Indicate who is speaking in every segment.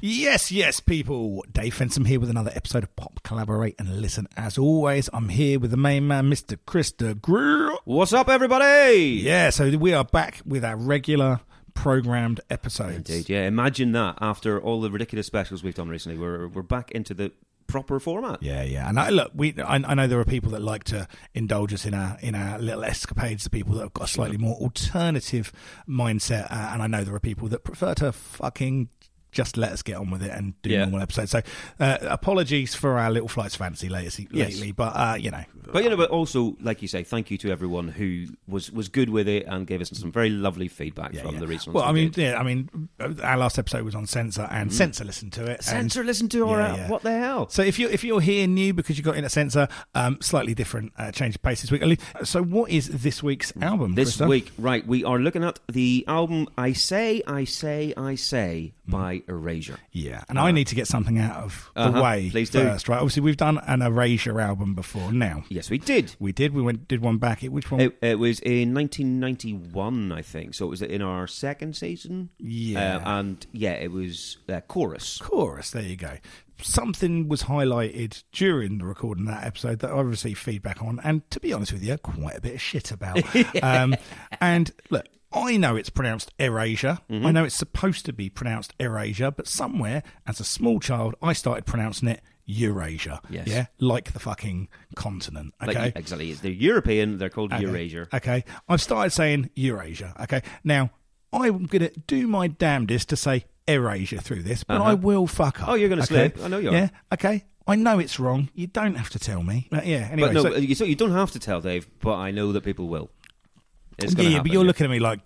Speaker 1: Yes, yes, people. Dave Fensom here with another episode of Pop Collaborate and Listen. As always, I'm here with the main man, Mr. Chris de Greer.
Speaker 2: What's up, everybody?
Speaker 1: Yeah, so we are back with our regular programmed episodes.
Speaker 2: Indeed, yeah. Imagine that after all the ridiculous specials we've done recently. We're, we're back into the proper format.
Speaker 1: Yeah, yeah. And I, look, we I, I know there are people that like to indulge us in our in our little escapades. The people that have got a slightly more alternative mindset, uh, and I know there are people that prefer to fucking. Just let us get on with it and do
Speaker 2: Yeah.
Speaker 1: normal episodes. So, uh, apologies for our little flights of fancy lately,
Speaker 2: Yes.
Speaker 1: lately but uh, you know,
Speaker 2: But you know, but also, like you say, thank you to everyone who was was good with it and gave us some very lovely feedback
Speaker 1: Yeah,
Speaker 2: from
Speaker 1: yeah.
Speaker 2: the recent.
Speaker 1: Well,
Speaker 2: ones
Speaker 1: I
Speaker 2: we
Speaker 1: mean,
Speaker 2: did. Mm.
Speaker 1: yeah, I mean, our last episode was on censor, and censor listened to it.
Speaker 2: censor,
Speaker 1: and-
Speaker 2: listen to our
Speaker 1: Yeah, yeah.
Speaker 2: what the hell?
Speaker 1: So if you if you're here new because you got in at censor, um, slightly different uh, change of pace this week. At least- So what is this week's album?
Speaker 2: Mm. This
Speaker 1: Christoph?
Speaker 2: week, right, we are looking at the album "I Say, I Say, I Say"
Speaker 1: Mm-hmm.
Speaker 2: by Erasure.
Speaker 1: yeah, and I need to get something out of the
Speaker 2: Uh-huh,
Speaker 1: way
Speaker 2: please do.
Speaker 1: first, right? Obviously, we've done an Erasure album before. Now
Speaker 2: Yes, we did.
Speaker 1: we did we went did one back. Which one?
Speaker 2: It, it was in 1991, I think. So it was in our second season.
Speaker 1: Yeah.
Speaker 2: Uh, and yeah, it was uh, chorus.
Speaker 1: chorus. There you go. Something was highlighted during the recording of that episode that I received feedback on, and to be honest with you, quite a bit of shit about. um, and look, I know it's pronounced Erasure.
Speaker 2: Mm-hmm.
Speaker 1: I know it's supposed to be pronounced Erasure, but somewhere as a small child, I started pronouncing it Eurasia.
Speaker 2: Yes.
Speaker 1: Yeah, like the fucking continent.
Speaker 2: Like,
Speaker 1: Okay.
Speaker 2: Exactly. They're European. They're called
Speaker 1: Okay.
Speaker 2: Eurasia.
Speaker 1: Okay. I've started saying Eurasia. Okay. Now, I'm going to do my damnedest to say Erasia through this, but I will fuck up.
Speaker 2: Oh, you're gonna
Speaker 1: okay?
Speaker 2: slip. I know you are.
Speaker 1: Yeah. Okay. I know it's wrong. You don't have to tell me. But yeah. Anyway.
Speaker 2: But no, uh,
Speaker 1: so-
Speaker 2: but you- so you don't have to tell Dave, but I know that people will. It's
Speaker 1: yeah,
Speaker 2: gonna
Speaker 1: yeah,
Speaker 2: happen,
Speaker 1: but you're looking at me like.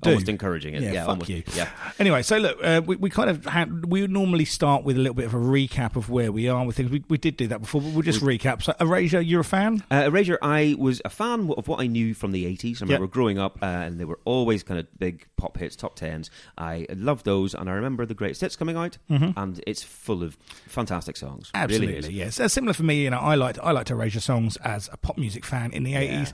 Speaker 1: Dude.
Speaker 2: Almost encouraging it.
Speaker 1: Yeah,
Speaker 2: Yeah,
Speaker 1: fuck
Speaker 2: almost.
Speaker 1: you.
Speaker 2: Yeah.
Speaker 1: Anyway, so look, uh, we, we kind of had, we would normally start with a little bit of a recap of where we are with things. We, we did do that before, but we'll just recap. So, Erasure, you're a fan?
Speaker 2: Uh, Erasure, I was a fan of what I knew from the 80s. I remember
Speaker 1: Yep.
Speaker 2: growing up, uh, and they were always kind of big pop hits, top tens. I loved those, and I remember the greatest hits coming out, and it's full of fantastic songs. Really
Speaker 1: Mm-hmm. Absolutely,
Speaker 2: is.
Speaker 1: yes. Uh, similar for me, you know, I liked I liked Erasure songs as a pop music fan in the eighties.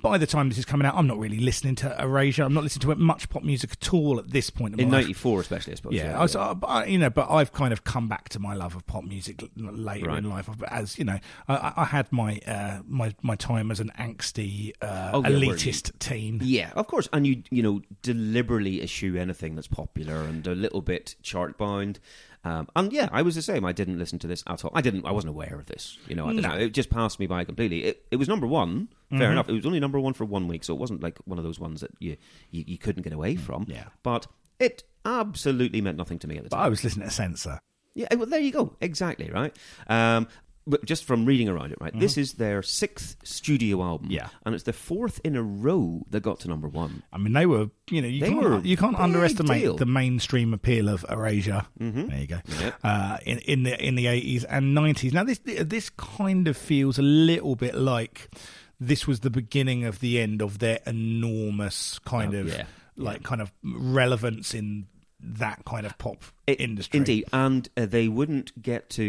Speaker 1: By the time this is coming out, I'm not really listening to Erasure. I'm not listening to much pop music at all at this point in,
Speaker 2: In
Speaker 1: my life.
Speaker 2: '94, especially, I suppose.
Speaker 1: Yeah, I was, uh, but I, you know, but I've kind of come back to my love of pop music l- later
Speaker 2: Right.
Speaker 1: in life. I've- As you know, I- I, I had my uh, my my time as an angsty uh,
Speaker 2: Oh, yeah, were you?
Speaker 1: elitist teen.
Speaker 2: Yeah, of course. And you you know deliberately eschew anything that's popular and a little bit chart bound. Um, and yeah, I was the same. I didn't listen to this at all. I didn't. I wasn't aware of this. You know, I didn't,
Speaker 1: No. Mm-hmm.
Speaker 2: it just passed me by completely. It, it was number one. Fair enough. It was only number one for one week, so it wasn't like one of those ones that you you, you couldn't get away from.
Speaker 1: Mm, Yeah.
Speaker 2: But it absolutely meant nothing to me at the
Speaker 1: But
Speaker 2: time.
Speaker 1: I was listening to Censor.
Speaker 2: Yeah, well, there you go. Exactly right. Um, but just from reading around it, right, this is their sixth studio album.
Speaker 1: Mm-hmm. Yeah.
Speaker 2: and it's the fourth in a row that got to number one.
Speaker 1: I mean, they were, you know, you
Speaker 2: They were a
Speaker 1: can't, you can't
Speaker 2: big
Speaker 1: underestimate
Speaker 2: deal. Mm-hmm.
Speaker 1: the mainstream appeal of Erasure. There you go. Uh, in in the in the eighties and nineties. Now this this kind of feels a little bit like this was the beginning of the end of their enormous kind
Speaker 2: Oh,
Speaker 1: of
Speaker 2: yeah.
Speaker 1: like kind of relevance in that kind of pop
Speaker 2: It-
Speaker 1: industry.
Speaker 2: Indeed, and uh, they wouldn't get to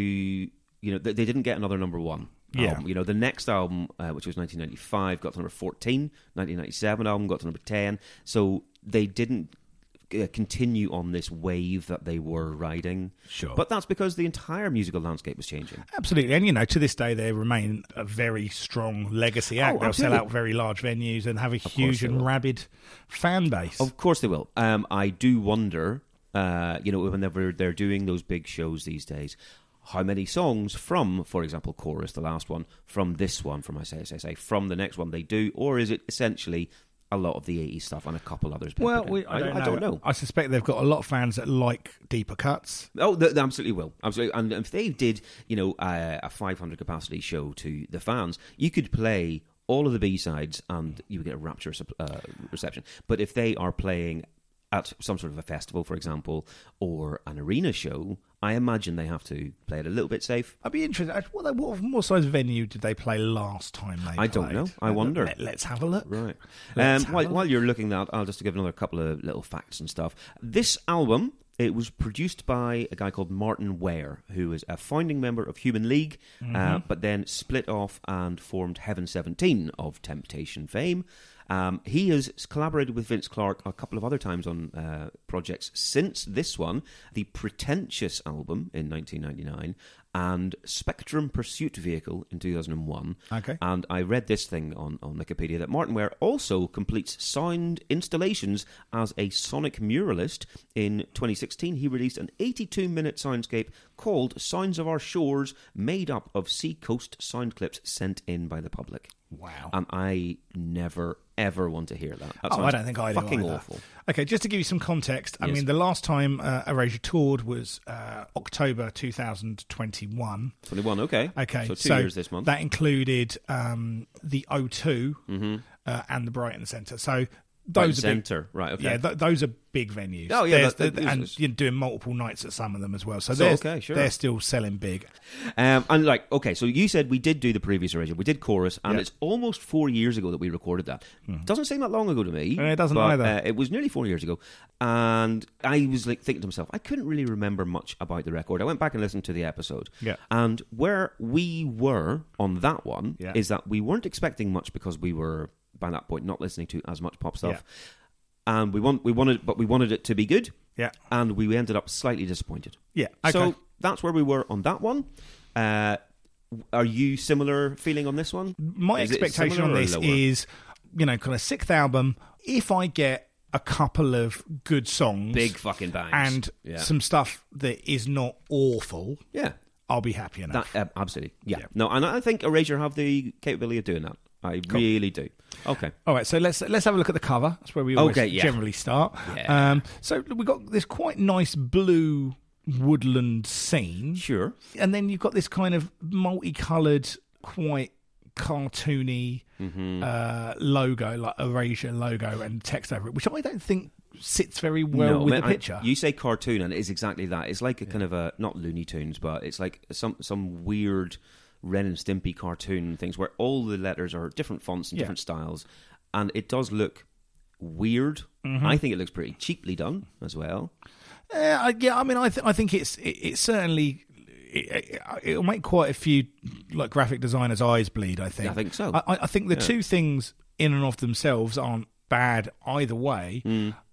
Speaker 2: you know they, they didn't get another number one.
Speaker 1: Yeah.
Speaker 2: album. you know the next album, uh, which was 1995, got to number 14. 1997 album got to number 10. So they didn't uh, continue on this wave that they were riding.
Speaker 1: Sure.
Speaker 2: but that's because the entire musical landscape was changing.
Speaker 1: Absolutely, and you know, to this day, they remain a very strong legacy act. They'll sell
Speaker 2: Oh, absolutely.
Speaker 1: out very large venues and have a huge
Speaker 2: they
Speaker 1: and
Speaker 2: will.
Speaker 1: rabid fan base.
Speaker 2: Of course they will. Um, I do wonder, uh, you know, whenever they're doing those big shows these days, how many songs from, for example, Chorus, the last one, from this one, from I Say, I Say, I Say, from the next one they do, or is it essentially a lot of the 80s stuff and a couple others? peppered
Speaker 1: Well,
Speaker 2: in?
Speaker 1: we, I, don't know.
Speaker 2: I don't know.
Speaker 1: I suspect they've got a lot of fans that like deeper cuts.
Speaker 2: Oh, they, they absolutely will, absolutely. And if they did, you know, uh, a 500 capacity show to the fans, you could play all of the B sides and you would get a rapturous uh, reception. But if they are playing at some sort of a festival, for example, or an arena show, I imagine they have to play it a little bit safe.
Speaker 1: I'd be interested. I- What, what, what size venue did they play last time they
Speaker 2: I don't
Speaker 1: played?
Speaker 2: know. I wonder.
Speaker 1: Let, us have a look.
Speaker 2: Right. Um,
Speaker 1: Let's have
Speaker 2: while,
Speaker 1: a
Speaker 2: while you're looking that, I'll just give another couple of little facts and stuff. This album, it was produced by a guy called Martin Ware, who is a founding member of Human League, uh, but then split off and formed Heaven 17 of Temptation fame. Um, he has collaborated with Vince Clarke a couple of other times on uh, projects since this one, the Pretentious album in 1999, and Spectrum Pursuit Vehicle in 2001.
Speaker 1: Okay.
Speaker 2: And I read this thing on, on Wikipedia that Martin Ware also completes sound installations as a sonic muralist. In 2016, he released an 82 minute soundscape called Sounds of Our Shores, made up of sea coast sound clips sent in by the public.
Speaker 1: Wow.
Speaker 2: And I never, ever want to hear that. that
Speaker 1: oh, I
Speaker 2: sounds
Speaker 1: don't think I do
Speaker 2: Fucking
Speaker 1: either.
Speaker 2: awful.
Speaker 1: Okay, just to give you some context, I
Speaker 2: Yes.
Speaker 1: mean, the last time uh, Erasure toured was uh, October 2021.
Speaker 2: 21, okay.
Speaker 1: Okay,
Speaker 2: So two years this month.
Speaker 1: That included um, the O2 uh, and the Brighton Centre. So
Speaker 2: Brighton
Speaker 1: those are big,
Speaker 2: Centre, right, okay.
Speaker 1: Yeah, th- those are big venues.
Speaker 2: Oh, yeah,
Speaker 1: There's
Speaker 2: that-
Speaker 1: the-
Speaker 2: that-
Speaker 1: and
Speaker 2: is-
Speaker 1: you're doing multiple nights at some of them as well. So, they're,
Speaker 2: okay, sure.
Speaker 1: they're still selling big.
Speaker 2: Um, and like, okay, so you said we did do the previous arrangement, we did chorus,
Speaker 1: Yeah.
Speaker 2: and
Speaker 1: Mm-hmm.
Speaker 2: it's almost four years ago that we recorded that. Doesn't seem that long ago to me.
Speaker 1: Uh, it doesn't
Speaker 2: but,
Speaker 1: either.
Speaker 2: Uh, it was nearly four years ago, and I was like thinking to myself, I couldn't really remember much about the record. I went back and listened to the episode,
Speaker 1: Yeah.
Speaker 2: and where we were on that one
Speaker 1: Yeah.
Speaker 2: is that we weren't expecting much because we were by that point not listening to as much pop stuff, and we want we wanted, but we wanted it to be good,
Speaker 1: Yeah.
Speaker 2: and we ended up slightly disappointed.
Speaker 1: Yeah, okay.
Speaker 2: So that's where we were on that one. Uh, are you similar feeling on this one?
Speaker 1: my
Speaker 2: Is it
Speaker 1: expectation
Speaker 2: similar
Speaker 1: on
Speaker 2: or
Speaker 1: this
Speaker 2: lower?
Speaker 1: is, you know, kind of sixth album. If I get a couple of good songs,
Speaker 2: big fucking bangs
Speaker 1: and
Speaker 2: yeah.
Speaker 1: some stuff that is not awful,
Speaker 2: yeah,
Speaker 1: I'll be happy enough.
Speaker 2: that uh, absolutely yeah.
Speaker 1: Yeah.
Speaker 2: No, and I think Erasure have the capability of doing that. I really do. Okay,
Speaker 1: All right, so let's let's have a look at the cover. That's where we always
Speaker 2: Okay, yeah.
Speaker 1: generally start.
Speaker 2: Yeah.
Speaker 1: Um, so we have got this quite nice blue woodland scene,
Speaker 2: sure.
Speaker 1: and then you've got this kind of multicolored, quite cartoony
Speaker 2: Mm-hmm.
Speaker 1: uh, logo, like Erasure logo, and text over it, which I don't think sits very well
Speaker 2: No,
Speaker 1: with
Speaker 2: man,
Speaker 1: the
Speaker 2: I-
Speaker 1: picture.
Speaker 2: you say cartoon, and it is exactly that. It's like a kind of a not Looney Tunes, but it's like some some weird Ren and Stimpy cartoon things where all the letters are different fonts and
Speaker 1: Yeah.
Speaker 2: different styles, and it does look weird.
Speaker 1: Mm-hmm.
Speaker 2: I think it looks pretty cheaply done as well.
Speaker 1: Eh, I, yeah, I mean, I th- I think it's it, it certainly. It, it, will make quite a few like graphic designers' eyes bleed. I think.
Speaker 2: I think so.
Speaker 1: I, I think the two things in and of themselves aren't bad either way.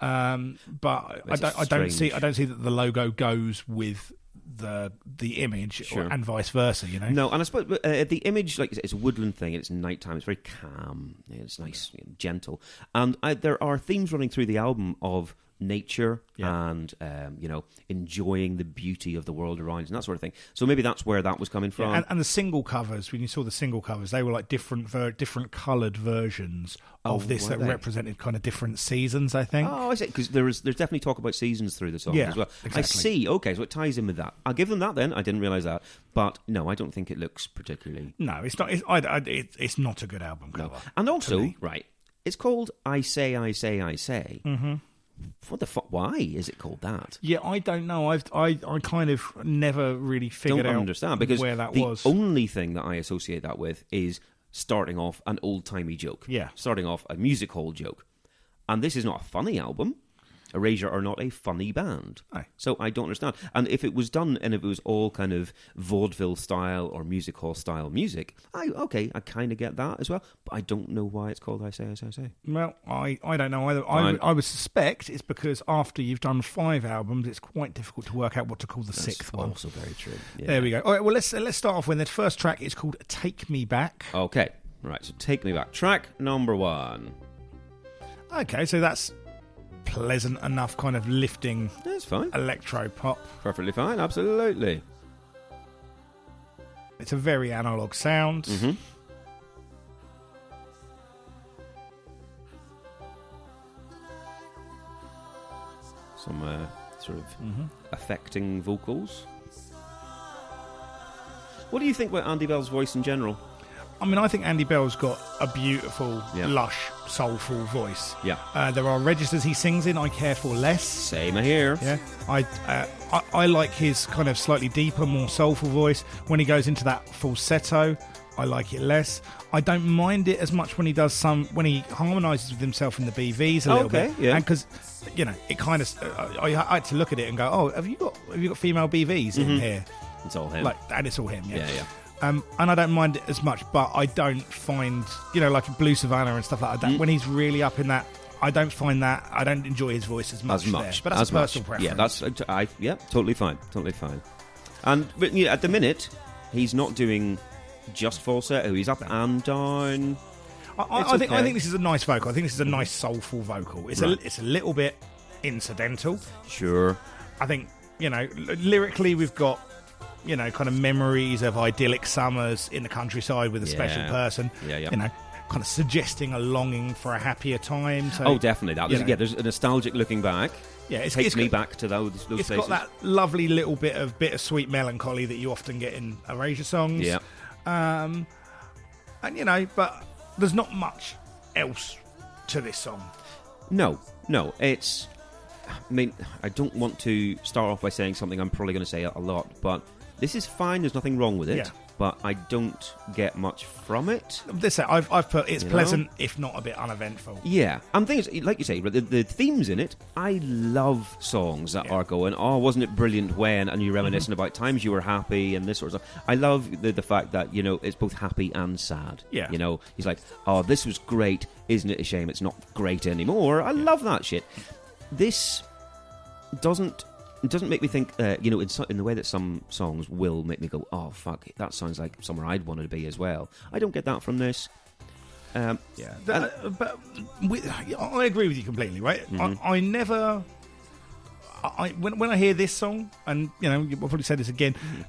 Speaker 1: Um, but I
Speaker 2: Mm. It's
Speaker 1: don't, I don't see.
Speaker 2: strange.
Speaker 1: I don't see that the logo goes with the the image, or, and vice versa. You know.
Speaker 2: No, and I suppose uh, the image, like it's a woodland thing, and it's nighttime. It's very calm. It's nice, and gentle, and I, there are themes running through the album of nature and um, you know enjoying the beauty of the world around us and that sort of thing. So maybe that's where that was coming from.
Speaker 1: And, and the single covers, when you saw the single covers, they were like different, ver- different coloured versions of
Speaker 2: Oh,
Speaker 1: this
Speaker 2: were
Speaker 1: that
Speaker 2: they?
Speaker 1: represented kind of different seasons. I think.
Speaker 2: Oh, I see. Because there is there's definitely talk about seasons through the song
Speaker 1: Yeah,
Speaker 2: as well. I
Speaker 1: exactly.
Speaker 2: see. Okay, so it ties in with that. I'll give them that then. I didn't realize that, but no, I don't think it looks particularly.
Speaker 1: No, it's not. It's, I, I, it, it's not a good album cover.
Speaker 2: And also, right, it's called "I Say, I Say, I Say." Mm-hmm. What the fuck? Why is it called that?
Speaker 1: Yeah, I don't know. I've I, I kind of never really figured
Speaker 2: don't
Speaker 1: out
Speaker 2: understand because
Speaker 1: where that
Speaker 2: the
Speaker 1: was.
Speaker 2: only thing that I associate that with is starting off an old timey joke.
Speaker 1: Yeah.
Speaker 2: starting off a music hall joke, and this is not a funny album. Erasure are not a funny band,
Speaker 1: Aye.
Speaker 2: so I don't understand. And if it was done and if it was all kind of vaudeville style or music hall style music, I okay, I kind of get that as well. But I don't know why it's called "I Say, I Say, I Say."
Speaker 1: well, I, I don't know either. I, would-
Speaker 2: Fine.
Speaker 1: I would suspect it's because after you've done five albums, it's quite difficult to work out what to call the sixth one.
Speaker 2: Also very true. Yeah.
Speaker 1: There we go. All right, well let's let's start off with the first track. is called "Take Me Back."
Speaker 2: Okay, right. So take me back. Track number one.
Speaker 1: Okay, so that's pleasant enough, kind of lifting
Speaker 2: That's fine.
Speaker 1: electro pop.
Speaker 2: Perfectly fine. Absolutely.
Speaker 1: It's a very analog sound.
Speaker 2: Mm-hmm. Some uh, sort of
Speaker 1: Mm-hmm.
Speaker 2: affecting vocals. What do you think about Andy Bell's voice in general?
Speaker 1: I mean, I think Andy Bell's got a beautiful,
Speaker 2: Yeah.
Speaker 1: lush, soulful voice.
Speaker 2: Yeah.
Speaker 1: Uh, there are registers he sings in. I care for less.
Speaker 2: Same here.
Speaker 1: Yeah, I, uh, I I like his kind of slightly deeper, more soulful voice. When he goes into that falsetto, I like it less. I don't mind it as much when he does some when he harmonises with himself in the BVs a little
Speaker 2: Oh, Okay,
Speaker 1: bit.
Speaker 2: yeah.
Speaker 1: and because you know it kind of uh, I, I had to look at it and go, oh, have you got have you got female BVs
Speaker 2: Mm-hmm.
Speaker 1: in here?
Speaker 2: It's all him.
Speaker 1: Like, and it's all him. Yeah,
Speaker 2: Yeah, yeah.
Speaker 1: Um, and I don't mind it as much, but I don't find you know like Blue Savannah and stuff like that
Speaker 2: Mm.
Speaker 1: when he's really up in that. I don't find that. I don't enjoy his voice as much.
Speaker 2: as much.
Speaker 1: there, but that's
Speaker 2: as
Speaker 1: a personal
Speaker 2: much.
Speaker 1: preference.
Speaker 2: Yeah, that's uh, t- I, yeah, totally fine, totally fine. And but, yeah, at the minute, he's not doing just falsetto. He's up and down.
Speaker 1: I, I,
Speaker 2: It's
Speaker 1: I think I
Speaker 2: okay. Mm-hmm.
Speaker 1: think this is a nice vocal. I think this is a nice soulful vocal. It's
Speaker 2: Right.
Speaker 1: a it's a little bit incidental.
Speaker 2: Sure.
Speaker 1: I think you know l- lyrically we've got you know kind of memories of idyllic summers in the countryside with a special
Speaker 2: Yeah.
Speaker 1: person.
Speaker 2: Yeah, yeah.
Speaker 1: You know, kind of suggesting a longing for a happier time. So
Speaker 2: Oh, definitely that.
Speaker 1: you
Speaker 2: There's,
Speaker 1: know.
Speaker 2: yeah, there's a nostalgic looking back.
Speaker 1: Yeah, it's-
Speaker 2: takes
Speaker 1: it's
Speaker 2: me
Speaker 1: got-
Speaker 2: back to those those
Speaker 1: It's got
Speaker 2: places.
Speaker 1: that lovely little bit of bittersweet melancholy that you often get in erasure songs.
Speaker 2: Yeah.
Speaker 1: Um, and you know, but there's not much else to this song.
Speaker 2: No, no, it's. I mean, I don't want to start off by saying something I'm probably going to say a lot, but this is fine. There's nothing wrong with it.
Speaker 1: Yeah.
Speaker 2: But I don't get much from it.
Speaker 1: This I've I've put it's
Speaker 2: You know?
Speaker 1: pleasant if not a bit uneventful.
Speaker 2: Yeah, and things like you say, the, the themes in it. I love songs that
Speaker 1: Yeah. Mm-hmm.
Speaker 2: are going, "Oh, wasn't it brilliant when?" And you're reminiscing about times you were happy and this sort of stuff. I love the, the fact that you know it's both happy and sad.
Speaker 1: Yeah.
Speaker 2: you know, he's like, "Oh, this was great. Isn't it a shame it's not great anymore?" I love that shit. This doesn't. It doesn't make me think, uh, you know, in, so, in the way that some songs will make me go, oh, fuck, that sounds like somewhere I'd want to be as well. I don't get that from this. Um,
Speaker 1: Yeah, uh, but we, I agree with you completely. Right,
Speaker 2: Mm-hmm.
Speaker 1: I, I never. I when, when I hear this song, and you know, I'll probably say this again.
Speaker 2: Mm-hmm.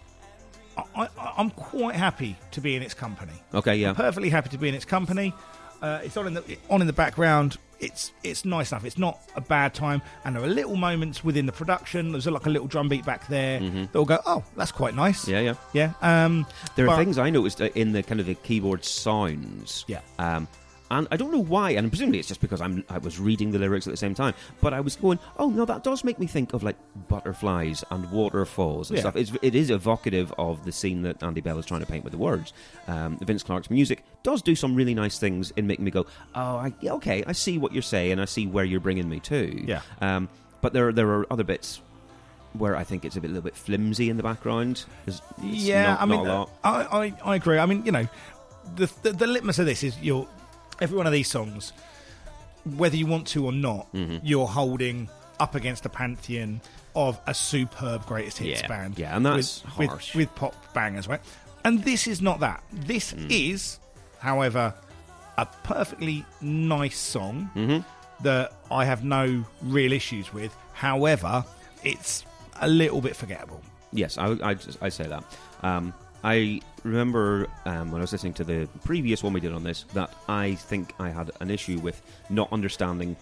Speaker 1: I, I, I'm quite happy to be in its company.
Speaker 2: okay, yeah.
Speaker 1: perfectly happy to be in its company. Uh, it's on in the on in the background. It's it's nice enough. It's not a bad time, and there are little moments within the production. There's like a little drum beat back there that'll go, "Oh, that's quite nice."
Speaker 2: Mm-hmm. Yeah, yeah.
Speaker 1: yeah. Um,
Speaker 2: There
Speaker 1: but-
Speaker 2: are things I noticed uh, in the kind of the keyboard sounds.
Speaker 1: Yeah.
Speaker 2: Um, and I don't know why, and presumably it's just because I'm I was reading the lyrics at the same time. But I was going, oh no, that does make me think of like butterflies and waterfalls and
Speaker 1: Yeah.
Speaker 2: stuff. It's, it is evocative of the scene that Andy Bell is trying to paint with the words. Um, Vince Clarke's music does do some really nice things in making me go, oh, I, yeah, okay, I see what you're saying, I see where you're bringing me to.
Speaker 1: Yeah.
Speaker 2: Um, but there there are other bits where I think it's a bit, little bit flimsy in the background. It's, it's
Speaker 1: yeah,
Speaker 2: not-
Speaker 1: I mean, uh,
Speaker 2: not a lot.
Speaker 1: I, I I agree. I mean, you know, the, the the litmus of this is your every one of these songs, whether you want to or not,
Speaker 2: Mm-hmm.
Speaker 1: you're holding up against a pantheon of a superb greatest hits
Speaker 2: Yeah,
Speaker 1: band.
Speaker 2: yeah, and that's
Speaker 1: with,
Speaker 2: harsh.
Speaker 1: with with pop bangers, right? And this is not that. This
Speaker 2: Mm.
Speaker 1: is, however, a perfectly nice song
Speaker 2: Mm-hmm.
Speaker 1: that I have no real issues with. However, it's a little bit forgettable.
Speaker 2: Yes, I I, I say that. Um, I remember um, when I was listening to the previous one we did on this that I think I had an issue with not understanding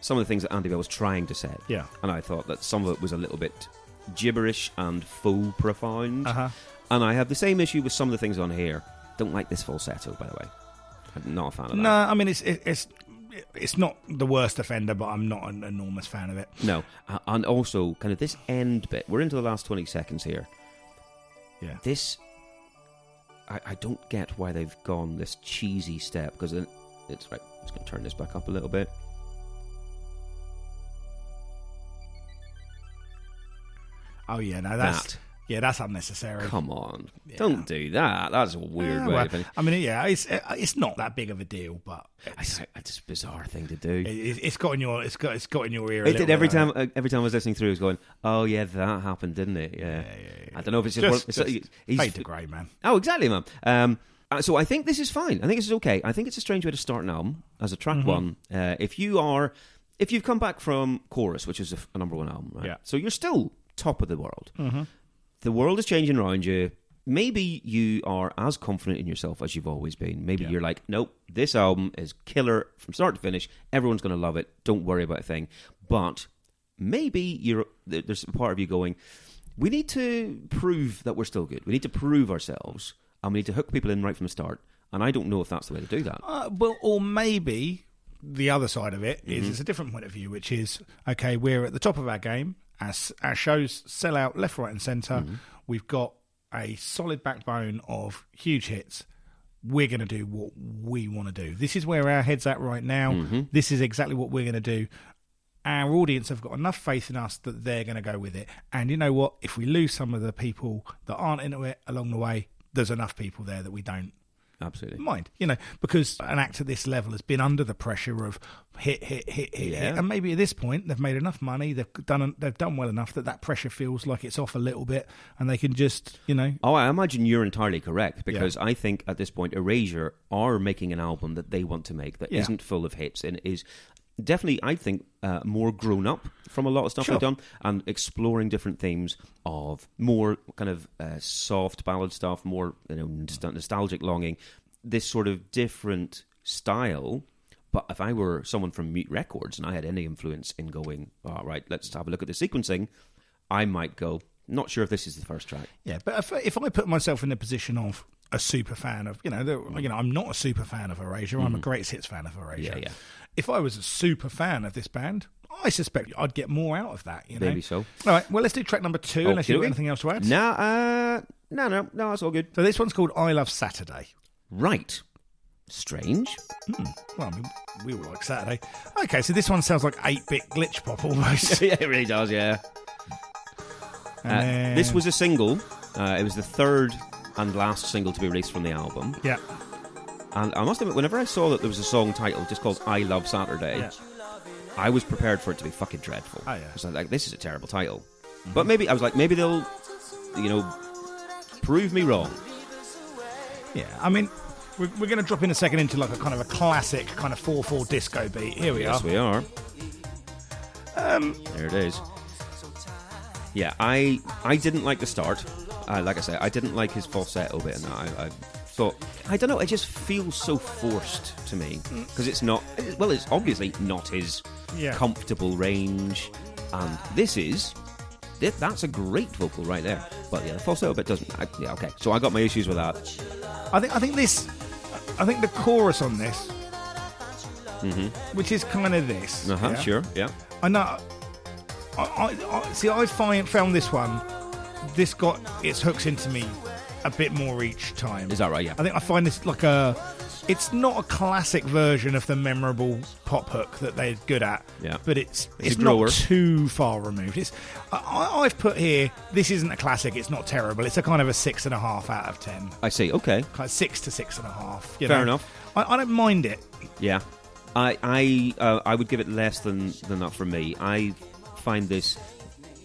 Speaker 2: some of the things that Andy Bell was trying to say.
Speaker 1: Yeah.
Speaker 2: and I thought that some of it was a little bit gibberish and full profound.
Speaker 1: Uh-huh.
Speaker 2: And I have the same issue with some of the things on here. Don't like this falsetto, by the way. I'm not a fan of
Speaker 1: No,
Speaker 2: that.
Speaker 1: I mean it's it, it's it's not the worst offender, but I'm not an enormous fan of it.
Speaker 2: No, Uh, and also kind of this end bit. We're into the last twenty seconds here.
Speaker 1: Yeah,
Speaker 2: this I, I don't get why they've gone this cheesy step because it, it's right I'm just going to turn this back up a little bit
Speaker 1: Oh yeah, no, that's
Speaker 2: That.
Speaker 1: yeah, that's unnecessary.
Speaker 2: come on don't do that that's a weird
Speaker 1: Yeah,
Speaker 2: way
Speaker 1: well,
Speaker 2: of thing
Speaker 1: I mean, yeah, it's it's not that big of a deal, but
Speaker 2: it's, it's a bizarre thing to do
Speaker 1: it, it's got in your it's got it's got in your ear. a
Speaker 2: it
Speaker 1: little
Speaker 2: did every
Speaker 1: bit, hasn't
Speaker 2: time uh, every time I was listening through I was going oh yeah that happened didn't it yeah, I don't know if it's just,
Speaker 1: it?
Speaker 2: one-
Speaker 1: Just,
Speaker 2: it's-
Speaker 1: just
Speaker 2: he's-
Speaker 1: fade to grey, man.
Speaker 2: Oh, exactly, man. Um, uh, so I think this is fine. I think this is okay. I think it's a strange way to start an album as a track one. Uh, if you are, if you've come back from Chorus, which is a, f- a number one album, right?
Speaker 1: Yeah.
Speaker 2: So you're still top of the world. The world is changing around you. maybe you are as confident in yourself as you've always been. Maybe you're like, nope, this album is killer from start to finish. Everyone's going to love it. Don't worry about a thing. But maybe you're there- there's a part of you going, we need to prove that we're still good. We need to prove ourselves, and we need to hook people in right from the start. And I don't know if that's the way to do that.
Speaker 1: Uh, well, or maybe the other side of it is it's a different point of view, which is okay, we're at the top of our game. Our, s- our shows sell out left, right, and center we We've got a solid backbone of huge hits. We're going to do what we want to do. This is where our head's at right now. This is exactly what we're going to do. Our audience have got enough faith in us that they're going to go with it. And you know what? If we lose some of the people that aren't into it along the way, there's enough people there that we don't
Speaker 2: Absolutely.
Speaker 1: mind, you know, because an act at this level has been under the pressure of hit, hit, hit, hit, hit,
Speaker 2: Yeah.
Speaker 1: and maybe at this point they've made enough money, they've done, they've done well enough that that pressure feels like it's off a little bit, and they can just, you know,
Speaker 2: Oh, I imagine you're entirely correct because I think at this point Erasure are making an album that they want to make that
Speaker 1: Yeah.
Speaker 2: not full of hits and is definitely, I think, uh, more grown up from a lot of stuff
Speaker 1: Sure.
Speaker 2: they've done and exploring different themes of more kind of uh, soft ballad stuff, more you know
Speaker 1: Mm.
Speaker 2: nost- nostalgic longing, this sort of different style. But if I were someone from Mute Records and I had any influence in going, all right, let's have a look at the sequencing, I might go, not sure if this is the first track.
Speaker 1: yeah. But if, if I put myself in the position of a super fan of, you know, the, you know, I'm not a super fan of Erasure, I'm a greatest hits fan of Erasure.
Speaker 2: Mm. Yeah, yeah.
Speaker 1: If I was a super fan of this band, I suspect I'd get more out of that, you know.
Speaker 2: Maybe so.
Speaker 1: All right, well, let's do track number two, unless you've got
Speaker 2: Okey-dokey.
Speaker 1: anything else to add.
Speaker 2: No, uh, no, no, no, that's all good.
Speaker 1: So this one's called I Love Saturday.
Speaker 2: Right. Strange.
Speaker 1: Well, I mean, we were like Saturday. Okay, so this one sounds like 8 bit glitch pop almost.
Speaker 2: yeah, it really does, yeah.
Speaker 1: And
Speaker 2: Uh,
Speaker 1: then-
Speaker 2: this was a single. Uh, it was the third and last single to be released from the album.
Speaker 1: Yeah.
Speaker 2: And I must admit, whenever I saw that there was a song title just called I Love Saturday,
Speaker 1: Yeah.
Speaker 2: I was prepared for it to be fucking dreadful.
Speaker 1: Oh, yeah. Mm-hmm.
Speaker 2: I was like, this is a terrible title. But maybe, I was like, maybe they'll, you know, prove me wrong.
Speaker 1: Yeah, I mean, we're, we're going to drop in a second into like a kind of a classic kind of 4 4 disco beat. Here we
Speaker 2: Yes,
Speaker 1: are.
Speaker 2: we are. Um,
Speaker 1: Um,
Speaker 2: there it is. Yeah, I I didn't like the start. Uh, like I said, I didn't like his falsetto bit, and I, I thought I don't know. It just feels so forced to me because it's not. Well, it's obviously not his
Speaker 1: Mm. Yeah.
Speaker 2: comfortable range, and this is. thi- That's a great vocal right there, but yeah, the falsetto bit doesn't. I, yeah, okay. So I got my issues with that.
Speaker 1: I think I think this, I think the chorus on this, which is kind of this.
Speaker 2: Uh huh.
Speaker 1: yeah?
Speaker 2: Mm-hmm. Sure. Yeah.
Speaker 1: I know. I, I, I see. I find found this one. This got its hooks into me a bit more each time.
Speaker 2: Is that right? Yeah.
Speaker 1: I think I find this like a. It's not a classic version of the memorable pop hook that they're good at.
Speaker 2: Yeah.
Speaker 1: But it's
Speaker 2: It's a
Speaker 1: it's,
Speaker 2: grower.
Speaker 1: not too far removed. It's I, I, I've put here. This isn't a classic. It's not terrible. It's a kind of a six and a half out of ten.
Speaker 2: I see. Okay.
Speaker 1: Kind of six to six and a half. you
Speaker 2: Fair
Speaker 1: know.
Speaker 2: enough.
Speaker 1: I, I don't mind it.
Speaker 2: Yeah, I I uh, I would give it less than than that for me. I find this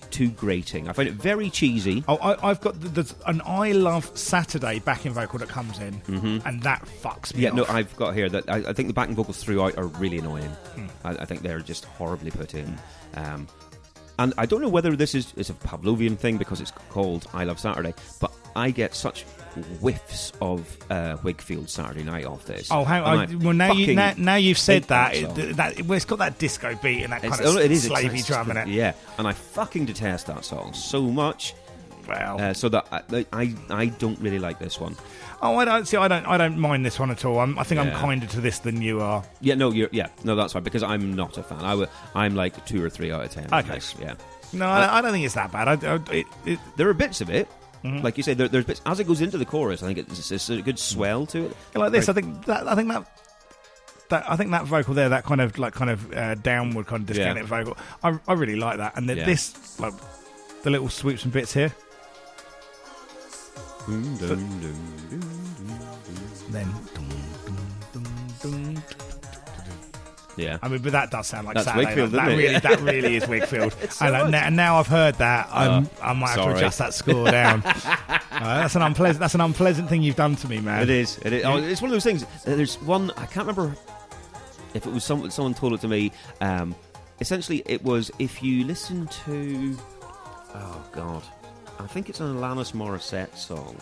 Speaker 2: too grating. I find it very cheesy.
Speaker 1: Oh, I, I've got the, the, an I Love Saturday backing vocal that comes in, and that fucks me.
Speaker 2: Mm-hmm. Yeah, no,
Speaker 1: off.
Speaker 2: I've got here that I, I think the backing vocals throughout are really annoying.
Speaker 1: Hmm.
Speaker 2: I, I think they're just horribly put in. Um, and I don't know whether this is it's a Pavlovian thing because it's called I Love Saturday, but I get such whiffs of uh, Wakefield Saturday Night off this.
Speaker 1: Oh, hang
Speaker 2: And
Speaker 1: on. well, now you
Speaker 2: fucking
Speaker 1: now, now you've said
Speaker 2: hate
Speaker 1: that,
Speaker 2: song.
Speaker 1: it, that well, it's got that disco beat and that
Speaker 2: It's-
Speaker 1: kind of
Speaker 2: oh, it is it's-
Speaker 1: slavey
Speaker 2: it's-
Speaker 1: drum in it.
Speaker 2: Yeah, and I fucking detest that song so much.
Speaker 1: Well,
Speaker 2: Uh, so that I, I I don't really like this one.
Speaker 1: oh, I don't see. I don't. I don't mind this one at all. I'm, I think I'm
Speaker 2: Yeah.
Speaker 1: kinder to this than you are.
Speaker 2: Yeah, no, you're yeah, no, that's fine because I'm not a fan. I would, I'm like two or three out of ten. on
Speaker 1: Okay.
Speaker 2: this, yeah.
Speaker 1: No, I, I don't think it's that bad. I, I, it, it,
Speaker 2: There are bits of it,
Speaker 1: Mm-hmm.
Speaker 2: like you say. There, there's bits as it goes into the chorus. I think it's, it's a good swell to it.
Speaker 1: like this,
Speaker 2: Right.
Speaker 1: I think that. I think that. That, I think that vocal there, that kind of like kind of uh, downward kind of discounted vocal, I, I really like that. And the,
Speaker 2: Yeah.
Speaker 1: this, like the little swoops and bits here, uh, then.
Speaker 2: Yeah,
Speaker 1: I mean, but that does sound like
Speaker 2: That's
Speaker 1: Saturday.
Speaker 2: Wakefield,
Speaker 1: that,
Speaker 2: isn't
Speaker 1: really,
Speaker 2: it?
Speaker 1: that really is Wakefield. and uh, now, now I've heard that, I'm, I might have
Speaker 2: Uh, sorry.
Speaker 1: to adjust that score down. Uh, that's an unpleasant. That's an unpleasant thing you've done to me, man.
Speaker 2: it is. It is. Oh, it's one of those things. There's one I can't remember if it was someone. Someone told it to me. Um, essentially, it was if you listen to. Oh God, I think it's an Alanis Morissette song.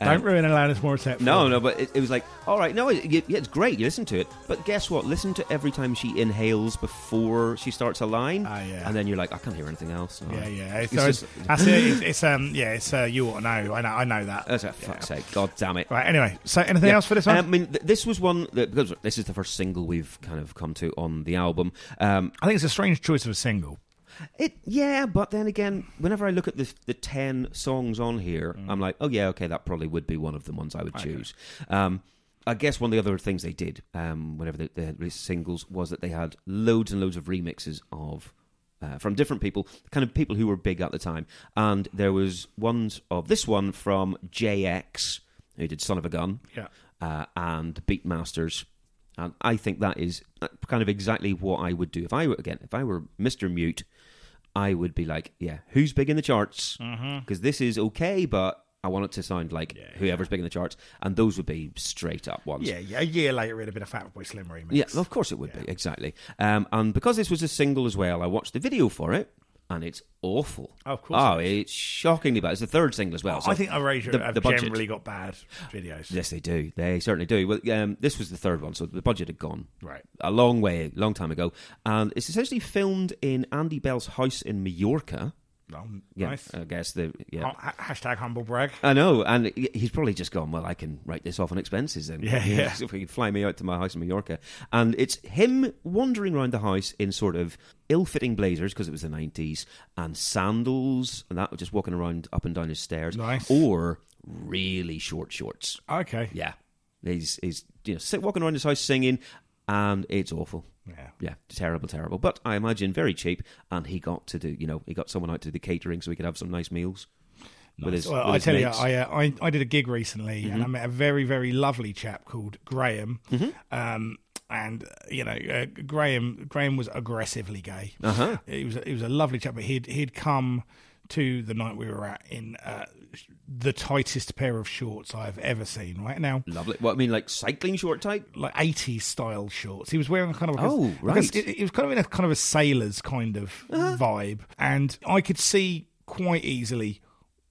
Speaker 1: Don't ruin Alanis Morissette. for
Speaker 2: No,
Speaker 1: me.
Speaker 2: no, but it, it was like, all right, no, it, yeah, it's great. You listen to it, but guess what? Listen to every time she inhales before she starts a line,
Speaker 1: Ah, yeah.
Speaker 2: and then you're like, I can't hear anything else. Oh. No.
Speaker 1: Yeah, yeah.
Speaker 2: It's
Speaker 1: so
Speaker 2: just-
Speaker 1: it's, that's it. It's, it's um, yeah. It's uh, you ought to know. I know. I know that.
Speaker 2: That's it. Oh, Fuck's sake! God damn it!
Speaker 1: Right. Anyway. So anything
Speaker 2: Yeah. Um,
Speaker 1: else for this one?
Speaker 2: I mean, th- this was one that because this is the first single we've kind of come to on the album. Um,
Speaker 1: I think it's a strange choice of a single.
Speaker 2: it, yeah, but then again, whenever I look at the the ten songs on here, I'm like, oh yeah, okay, that probably would be one of the ones I would choose. Um, I guess one of the other things they did, um, whenever they, they had released singles, was that they had loads and loads of remixes of. Uh, from different people, kind of people who were big at the time, and there was ones of this one from JX, who did "Son of a Gun,"
Speaker 1: Yeah.
Speaker 2: uh, and the Beatmasters. And I think that is uh, kind of exactly what I would do if I were again if I were Mister Mute. I would be like, yeah, who's big in the charts? Because
Speaker 1: Mm-hmm.
Speaker 2: this is okay, but I want it to sound like whoever's big in the charts, and those would be straight up ones.
Speaker 1: Yeah. Yeah. A year later, it'd have been a Fatboy Slim remix.
Speaker 2: Yeah, well, of course it would be exactly. Um, and because this was a single as well, I watched the video for it, and it's awful.
Speaker 1: Oh, of course Oh,
Speaker 2: Oh, it's shockingly bad. It's the third single as well. so
Speaker 1: I think Erasure
Speaker 2: the-
Speaker 1: have
Speaker 2: the budget.
Speaker 1: generally got bad videos.
Speaker 2: Yes, they do. They certainly do. Well, um, this was the third one, so the budget had gone
Speaker 1: Right.
Speaker 2: a long way, long time ago, and it's essentially filmed in Andy Bell's house in Mallorca.
Speaker 1: Well,
Speaker 2: Yeah,
Speaker 1: nice. Oh,
Speaker 2: I guess the yeah.
Speaker 1: Ha- hashtag humble brag.
Speaker 2: I know, and he- he's probably just gone. Well, I can write this off on expenses then.
Speaker 1: Yeah, yeah.
Speaker 2: if we could fly me out to my house in Mallorca, and it's him wandering around the house in sort of ill-fitting blazers because it was the nineties and sandals and that, just walking around up and down his stairs,
Speaker 1: Nice.
Speaker 2: or really short shorts.
Speaker 1: Okay.
Speaker 2: Yeah, he's he's you know sit, walking around his house singing, and it's awful.
Speaker 1: Yeah.
Speaker 2: Yeah, terrible, terrible. But I imagine very cheap, and he got to do you know he got someone out to do the catering so he could have some nice meals. With his,
Speaker 1: well,
Speaker 2: with
Speaker 1: I
Speaker 2: his
Speaker 1: tell
Speaker 2: Mm-hmm. mates.
Speaker 1: you, I, uh, I I did a gig recently, and I met a very very lovely chap called Graham.
Speaker 2: Mm-hmm.
Speaker 1: Um, and uh, you know, uh, Graham Graham was aggressively gay. Uh-huh. He was he was a lovely chap, but he'd he'd come to the night we were at in uh, the tightest pair of shorts I've ever seen. Right now,
Speaker 2: Lovely. Well, I mean, like cycling short type.
Speaker 1: like 80s style shorts. He was wearing kind of like a-
Speaker 2: Oh,
Speaker 1: like a,
Speaker 2: right. Uh-huh.
Speaker 1: it, it was kind of in a kind of a sailor's kind of vibe, and I could see quite easily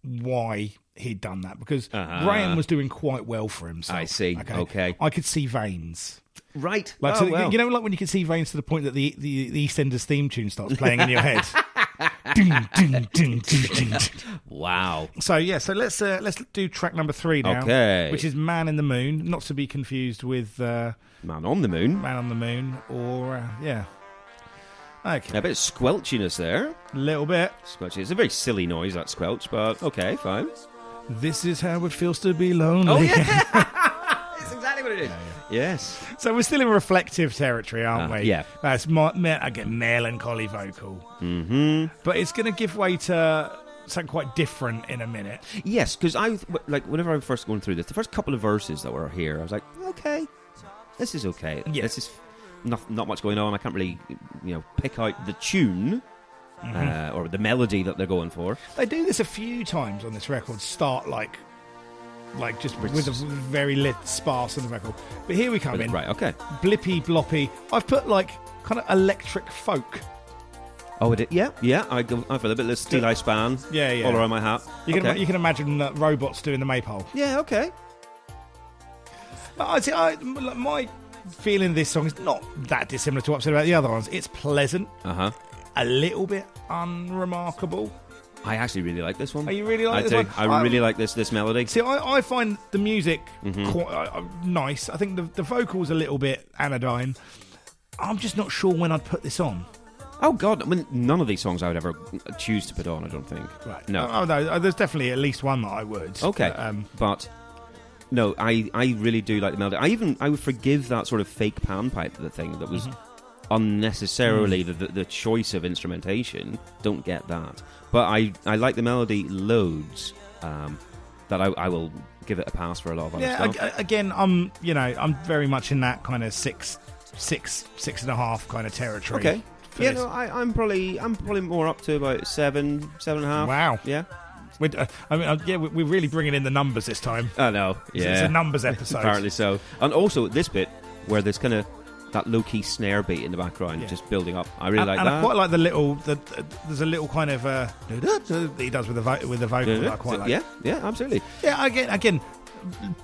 Speaker 1: why he'd done that because Graham was doing quite well for himself.
Speaker 2: Uh-huh. I see. Okay.
Speaker 1: I could see veins.
Speaker 2: Right.
Speaker 1: Like
Speaker 2: oh,
Speaker 1: so
Speaker 2: well.
Speaker 1: you know, like when you can see veins to the point that the the, the EastEnders theme tune starts playing in your head. Dun, dun, dun, dun, dun, dun.
Speaker 2: Wow.
Speaker 1: So yeah, so let's uh, let's do track number three now,
Speaker 2: Okay.
Speaker 1: which is "Man in the Moon," not to be confused with uh,
Speaker 2: Man on the moon.
Speaker 1: Man on the Moon, or uh, yeah, okay,
Speaker 2: A bit of squelchiness there.
Speaker 1: a little bit.
Speaker 2: Squelchy. It's a very silly noise that squelch, but okay, fine.
Speaker 1: This is how it feels to be lonely.
Speaker 2: Oh yeah. That's exactly what it is. Yes.
Speaker 1: so we're still in reflective territory, aren't
Speaker 2: Uh,
Speaker 1: we?
Speaker 2: yeah.
Speaker 1: that's my, me- I get melancholy vocal, mm-hmm. but it's going to give way to something quite different in a minute.
Speaker 2: Yes, because I like whenever I was first going through this, the first couple of verses that were here, I was like, okay, this is okay.
Speaker 1: Yeah.
Speaker 2: This is not not much going on. I can't really you know pick out the tune
Speaker 1: Mm-hmm.
Speaker 2: uh, or the melody that they're going for.
Speaker 1: They do this a few times on this record. Start like. Like just with a very lit sparse on the record, but here we come in.
Speaker 2: Right. Okay.
Speaker 1: blippy bloppy. I've put like kind of electric folk.
Speaker 2: Oh, it is. Yeah. Yeah. I go. I feel a bit of steel I span.
Speaker 1: Yeah, yeah.
Speaker 2: All around my hat.
Speaker 1: You can
Speaker 2: okay.
Speaker 1: you can imagine uh, robots doing the maypole.
Speaker 2: Yeah. Okay.
Speaker 1: But I see. I like, my feeling of this song is not that dissimilar to what I've said about the other ones. It's pleasant,
Speaker 2: Uh huh.
Speaker 1: a little bit unremarkable.
Speaker 2: I actually really like this one.
Speaker 1: Oh, you really like
Speaker 2: I
Speaker 1: this
Speaker 2: do.
Speaker 1: one?
Speaker 2: I
Speaker 1: I-
Speaker 2: really like this this melody.
Speaker 1: See, I, I find the music
Speaker 2: Mm-hmm.
Speaker 1: quite uh, nice. I think the the vocals a little bit anodyne. I'm just not sure when I'd put this on.
Speaker 2: Oh God! I mean, none of these songs I would ever choose to put on. I don't think.
Speaker 1: Right?
Speaker 2: No.
Speaker 1: Oh, no. There's definitely at least one that I would.
Speaker 2: Okay,
Speaker 1: But, um,
Speaker 2: but no, I, I really do like the melody. I even I would forgive that sort of fake panpipe the thing that was Mm-hmm. unnecessarily the, the the choice of instrumentation. Don't get that, but I I like the melody loads. Um, that I, I will give it a pass for a lot of other
Speaker 1: Yeah,
Speaker 2: stuff.
Speaker 1: ag- again, I'm you know I'm very much in that kind of six, six, six and a half kind of territory.
Speaker 2: okay.
Speaker 1: for
Speaker 2: Yeah,
Speaker 1: this.
Speaker 2: no, I, I'm probably I'm probably more up to about seven, seven and a half.
Speaker 1: Wow.
Speaker 2: Yeah.
Speaker 1: We're, uh, I mean, uh, yeah, we- we're really bringing in the numbers this time.
Speaker 2: I know.
Speaker 1: It's-
Speaker 2: Yeah.
Speaker 1: It's a numbers episode.
Speaker 2: Apparently so. And also this bit where there's kind of that low key snare beat in the background,
Speaker 1: Yeah.
Speaker 2: just building up. I really
Speaker 1: and,
Speaker 2: like
Speaker 1: and
Speaker 2: that.
Speaker 1: I quite like the little. The, uh, there's a little kind of uh, that he does with the vo- with the vocal. that I quite like.
Speaker 2: yeah, yeah, absolutely.
Speaker 1: Yeah, Again, again,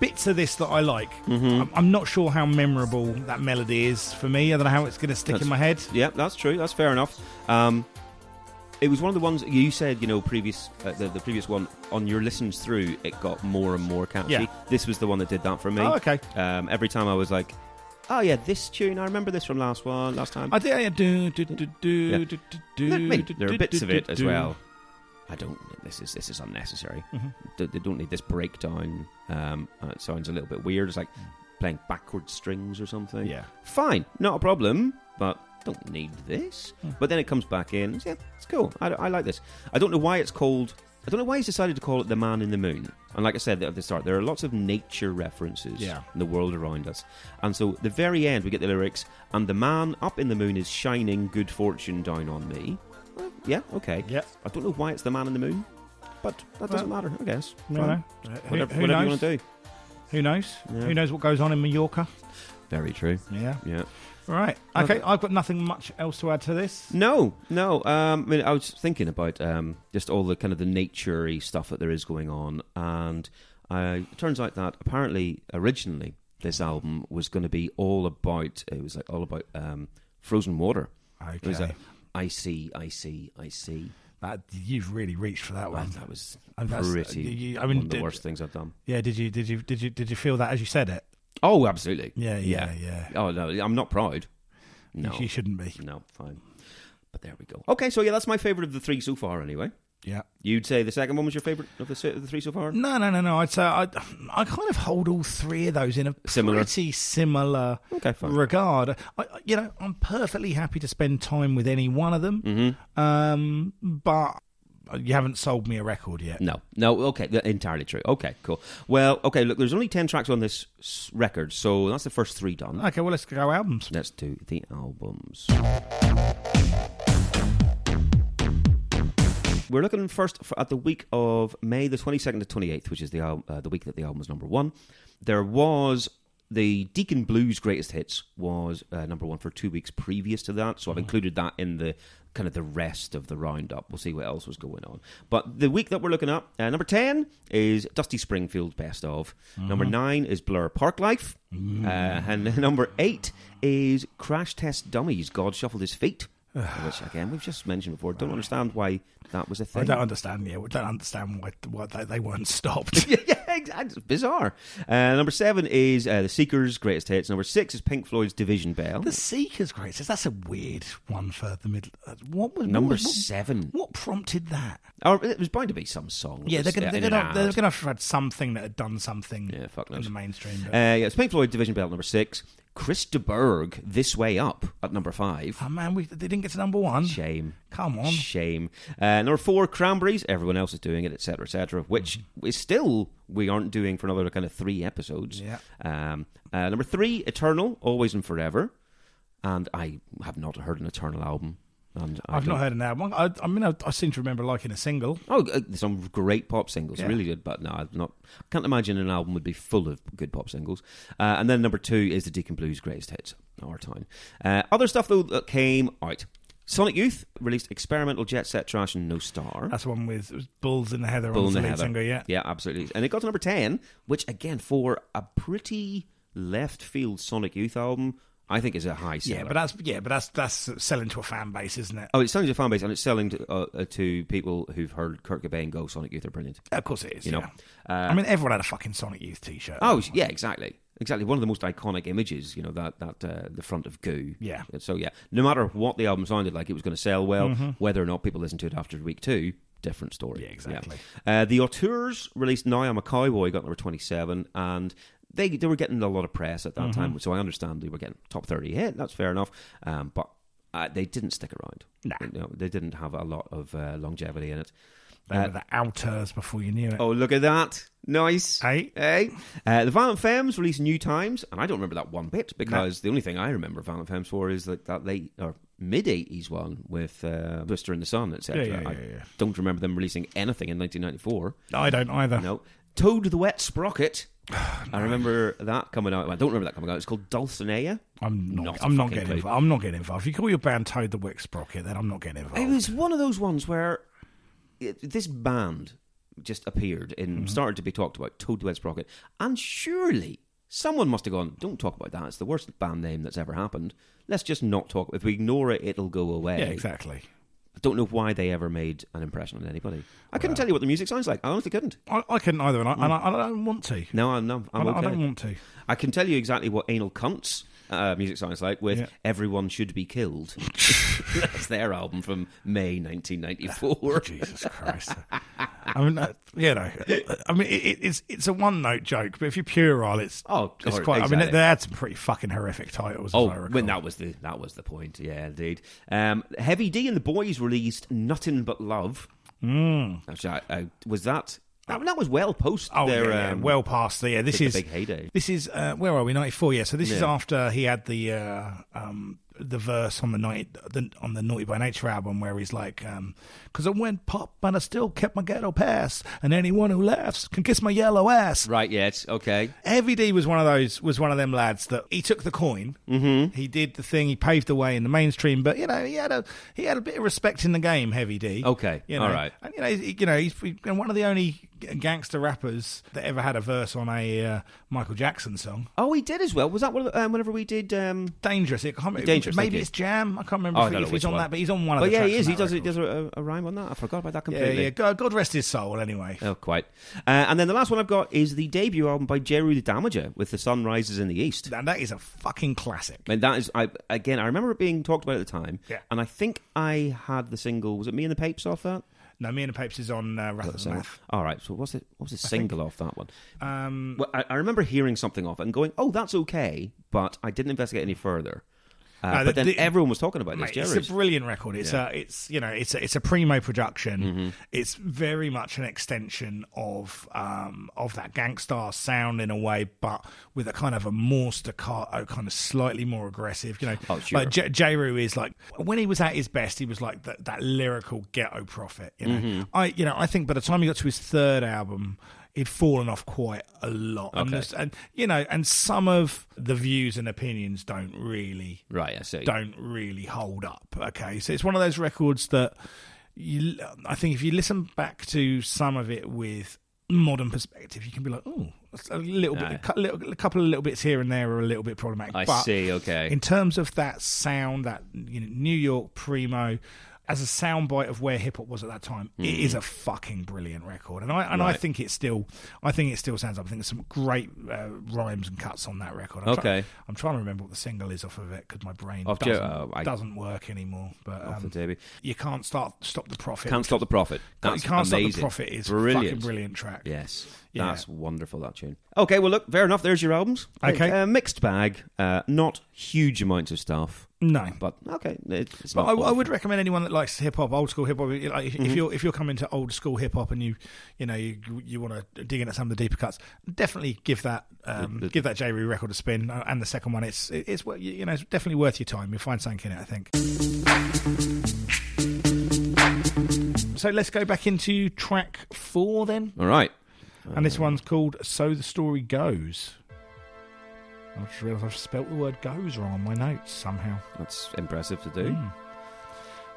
Speaker 1: bits of this that I like.
Speaker 2: Mm-hmm.
Speaker 1: I'm, I'm not sure how memorable that melody is for me. I don't know how it's going to stick in
Speaker 2: That's-
Speaker 1: my head.
Speaker 2: Yeah, that's true. That's fair enough. Um, it was one of the ones you said, you know, previous uh, the, the previous one on your listens through, it got more and more catchy.
Speaker 1: Yeah.
Speaker 2: This was the one that did that for me.
Speaker 1: Oh, okay.
Speaker 2: Um, every time I was like, oh yeah, this tune. I remember this from last one, last time.
Speaker 1: I did. Yeah, do, do, do, do,
Speaker 2: Yeah.
Speaker 1: do, do,
Speaker 2: I
Speaker 1: do,
Speaker 2: mean,
Speaker 1: do,
Speaker 2: there are
Speaker 1: do,
Speaker 2: bits
Speaker 1: do,
Speaker 2: of it
Speaker 1: do,
Speaker 2: as
Speaker 1: do.
Speaker 2: well. I don't. This is this is unnecessary.
Speaker 1: Mhm.
Speaker 2: D- They don't need this breakdown. Um, and it sounds a little bit weird. It's like playing backward strings or something.
Speaker 1: Mm. Yeah.
Speaker 2: fine, not a problem, but don't need this. But then it comes back in. it's, Yeah, it's cool. I, I like this. I don't know why it's called. I don't know why he's decided to call it the Man in the Moon. And like I said at the start, there are lots of nature references
Speaker 1: Yeah.
Speaker 2: in the world around us. And so the very end, we get the lyrics, and the man up in the moon is shining good fortune down on me. Well, yeah, okay.
Speaker 1: Yeah.
Speaker 2: I don't know why it's the Man in the Moon, but that doesn't matter. I guess.
Speaker 1: You
Speaker 2: Fine.
Speaker 1: know, Uh, who,
Speaker 2: Whatever,
Speaker 1: who
Speaker 2: whatever
Speaker 1: knows?
Speaker 2: you want to do.
Speaker 1: Who knows?
Speaker 2: Yeah.
Speaker 1: Who knows what goes on in Mallorca?
Speaker 2: Very true.
Speaker 1: Yeah.
Speaker 2: Yeah.
Speaker 1: Right.
Speaker 2: Okay.
Speaker 1: Okay. I've got nothing much else to add to this.
Speaker 2: No, no. Um, I mean, I was thinking about um, just all the kind of the naturey stuff that there is going on, and uh, it turns out that apparently originally this album was going to be all about it was like all about um, frozen water. It was
Speaker 1: Okay.
Speaker 2: like I see, I see, I see.
Speaker 1: That you've really reached for that
Speaker 2: Wow,
Speaker 1: one.
Speaker 2: that was
Speaker 1: And that's-
Speaker 2: pretty.
Speaker 1: you- I
Speaker 2: I
Speaker 1: mean,
Speaker 2: mean, one of the
Speaker 1: did-
Speaker 2: worst things I've done.
Speaker 1: Yeah. Did you? Did you? Did you? Did you feel that as you said it?
Speaker 2: Oh, absolutely.
Speaker 1: Yeah. Yeah. Yeah.
Speaker 2: Oh no, I'm not proud. No,
Speaker 1: You shouldn't be.
Speaker 2: no, fine. But there we go. Okay, so yeah, that's my favorite of the three so far. Anyway.
Speaker 1: Yeah.
Speaker 2: You'd say the second one was your favourite of the, se- of the three so far?
Speaker 1: No, no, no, no. I'd say I, I kind of hold all three of those in a
Speaker 2: Similar.
Speaker 1: pretty similar
Speaker 2: Okay, fine.
Speaker 1: regard. I, I- you know, I'm perfectly happy to spend time with any one of them,
Speaker 2: Mm-hmm.
Speaker 1: um, but you haven't sold me a record yet.
Speaker 2: No, no, okay, th- entirely true. Okay, cool. Well, okay, look, there's only 10 tracks on this s- record, so that's the first three done.
Speaker 1: Okay, well, let's go albums.
Speaker 2: Let's do the albums. We're looking first f at the week of May the 22nd to 28th, which is the, al- uh, the week that the album was number one. There was the Deacon Blues Greatest Hits was uh, number one for two weeks previous to that, so I've included that in the kind of the rest of the roundup. We'll see what else was going on. But the week that we're looking at, uh, number 10 is Dusty Springfield Best of. Number 9 is Blur Park Life. Uh, and number 8 is Crash Test Dummies God Shuffled His Feet. Which again we've just mentioned before. Don't understand why that was a thing.
Speaker 1: I don't understand. Yeah, we don't understand why, why they, they weren't stopped.
Speaker 2: yeah, yeah, exactly. It's bizarre. Uh, number seven is uh, the Seekers' greatest hits. Number six is Pink Floyd's Division Bell.
Speaker 1: the Seekers, great. So That's a weird one for the middle. uh, What was
Speaker 2: number
Speaker 1: what, what,
Speaker 2: seven,
Speaker 1: what prompted that?
Speaker 2: or it was bound to be some song. that
Speaker 1: Yeah, they're
Speaker 2: was,
Speaker 1: gonna
Speaker 2: uh,
Speaker 1: they're
Speaker 2: in an
Speaker 1: gonna,
Speaker 2: ad.
Speaker 1: they're gonna have had something that had done something
Speaker 2: Yeah, fuck
Speaker 1: in
Speaker 2: knows.
Speaker 1: the mainstream. But.
Speaker 2: Uh, yeah, it's Pink Floyd Division Bell. Number six, Chris de Burgh, This Way Up at number five.
Speaker 1: Oh man, we, they didn't get to number one.
Speaker 2: Shame.
Speaker 1: Come on.
Speaker 2: Shame. Uh, number four, Cranberries. Everyone else is doing it, etc., etc., which
Speaker 1: Mm-hmm.
Speaker 2: is still we aren't doing for another kind of three episodes.
Speaker 1: Yeah.
Speaker 2: Um, uh, number three, Eternal, Always and Forever. And I have not heard an Eternal album. And I
Speaker 1: I've
Speaker 2: don't-
Speaker 1: not heard an album. I, I mean, I, I seem to remember liking a single.
Speaker 2: Oh, uh, some great pop singles,
Speaker 1: Yeah.
Speaker 2: really good. But no, I've not. Can't imagine an album would be full of good pop singles. Uh, and then number two is the Deacon Blues Greatest Hits, our time. Uh, other stuff though that came out. Sonic Youth released experimental jet set trash and no star.
Speaker 1: That's the one with it was Bulls and Heather on
Speaker 2: Bull and
Speaker 1: the
Speaker 2: the
Speaker 1: lead
Speaker 2: Heather.
Speaker 1: single, yeah.
Speaker 2: yeah, absolutely. And it got to number ten, which again for a pretty left field Sonic Youth album, I think is a high seller.
Speaker 1: Yeah, but that's yeah, but that's that's selling to a fan base, isn't it?
Speaker 2: Oh, it's selling to fan base and it's selling to, uh, uh, to people who've heard Kurt Cobain go Sonic Youth are brilliant.
Speaker 1: Of course it is.
Speaker 2: Oh, You know,
Speaker 1: yeah.
Speaker 2: uh,
Speaker 1: I mean, everyone had a fucking Sonic Youth T-shirt.
Speaker 2: Oh yeah, exactly, exactly. One of the most iconic images, you know, that that uh, the front of Goo.
Speaker 1: Yeah.
Speaker 2: So yeah, no matter what the album sounded like, it was going to sell well. Whether or not people listened to it after week two, different story.
Speaker 1: Mm-hmm. Yeah, exactly.
Speaker 2: Uh, the Auteurs released "Now I'm a Cowboy" got number twenty-seven, and they they were getting a lot of press at that
Speaker 1: Mm-hmm.
Speaker 2: time, so I understand they were getting top thirty hit. That's fair enough, um, but. Uh, they didn't stick around.
Speaker 1: Nah.
Speaker 2: You know, they didn't have a lot of uh, longevity in it.
Speaker 1: they were the outers before you knew it.
Speaker 2: Uh, Oh, look at that. Nice.
Speaker 1: Hey.
Speaker 2: Hey. Uh, the Violent Femmes released New Times, and I don't remember that one bit because the only thing I remember Violent Femmes for is like that late or mid 80s one with uh, Blister in the Sun, etc.
Speaker 1: Yeah, yeah,
Speaker 2: I
Speaker 1: yeah, yeah.
Speaker 2: don't remember them releasing anything in 1994.
Speaker 1: I don't either.
Speaker 2: No. Toad the Wet Sprocket. I remember that coming out. I don't remember that coming out. It's called Dulcinea.
Speaker 1: I'm not.
Speaker 2: Not a
Speaker 1: I'm not
Speaker 2: fucking
Speaker 1: getting.
Speaker 2: clue.
Speaker 1: Involved. I'm not getting involved. If you call your band Toad Oh. the Wick Sprocket, then I'm not getting involved.
Speaker 2: It was one of those ones where it, this band just appeared and
Speaker 1: Mm-hmm.
Speaker 2: started to be talked about, Toad the Sprocket, and surely someone must have gone, "Don't talk about that. It's the worst band name that's ever happened. Let's just not talk. If we ignore it, it'll go away."
Speaker 1: Yeah, exactly.
Speaker 2: I don't know why they ever made an impression on anybody. I couldn't tell you what the music sounds like. I honestly couldn't.
Speaker 1: I, I couldn't either, and I, and I, I don't want to.
Speaker 2: No, I'm no,
Speaker 1: I
Speaker 2: I'm
Speaker 1: don't,
Speaker 2: okay.
Speaker 1: I don't want to.
Speaker 2: I can tell you exactly what anal cunts uh, music sounds like with
Speaker 1: Yeah.
Speaker 2: "Everyone Should Be Killed." That's their album from May 1994.
Speaker 1: Jesus Christ! I mean, uh, you know, I mean, it, it- it's it's a one note joke, but if you're puerile, it's
Speaker 2: Oh,
Speaker 1: it's
Speaker 2: God,
Speaker 1: quite. I mean,
Speaker 2: exactly.
Speaker 1: they had some pretty fucking horrific titles.
Speaker 2: Oh,
Speaker 1: as I recall.
Speaker 2: when that was the that was the point. Yeah, indeed. Um, Heavy D and the Boys released "Nothing But Love." Mm. Which I, I, was that, that that was well post
Speaker 1: Oh,
Speaker 2: their
Speaker 1: yeah, yeah,
Speaker 2: um,
Speaker 1: well past the yeah. This
Speaker 2: the
Speaker 1: is
Speaker 2: big heyday.
Speaker 1: This is uh, where are we? Ninety four. Yeah. So this is
Speaker 2: Yeah.
Speaker 1: after he had the uh, um, the verse on the night the, on the Naughty by Nature album where he's like, "Because I went pop and I still kept my ghetto pass, and anyone who laughs can kiss my yellow ass."
Speaker 2: right. Yes. Okay.
Speaker 1: Heavy D was one of those was one of them lads that he took the coin. Mm-hmm. He did the thing. He paved the way in the mainstream, but you know he had a he had a bit of respect in the game. Heavy D.
Speaker 2: Okay,
Speaker 1: you know,
Speaker 2: all right.
Speaker 1: And you know, he, you know, he's he- and one of the only gangster rappers that ever had a verse on a uh, Michael Jackson song.
Speaker 2: Oh, he did as well. Was that one of the, um, whenever we did? Um,
Speaker 1: Dangerous. It can't remember.
Speaker 2: Dangerous, thank
Speaker 1: Maybe
Speaker 2: you.
Speaker 1: it's Jam. I can't remember
Speaker 2: Oh, I
Speaker 1: if,
Speaker 2: don't
Speaker 1: he-
Speaker 2: know
Speaker 1: if he's
Speaker 2: which
Speaker 1: on
Speaker 2: one.
Speaker 1: that, but he's on one of
Speaker 2: but
Speaker 1: the.
Speaker 2: oh, yeah,
Speaker 1: tracks
Speaker 2: he is.
Speaker 1: on
Speaker 2: He
Speaker 1: that
Speaker 2: does. He
Speaker 1: record.
Speaker 2: does a, a, a rhyme on that. I forgot about that
Speaker 1: Yeah,
Speaker 2: completely.
Speaker 1: yeah. God, God rest his soul. Anyway.
Speaker 2: Oh, quite. Uh, and then the last one I've got is the debut album by Jeru the Damager with The Sun Rises in the East.
Speaker 1: And that is a fucking classic.
Speaker 2: And that is, I again, I remember it being talked about at the time.
Speaker 1: Yeah.
Speaker 2: And I think I had the single. Was it me and the Papes off that?
Speaker 1: No, me and the Papes is on uh, Wrath of
Speaker 2: So-
Speaker 1: the Math.
Speaker 2: all right. So what's the what was the single off that one?
Speaker 1: Um,
Speaker 2: Well, I, I remember hearing something off it and going, "Oh, that's okay," but I didn't investigate any further. Uh,
Speaker 1: No,
Speaker 2: but
Speaker 1: the-
Speaker 2: then
Speaker 1: the-
Speaker 2: everyone was talking about this.
Speaker 1: Mate,
Speaker 2: Jerry's.
Speaker 1: it's a brilliant record. It's a, it's you know, it's a, it's a primo production.
Speaker 2: Mm-hmm.
Speaker 1: It's very much an extension of um of that gangstar sound in a way, but with a kind of a more staccato, kind of slightly more aggressive. You know,
Speaker 2: Oh, sure.
Speaker 1: like J- J-Ru is like when he was at his best, he was like that that lyrical ghetto prophet. You know,
Speaker 2: Mm-hmm.
Speaker 1: I you know I think by the time he got to his third album. He'd fallen off quite a lot, and,
Speaker 2: Okay.
Speaker 1: this- and you know, and some of the views and opinions don't really
Speaker 2: right. I see.
Speaker 1: don't really hold up. Okay, so it's one of those records that you. I think if you listen back to some of it with modern perspective, you can be like, oh, that's a little bit, a
Speaker 2: Yeah.
Speaker 1: cou- little- a couple of little bits here and there are a little bit problematic.
Speaker 2: I
Speaker 1: but
Speaker 2: see. Okay.
Speaker 1: in terms of that sound, that you know, New York primo. As a soundbite of where hip hop was at that time, it is a fucking brilliant record, and I and I
Speaker 2: Hmm. Right.
Speaker 1: think it still, I think it still sounds up. I think there's some great uh, rhymes and cuts on that record. I'm try-
Speaker 2: Okay.
Speaker 1: I'm trying to remember what the single is off of it because my brain
Speaker 2: Off Joe-
Speaker 1: doesn't,
Speaker 2: oh, I-
Speaker 1: doesn't work anymore. But
Speaker 2: Off the
Speaker 1: um,
Speaker 2: debut.
Speaker 1: you can't start stop the profit.
Speaker 2: Can't stop the profit. That's
Speaker 1: you can't
Speaker 2: amazing.
Speaker 1: stop the profit is
Speaker 2: brilliant.
Speaker 1: fucking brilliant track.
Speaker 2: Yes.
Speaker 1: Yeah.
Speaker 2: That's wonderful, that tune. Okay, well, look, fair enough. There's your albums.
Speaker 1: Okay.
Speaker 2: Uh, mixed bag. Uh, not huge amounts of stuff,
Speaker 1: No.
Speaker 2: but okay. It's, it's
Speaker 1: But
Speaker 2: not
Speaker 1: I, I
Speaker 2: awful.
Speaker 1: would recommend anyone that likes hip hop, old school hip hop. Like
Speaker 2: Mm-hmm.
Speaker 1: if, if you're if you're coming to old school hip hop and you you know you you want to dig in at some of the deeper cuts, definitely give that um, give that J Rue record a spin. Uh, And the second one, it's it's wor- you know it's definitely worth your time. You'll find something in it, I think. So let's go back into track four then,
Speaker 2: All right.
Speaker 1: and
Speaker 2: Um,
Speaker 1: this one's called "So the Story Goes." I just realised I've spelt the word "goes" wrong on my notes somehow.
Speaker 2: That's impressive to do.
Speaker 1: Mm.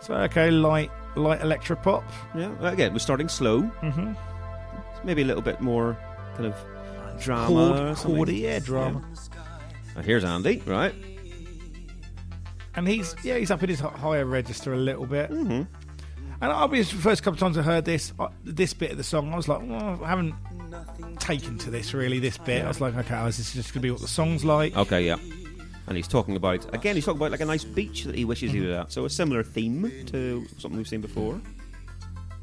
Speaker 1: So okay, light light electro pop.
Speaker 2: Yeah. Well, Again, we're starting slow.
Speaker 1: Mm-hmm.
Speaker 2: Maybe a little bit more kind of drama. or
Speaker 1: Chord,
Speaker 2: something.
Speaker 1: chord, yeah, drama.
Speaker 2: Uh, Here's Andy, right?
Speaker 1: And he's yeah, he's up in his hi- higher register a little bit. Mm-hmm. And I'll be the first couple of times I heard this uh, this bit of the song, I was like, well, I haven't taken to this really. This bit, I was like, okay, is this just gonna be what the song's like?
Speaker 2: Okay, yeah. And he's talking about, again, he's talking about like a nice beach that he wishes
Speaker 1: Mm-hmm.
Speaker 2: he was at. So a similar theme to something we've seen before.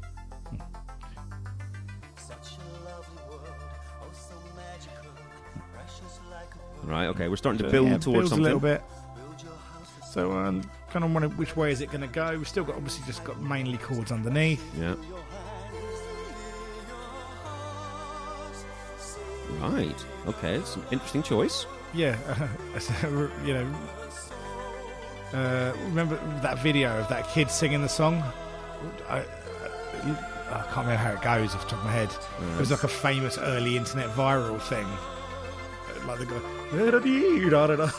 Speaker 3: oh,
Speaker 2: Right, okay, we're starting to build
Speaker 1: Yeah, builds
Speaker 2: towards something.
Speaker 1: a little bit. So um, kind of wondering which way is it going to go. We've still got obviously just got mainly chords underneath.
Speaker 2: Yeah. Right, okay, it's an interesting choice.
Speaker 1: Yeah, so, you know. Uh, remember that video of that kid singing the song? I, I, I can't remember how it goes off the top of my head. It was like a famous early internet viral thing. Uh, Like the guy. "Da-da-dee-da-da-da."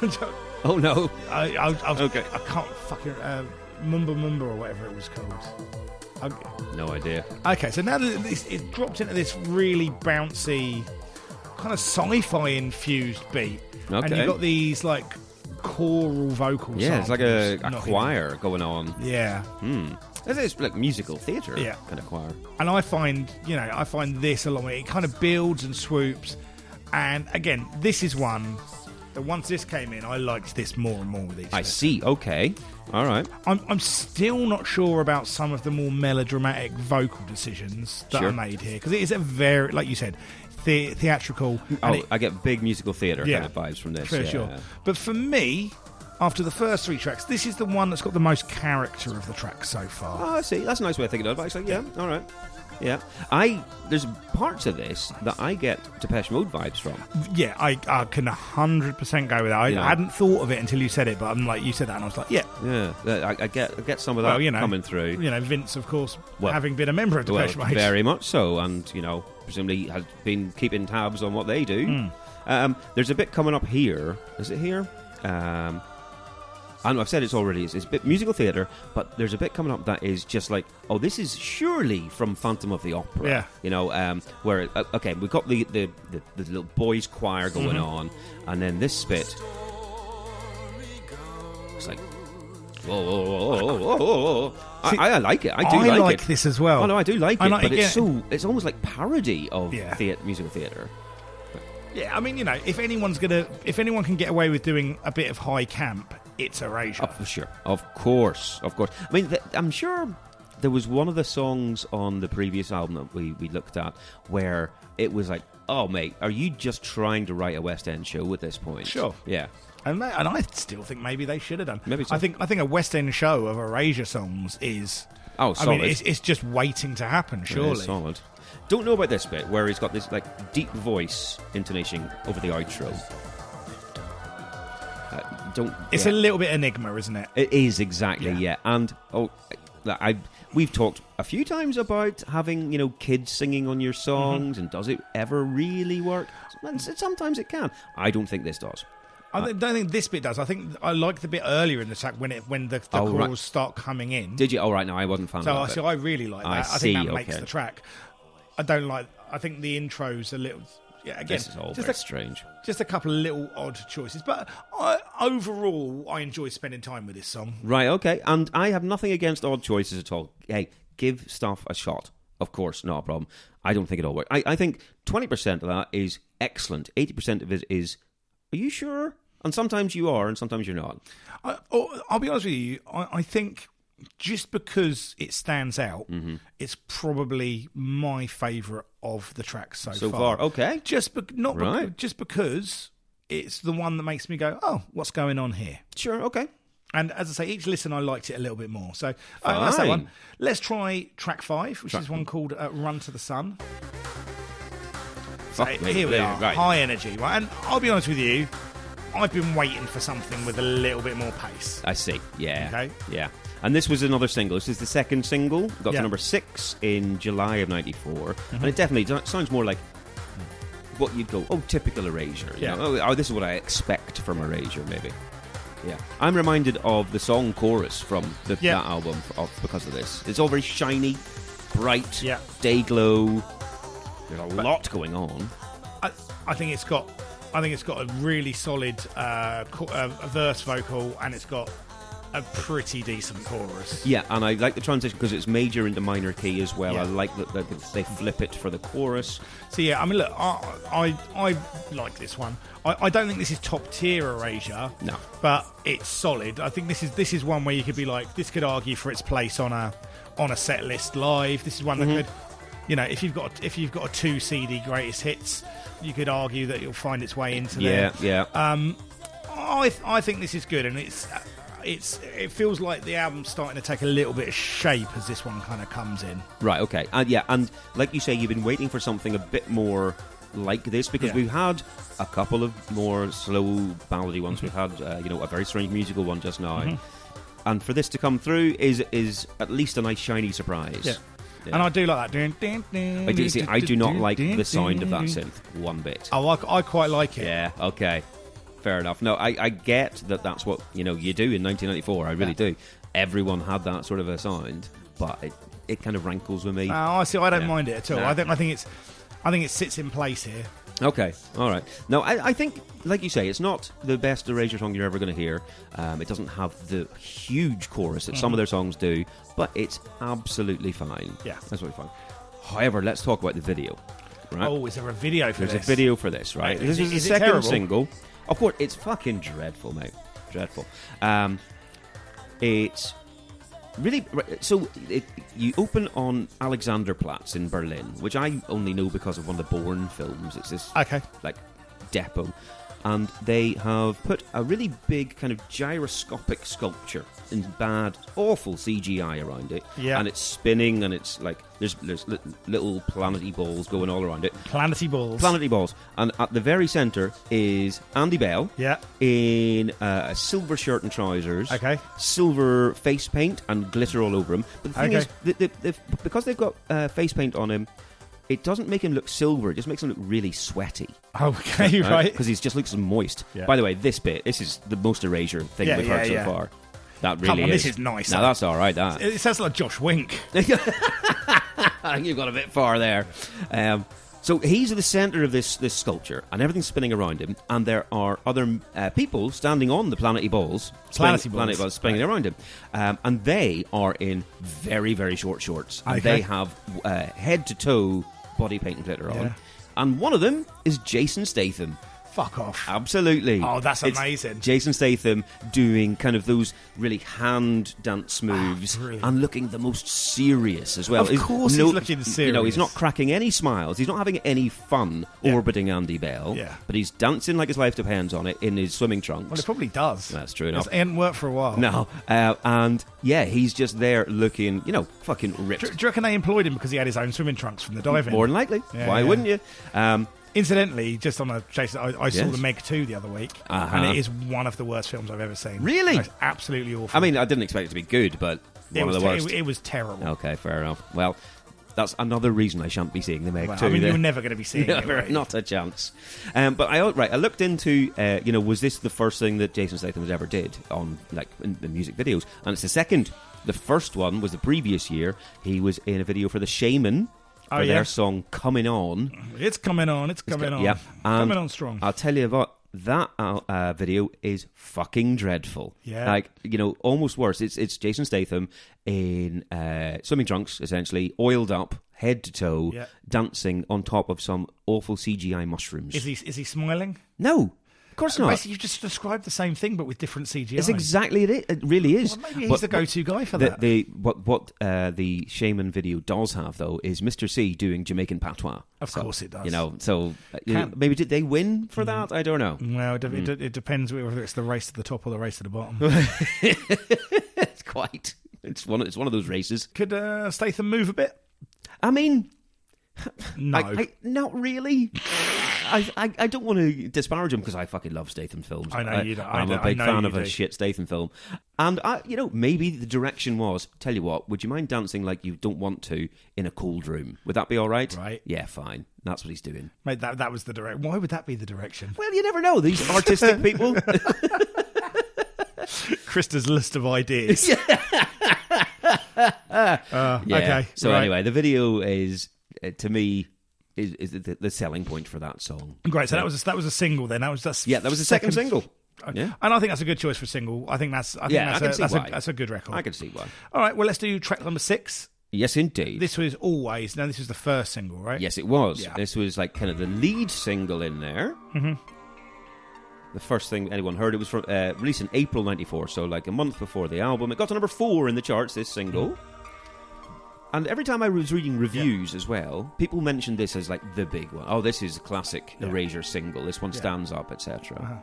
Speaker 2: Oh no.
Speaker 1: I, I, I've,
Speaker 2: Okay.
Speaker 1: I can't fucking. Uh, Mumba Mumba or whatever it was called. Okay.
Speaker 2: No idea.
Speaker 1: Okay, so now that this it's dropped into this really bouncy, kind of sci-fi infused beat, and
Speaker 2: Okay.
Speaker 1: you've got these like choral vocals.
Speaker 2: Yeah, it's like a, a
Speaker 1: Not-
Speaker 2: choir Hmm. going on.
Speaker 1: Yeah,
Speaker 2: It's, it's like musical theatre
Speaker 1: Yeah.
Speaker 2: kind of choir.
Speaker 1: and I find you know I find this along with it. it kind of builds and swoops, and again this is one. that once this came in, I liked this more and more with each.
Speaker 2: I
Speaker 1: listen.
Speaker 2: see. Okay. All right.
Speaker 1: I'm, I'm still not sure about some of the more melodramatic vocal decisions that
Speaker 2: Sure.
Speaker 1: are made here because it is a very, like you said, the- theatrical.
Speaker 2: Oh,
Speaker 1: and it-
Speaker 2: I get big musical theatre
Speaker 1: Yeah.
Speaker 2: kind of vibes from this.
Speaker 1: for
Speaker 2: yeah.
Speaker 1: sure. But for me, after the first three tracks, this is the one that's got the most character of the tracks so far.
Speaker 2: Oh, I see. That's a nice way of thinking about it. Actually, yeah. All right. Yeah. I there's parts of this that I get Depeche Mode vibes from.
Speaker 1: Yeah, I, I can 100% go with that. I,
Speaker 2: Yeah.
Speaker 1: I hadn't thought of it until you said it, but I'm like, you said that, and I was like, yeah.
Speaker 2: Yeah. I, I get I get some of that
Speaker 1: Well, you know,
Speaker 2: coming through.
Speaker 1: You know, Vince, of course,
Speaker 2: Well-
Speaker 1: having been a member of
Speaker 2: Well,
Speaker 1: Depeche Mode.
Speaker 2: very much so, and you know, presumably has been keeping tabs on what they do.
Speaker 1: Hmm.
Speaker 2: Um, there's a bit coming up here. Is it here? Um, I know I've said it's already. It's, it's a bit musical theatre, but there's a bit coming up that is just like, oh, this is surely from Phantom of the Opera.
Speaker 1: Yeah.
Speaker 2: You know, um, where uh, okay, we've got the the, the the little boys choir going
Speaker 1: Mm-hmm.
Speaker 2: on, and then this bit. It's like. Whoa, whoa, whoa, whoa, whoa, whoa, whoa.
Speaker 1: See,
Speaker 2: I, I like it. I do
Speaker 1: I
Speaker 2: like,
Speaker 1: like
Speaker 2: it.
Speaker 1: this as well.
Speaker 2: Oh no, I do like
Speaker 1: I
Speaker 2: it,
Speaker 1: like
Speaker 2: but
Speaker 1: it,
Speaker 2: it's
Speaker 1: yeah.
Speaker 2: so it's almost like parody of
Speaker 1: Yeah.
Speaker 2: thea- musical theatre.
Speaker 1: Yeah, I mean, you know, if anyone's gonna, if anyone can get away with doing a bit of high camp, it's Erasure.
Speaker 2: Oh, for sure, of course, of course. I mean, th- I'm sure there was one of the songs on the previous album that we we looked at where it was like, "Oh, mate, are you just trying to write a West End show at this point?"
Speaker 1: Sure.
Speaker 2: yeah.
Speaker 1: And, they, and I still think maybe they should have done.
Speaker 2: Maybe so.
Speaker 1: I think I think a West End show of Erasure songs is.
Speaker 2: Oh,
Speaker 1: I
Speaker 2: solid.
Speaker 1: mean, it's, it's just waiting to happen.
Speaker 2: Yeah,
Speaker 1: Surely.
Speaker 2: solid. Don't know about this bit where he's got this like deep voice intonation over the outro. Uh, don't.
Speaker 1: It's
Speaker 2: yeah.
Speaker 1: a little bit enigma, isn't it?
Speaker 2: It is exactly yeah,
Speaker 1: Yeah.
Speaker 2: and oh, I we've talked a few times about having you know kids singing on your
Speaker 1: Mm-hmm.
Speaker 2: songs, and does it ever really work? Sometimes- Sometimes it can. I don't think this does.
Speaker 1: I don't- don't think this bit does. I think I like the bit earlier in the track when it when the, the
Speaker 2: Oh, right.
Speaker 1: chorals start coming in.
Speaker 2: Did you? All right, no, I wasn't fan
Speaker 1: so I
Speaker 2: of
Speaker 1: so
Speaker 2: it.
Speaker 1: I really like that.
Speaker 2: I
Speaker 1: I,
Speaker 2: see,
Speaker 1: think that makes
Speaker 2: okay.
Speaker 1: the track. I don't like. I think the intro's a little. Yeah, again,
Speaker 2: This is all
Speaker 1: just
Speaker 2: very
Speaker 1: a
Speaker 2: strange.
Speaker 1: just a couple of little odd choices, but I, overall, I enjoy spending time with this song.
Speaker 2: Right, okay, and I have nothing against odd choices at all. Hey, give stuff a shot. Of course, not a problem. I don't think it all works. I, I think twenty percent of that is excellent. Eighty percent of it is. Are you sure? And sometimes you are, and sometimes you're not.
Speaker 1: I, oh, I'll be honest with you, I, I think just because it stands out,
Speaker 2: Mm-hmm.
Speaker 1: it's probably my favourite of the tracks so,
Speaker 2: So far, okay.
Speaker 1: Just bec not bec-
Speaker 2: Right.
Speaker 1: just because it's the one that makes me go, oh, what's going on here?
Speaker 2: Sure, okay.
Speaker 1: And as I say, each listen I liked it a little bit more. So uh, that's that
Speaker 2: Fine.
Speaker 1: one. Let's try track five, which is one called uh, "Run to the Sun." So
Speaker 2: Fuck me.
Speaker 1: here we
Speaker 2: Yeah,
Speaker 1: are,
Speaker 2: right.
Speaker 1: high energy, right? And I'll be honest with you, I've been waiting for something with a little bit more pace.
Speaker 2: I see. Yeah.
Speaker 1: Okay.
Speaker 2: Yeah. And this was another single. This is the second single. Got to
Speaker 1: Yeah. Mm-hmm.
Speaker 2: number six in July of '94, and it definitely do- sounds more like what you'd go, oh, typical Erasure. You
Speaker 1: Yeah.
Speaker 2: know? oh, oh, this is what I expect from Erasure, maybe. Yeah. I'm reminded of the song chorus from the,
Speaker 1: Yeah.
Speaker 2: that album f- of, because of this. It's all very shiny, bright,
Speaker 1: Yeah.
Speaker 2: day glow. There's a lot going on.
Speaker 1: I, I think it's got, I think it's got a really solid uh, co- uh, verse vocal, and it's got a pretty decent chorus.
Speaker 2: Yeah, and I like the transition because it's major into minor key as well.
Speaker 1: Yeah.
Speaker 2: I like that that they flip it for the chorus.
Speaker 1: So yeah, I mean, look, I I, I like this one. I, I don't think this is top tier Erasure.
Speaker 2: No.
Speaker 1: but it's solid. I think this is this is one where you could be like, this could argue for its place on a on a set list live. This is one that
Speaker 2: Mm-hmm.
Speaker 1: could, you know, if you've got if you've got a two CD greatest hits, you could argue that you'll find its way into
Speaker 2: Yeah,
Speaker 1: there.
Speaker 2: yeah.
Speaker 1: Uh, I th- I think this is good, and it's. uh, It's. It feels like the album's starting to take a little bit of shape as this one kind of comes in.
Speaker 2: Right. Okay. And yeah, and like you say, you've been waiting for something a bit more like this because
Speaker 1: Yeah.
Speaker 2: we've had a couple of more slow ballady ones. We've had uh, you know a very strange musical one just now,
Speaker 1: Mm-hmm.
Speaker 2: and for this to come through is is at least a nice shiny surprise. Yeah.
Speaker 1: And I do like that. Dun, dun, dun,
Speaker 2: I do see. I do not like
Speaker 1: dun,
Speaker 2: the sound of
Speaker 1: dun,
Speaker 2: that
Speaker 1: dun.
Speaker 2: synth one bit.
Speaker 1: Oh, I, I quite like it.
Speaker 2: Yeah. Okay. Fair enough. No, I, I get that. That's what you know. You do in 1994. I really do. Everyone had that sort of a sound, but it it kind of rankles with me.
Speaker 1: Oh, I see. I don't
Speaker 2: Yeah.
Speaker 1: mind it at all.
Speaker 2: No.
Speaker 1: I think I think it's, I think it sits in place here.
Speaker 2: Okay, all right. No, I, I think, like you say, it's not the best Erasure song you're ever going to hear. Um, it doesn't have the huge chorus that some of their songs do, but it's absolutely fine.
Speaker 1: Mm-hmm. Yeah.
Speaker 2: that's really fine. However, let's talk about the video. Right?
Speaker 1: Oh, is there a video for
Speaker 2: There's
Speaker 1: this?
Speaker 2: a video for this, right?
Speaker 1: Right, is
Speaker 2: This
Speaker 1: it-
Speaker 2: is,
Speaker 1: is it
Speaker 2: the second
Speaker 1: terrible?
Speaker 2: single. Of course, it's fucking dreadful, mate. Dreadful. Um, it's really so. It, you open on Alexanderplatz in Berlin, which I only know because of one of the Bourne films. It's this
Speaker 1: Okay.
Speaker 2: like depot, and they have put a really big kind of gyroscopic sculpture in bad, awful CGI around it.
Speaker 1: Yeah.
Speaker 2: and it's spinning, and it's like there's there's li- little planety balls going all around it.
Speaker 1: Planety balls.
Speaker 2: Planety balls, and at the very centre is Andy Bell.
Speaker 1: Yeah.
Speaker 2: In uh, a silver shirt and trousers,
Speaker 1: Okay.
Speaker 2: silver face paint and glitter all over him. But the
Speaker 1: Okay.
Speaker 2: thing is, the, the, the, because they've got uh, face paint on him, it doesn't make him look silver. It just makes him look really sweaty
Speaker 1: Okay. Right.
Speaker 2: because he just looks moist.
Speaker 1: Yeah.
Speaker 2: By the way, this bit, this is the most erasure thing
Speaker 1: Yeah,
Speaker 2: we've
Speaker 1: yeah,
Speaker 2: heard so
Speaker 1: yeah.
Speaker 2: far. That really
Speaker 1: Come on,
Speaker 2: is.
Speaker 1: this is nice.
Speaker 2: Now that's all right. That
Speaker 1: It sounds like Josh Wink.
Speaker 2: I think you've got a bit far there. Um, so he's at the center of this this sculpture, and everything's spinning around him. And there are other uh, people standing on the planety balls, spinning-
Speaker 1: Planety E balls.
Speaker 2: planet E balls spinning around him, um, and they are in very very short shorts. And
Speaker 1: Okay.
Speaker 2: They have uh, head to toe body paint and glitter on,
Speaker 1: Yeah.
Speaker 2: and one of them is Jason Statham.
Speaker 1: Fuck
Speaker 2: Uh,
Speaker 1: off.
Speaker 2: Absolutely.
Speaker 1: Oh, that's
Speaker 2: It's
Speaker 1: amazing.
Speaker 2: Jason Statham doing kind of those really hand dance moves
Speaker 1: Ah, brilliant.
Speaker 2: and looking the most serious as well.
Speaker 1: Of course he's looking
Speaker 2: You know,
Speaker 1: serious.
Speaker 2: he's not cracking any smiles. He's not having any fun
Speaker 1: Yeah.
Speaker 2: orbiting Andy Bell.
Speaker 1: Yeah.
Speaker 2: But he's dancing like his life depends on it in his swimming trunks.
Speaker 1: Well, it probably does.
Speaker 2: That's true
Speaker 1: It's-
Speaker 2: enough.
Speaker 1: It hadn't worked for a while.
Speaker 2: no. Uh, and yeah, he's just there looking, you know, fucking
Speaker 1: Do,
Speaker 2: ripped.
Speaker 1: do you reckon they employed him because he had his own swimming trunks from the diving?
Speaker 2: More than likely.
Speaker 1: Yeah,
Speaker 2: Why
Speaker 1: yeah.
Speaker 2: wouldn't you? Um,
Speaker 1: Incidentally, just on a chase, I, I saw
Speaker 2: Yes.
Speaker 1: the Meg 2 the other week,
Speaker 2: Uh-huh.
Speaker 1: and it is one of the worst films I've ever seen.
Speaker 2: Really?
Speaker 1: It's absolutely awful.
Speaker 2: I mean, I didn't expect it to be good, but
Speaker 1: it
Speaker 2: one
Speaker 1: was,
Speaker 2: of the
Speaker 1: te-
Speaker 2: worst.
Speaker 1: It, it was terrible.
Speaker 2: Okay, fair enough. Well, that's another reason I shan't be seeing the Meg
Speaker 1: Well,
Speaker 2: too.
Speaker 1: I mean,
Speaker 2: then.
Speaker 1: you're never going to be seeing it.
Speaker 2: Never,
Speaker 1: were you?
Speaker 2: not a chance. Um, but I right, I looked into uh, you know was this the first thing that Jason Statham has ever did on like in the music videos, and it's the second. The first one was the previous year. He was in a video for the Shaman for
Speaker 1: Oh, yeah.
Speaker 2: their song "Coming On."
Speaker 1: It's coming on. It's coming on.
Speaker 2: Yeah, um, uh,
Speaker 1: coming
Speaker 2: and
Speaker 1: on strong.
Speaker 2: I'll tell you what, that uh, uh, video is fucking dreadful.
Speaker 1: Yeah.
Speaker 2: like you know, almost worse. It's it's Jason Statham in uh, swimming trunks, essentially oiled up, head to toe,
Speaker 1: Yeah.
Speaker 2: dancing on top of some awful CGI mushrooms.
Speaker 1: is he? Is he smiling?
Speaker 2: no, of course not.
Speaker 1: Basically, you just described the same thing, but with different CGI.
Speaker 2: It's exactly it. It really is.
Speaker 1: Well, maybe he's
Speaker 2: But-
Speaker 1: the go-to guy for
Speaker 2: the,
Speaker 1: that.
Speaker 2: the what what uh, the shaman video does have though is Mr. C doing Jamaican patois.
Speaker 1: Of
Speaker 2: So,
Speaker 1: course it does. Mm-hmm.
Speaker 2: You know, so uh, you
Speaker 1: Can't-
Speaker 2: know, maybe did they win for that? I don't know.
Speaker 1: well, it, de-
Speaker 2: Mm.
Speaker 1: it, de- it depends whether it's the race to the top or the race to the bottom.
Speaker 2: It's quite. It's one. It's one of those races.
Speaker 1: Could uh, Statham move a bit?
Speaker 2: I mean,
Speaker 1: No.
Speaker 2: I, I, not really. I, I I don't want to disparage him because I fucking love Statham films.
Speaker 1: I know you do. I
Speaker 2: I'm
Speaker 1: know-
Speaker 2: a
Speaker 1: I
Speaker 2: big
Speaker 1: know
Speaker 2: fan
Speaker 1: you
Speaker 2: of a
Speaker 1: do.
Speaker 2: shit Statham film, and I, you know, maybe the direction was tell you what, would you mind dancing like you don't want to in a cold room? Would that be all right?
Speaker 1: Right.
Speaker 2: Yeah, fine. That's what he's doing.
Speaker 1: Mate, that that was the direct. Why would that be the direction?
Speaker 2: Well, you never know. These artistic people.
Speaker 1: Krista's list of ideas. Uh,
Speaker 2: Yeah.
Speaker 1: Okay.
Speaker 2: So
Speaker 1: right.
Speaker 2: anyway, the video is uh, to me is, is the, the selling point for that song.
Speaker 1: great. So that was a, that was a single. Then that was that's
Speaker 2: Yeah, that was the second, single. Yeah.
Speaker 1: And I think that's a good choice for a single. I think that's I think
Speaker 2: Yeah, I
Speaker 1: that's,
Speaker 2: can
Speaker 1: a,
Speaker 2: see
Speaker 1: that's,
Speaker 2: why.
Speaker 1: a, that's a good record.
Speaker 2: I can see why.
Speaker 1: All right, well let's do track number six.
Speaker 2: Yes, indeed.
Speaker 1: This was always. Now this is the first single, right?
Speaker 2: yes, it was.
Speaker 1: Yeah.
Speaker 2: This was like kind of the lead single in there. Mm-hmm. The first thing anyone heard. It was from uh, released in April '94, so like a month before the album. It got to number four in the charts. This single.
Speaker 1: Mm-hmm.
Speaker 2: And every time I was reading reviews as well, people mentioned this as like the big one. Oh, this is a classic
Speaker 1: Yeah.
Speaker 2: Erasure single. This one
Speaker 1: Yeah.
Speaker 2: stands up, etc.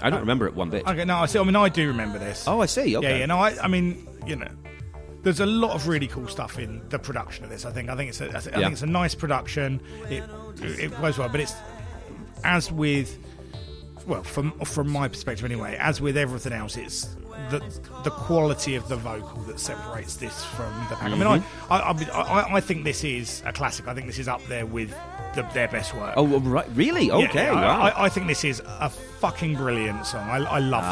Speaker 2: I don't remember it one bit.
Speaker 1: Okay. No, I see. I mean, I do remember this.
Speaker 2: Oh, I see. Okay.
Speaker 1: Yeah, yeah. No, I, I mean, you know, there's a lot of really cool stuff in the production of this. I think. I think it's a, I th- I
Speaker 2: Yeah.
Speaker 1: think it's a nice production. It it goes well, but it's as with well, from from my perspective anyway, as with everything else, it's the the quality of the vocal that separates this from the pack. I mean,
Speaker 2: Mm-hmm.
Speaker 1: I I, I mean, I I I think this is a classic. I think this is up there with the, their best work.
Speaker 2: Oh, well, right. Really?
Speaker 1: Yeah,
Speaker 2: Okay.
Speaker 1: yeah, I-
Speaker 2: wow.
Speaker 1: I, I think this is a fucking brilliant song. I, I love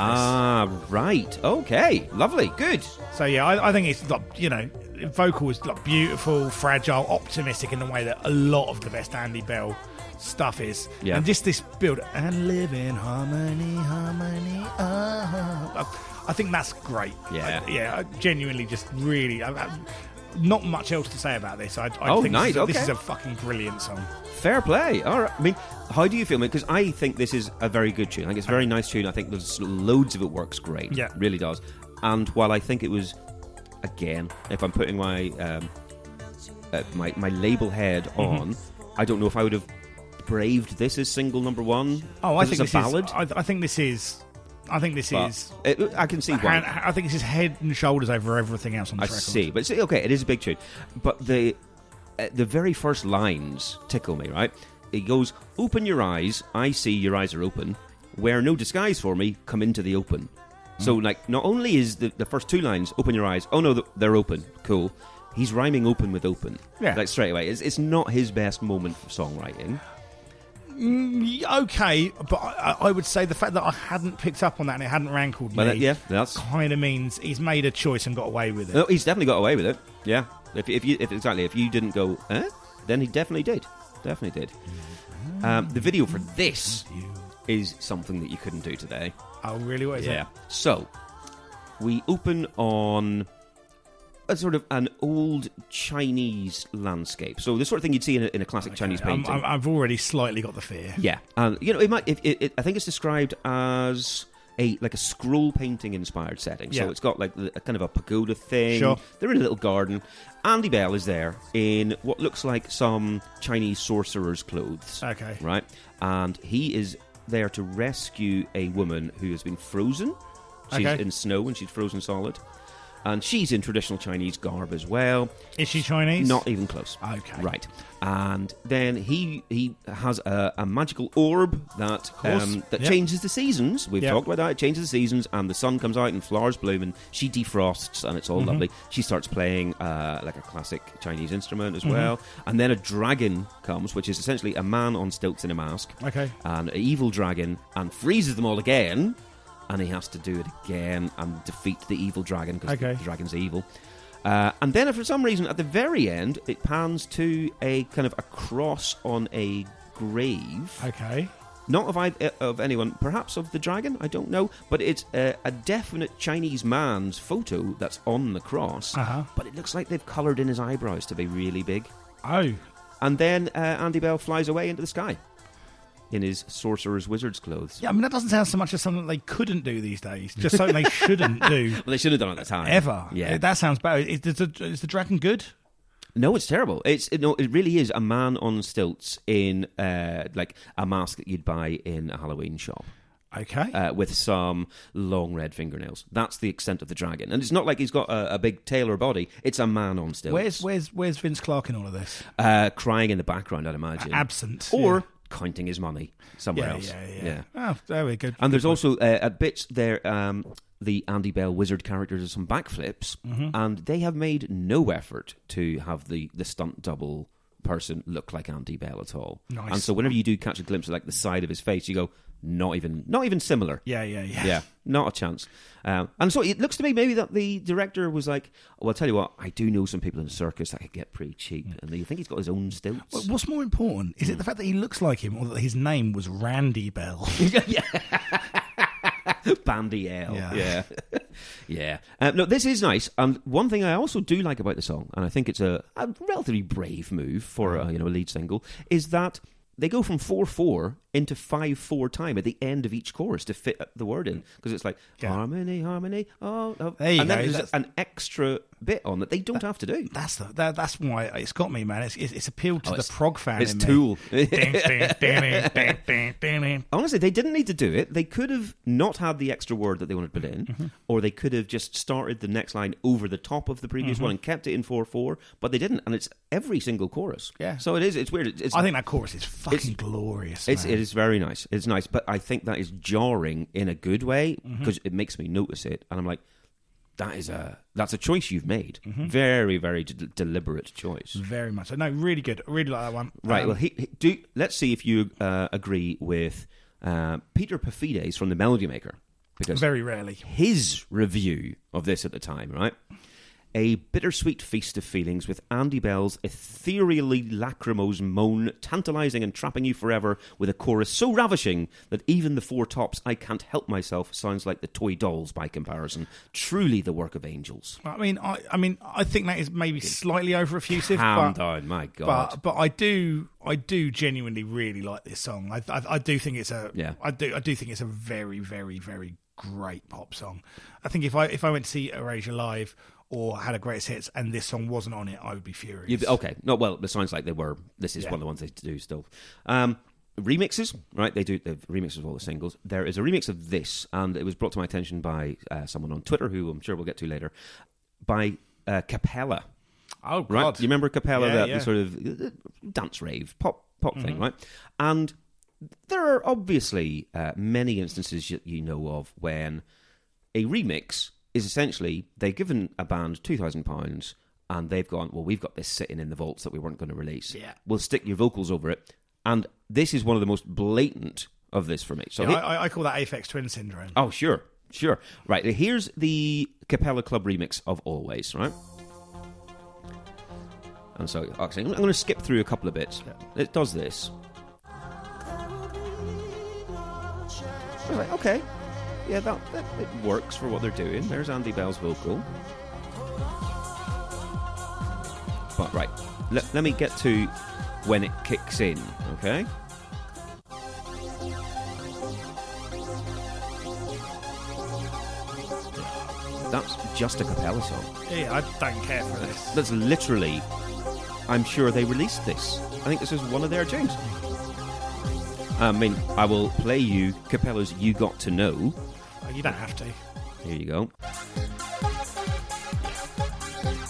Speaker 1: this.
Speaker 2: ah, right. Ah, Okay. Lovely. Good.
Speaker 1: So yeah, I, I think it's like you know, vocal was like beautiful, fragile, optimistic in the way that a lot of the best Andy Bell stuff is.
Speaker 2: Yeah.
Speaker 1: And just this build and live in harmony, harmony. uh I think that's great.
Speaker 2: Yeah.
Speaker 1: I, yeah. I genuinely, just really. I, I, not much else to say about this. I, I
Speaker 2: Oh,
Speaker 1: think
Speaker 2: nice,
Speaker 1: this, is, this
Speaker 2: okay.
Speaker 1: is a fucking brilliant song.
Speaker 2: Fair play. All right. I mean, how do you feel, mate? Because I think this is a very good tune. I think it's a very nice tune. I think there's loads of it works great.
Speaker 1: Yeah.
Speaker 2: really does. And while I think it was, again, if I'm putting my um, uh, my my label head
Speaker 1: Mm-hmm.
Speaker 2: on, I don't know if I would have braved this as single number one.
Speaker 1: Oh, I
Speaker 2: 'cause
Speaker 1: think
Speaker 2: it's
Speaker 1: this
Speaker 2: a ballad.
Speaker 1: is. I, I think this is. I think this
Speaker 2: but
Speaker 1: is.
Speaker 2: it- I can see why.
Speaker 1: Hand, I think this is head and shoulders over everything else on
Speaker 2: I
Speaker 1: this record.
Speaker 2: see, but it's, okay, it is a big tune. But the uh, the very first lines tickle me, right? It goes, "Open your eyes, I see your eyes are open. Wear no disguise for me, come into the open."
Speaker 1: Hmm.
Speaker 2: So, like, not only is the, the first two lines, "Open your eyes," oh no, th- they're open, cool. He's rhyming open with open,
Speaker 1: Yeah.
Speaker 2: Like straight away, it's, it's not his best moment for songwriting.
Speaker 1: Y- Mm, Okay, but I, I would say the fact that I hadn't picked up on that and it hadn't rankled
Speaker 2: But
Speaker 1: me,
Speaker 2: that- yeah, that's
Speaker 1: kind of means he's made a choice and got away with it.
Speaker 2: no, he's definitely got away with it. Yeah, if if you if exactly if you didn't go, eh, then he definitely did, definitely did. Um, the video for this is something that you couldn't do today.
Speaker 1: Oh, really? What is
Speaker 2: yeah. So we open on a sort of an old Chinese landscape. So the sort of thing you'd see in a, in a classic Chinese
Speaker 1: that? I'm, I'm,
Speaker 2: painting.
Speaker 1: I've already slightly got the fear.
Speaker 2: yeah, and you know, it might. If, it, it, I think it's described as. A, like a scroll painting inspired setting. So
Speaker 1: Yeah.
Speaker 2: it's got like the- a kind of a pagoda thing.
Speaker 1: Sure.
Speaker 2: They're in a little garden. Andy Bell is there in what looks like some Chinese sorcerer's clothes
Speaker 1: Okay.
Speaker 2: right? And he is there to rescue a woman who has been frozen. She's
Speaker 1: Okay.
Speaker 2: in snow and she's frozen solid. And she's in traditional Chinese garb as well.
Speaker 1: Is she Chinese?
Speaker 2: Not even close.
Speaker 1: Okay.
Speaker 2: Right. And then he he has a, a magical orb that
Speaker 1: course.
Speaker 2: um, that
Speaker 1: Yep.
Speaker 2: changes the seasons. We've
Speaker 1: Yep.
Speaker 2: talked about that. It changes the seasons, and the sun comes out and flowers bloom, and she defrosts, and it's all
Speaker 1: Mm-hmm.
Speaker 2: lovely. She starts playing uh, like a classic Chinese instrument as
Speaker 1: Mm-hmm.
Speaker 2: well. And then a dragon comes, which is essentially a man on stilts in a mask
Speaker 1: Okay.
Speaker 2: and an evil dragon and freezes them all again and he has to do it again and defeat the evil dragon because
Speaker 1: Okay.
Speaker 2: the dragon's evil uh, and then for some reason at the very end it pans to a kind of a cross on a grave
Speaker 1: Okay.
Speaker 2: not of, ei- of anyone perhaps of the dragon i don't know but it's a, a definite chinese man's photo that's on the cross
Speaker 1: Uh huh.
Speaker 2: but it looks like they've coloured in his eyebrows to be really big
Speaker 1: Oh,
Speaker 2: and then uh, Andy Bell flies away into the sky in his sorcerer's wizard's clothes.
Speaker 1: yeah. I mean, that doesn't sound so much as something they couldn't do these days. Just something they shouldn't do
Speaker 2: Well, they should have done it at the time.
Speaker 1: ever.
Speaker 2: Yeah.
Speaker 1: That sounds bad. Is, is the, is the dragon good?
Speaker 2: no, it's terrible. It's it, no, it really is a man on stilts in uh, like a mask that you'd buy in a Halloween shop.
Speaker 1: Okay.
Speaker 2: uh, with some long red fingernails. That's the extent of the dragon, and it's not like he's got a, a big tail or body. It's a man on stilts.
Speaker 1: where's where's where's Vince Clark in all of this?
Speaker 2: uh, crying in the background? I'd imagine
Speaker 1: Absent.
Speaker 2: or counting his money somewhere
Speaker 1: yeah.
Speaker 2: else.
Speaker 1: Yeah, yeah, yeah. Oh, there we go.
Speaker 2: And there's also uh, a bit there. Um, the Andy Bell wizard characters are some backflips,
Speaker 1: Mm-hmm.
Speaker 2: and they have made no effort to have the the stunt double person look like Andy Bell at all.
Speaker 1: Nice.
Speaker 2: And so whenever you do catch a glimpse of like the side of his face, you go, not even, not even similar.
Speaker 1: Yeah, yeah, yeah.
Speaker 2: Yeah, not a chance. Um, and so it looks to me maybe that the director was like, "Well, I'll tell you what, I do know some people in the circus that could get pretty cheap, and you think he's got his own stilts."
Speaker 1: Wh- What's more important? Is it the fact that he looks like him or that his name was Randy Bell?
Speaker 2: Bandy L.
Speaker 1: Yeah.
Speaker 2: Yeah. Yeah. Um, no, this is nice. And one thing I also do like about the song, and I think it's a, a relatively brave move for
Speaker 1: Mm.
Speaker 2: a, you know, a lead single, is that they go from 4 4 into 5 4 time at the end of each chorus to fit the word in. Because it's like
Speaker 1: Yeah.
Speaker 2: harmony, harmony, oh, oh.
Speaker 1: There you
Speaker 2: and
Speaker 1: go.
Speaker 2: then there's
Speaker 1: That's-
Speaker 2: an extra bit on that they don't have to do.
Speaker 1: that's the that, that's why it's got me, man. It's it's, it's appealed to
Speaker 2: Oh,
Speaker 1: the prog fan.
Speaker 2: It's
Speaker 1: in
Speaker 2: Tool.
Speaker 1: Me. Ding, ding, ding, ding, ding, ding, ding.
Speaker 2: Honestly, they didn't need to do it. They could have not had the extra word that they wanted to put in,
Speaker 1: Mm-hmm.
Speaker 2: or they could have just started the next line over the top of the
Speaker 1: Mm-hmm.
Speaker 2: previous one and kept it in four four. But they didn't, and it's every single chorus.
Speaker 1: Yeah.
Speaker 2: So it is. It's weird. It's, it's
Speaker 1: I think that chorus is fucking glorious.
Speaker 2: it's,
Speaker 1: man.
Speaker 2: it is very nice. It's nice, but I think that is jarring in a good way
Speaker 1: Mm-hmm.
Speaker 2: because it makes me notice it, and I'm like, that is a that's a choice you've made.
Speaker 1: Mm-hmm.
Speaker 2: Very very d- deliberate choice.
Speaker 1: very much. so. No, really good. I really like that one.
Speaker 2: Right.
Speaker 1: Um,
Speaker 2: well, he, he- do let's see if you uh, agree with uh, Peter Perfides from the Melody Maker because
Speaker 1: very rarely.
Speaker 2: his review of this at the time, right? a bittersweet feast of feelings with Andy Bell's ethereally lachrymose moan, tantalizing and trapping you forever with a chorus so ravishing that even the four tops I Can't Help Myself sounds like the toy dolls by comparison. Truly the work of angels.
Speaker 1: I mean, I, I mean, I think that is maybe slightly over effusive.
Speaker 2: Calm
Speaker 1: but,
Speaker 2: down, my God.
Speaker 1: but but I do I do genuinely really like this song. I I, I do think it's a
Speaker 2: Yeah.
Speaker 1: I do I do think it's a very very very great pop song. I think if I if I went to see Erasure live or had a greatest hits and this song wasn't on it, I would be furious.
Speaker 2: You'd be- oh, okay. No, well, it sounds like they were. This is one of the ones they do still. Um, remixes, right? They do the remixes of all the singles. There is a remix of this, and it was brought to my attention by uh, someone on Twitter, who I'm sure we'll get to later, by uh, Capella.
Speaker 1: oh
Speaker 2: Right? You remember Capella,
Speaker 1: Yeah, Mm-hmm.
Speaker 2: that
Speaker 1: yeah.
Speaker 2: sort of uh, dance rave, pop pop thing, right? And there are obviously uh, many instances that you know of when a remix is essentially they've given a band two thousand pounds and they've gone, well, we've got this sitting in the vaults that we weren't going to release.
Speaker 1: Yeah.
Speaker 2: we'll stick your vocals over it, and this is one of the most blatant of this for me. So
Speaker 1: I,
Speaker 2: here-
Speaker 1: I- I call that Aphex Twin syndrome.
Speaker 2: oh sure, sure, right. Here's the Capella Club remix of Always, right? And so actually, I'm going to skip through a couple of bits. It does this. I was like, okay, yeah, that, that it works for what they're doing. There's Andy Bell's vocal. But right, let, let me get to when it kicks in, okay? That's just a cappella song.
Speaker 1: Yeah, I don't care for this.
Speaker 2: That's literally. I'm sure they released this. I think this is one of their tunes. I mean, I will play you Capella's "You Got to Know."
Speaker 1: Oh, You don't have to.
Speaker 2: Here you go.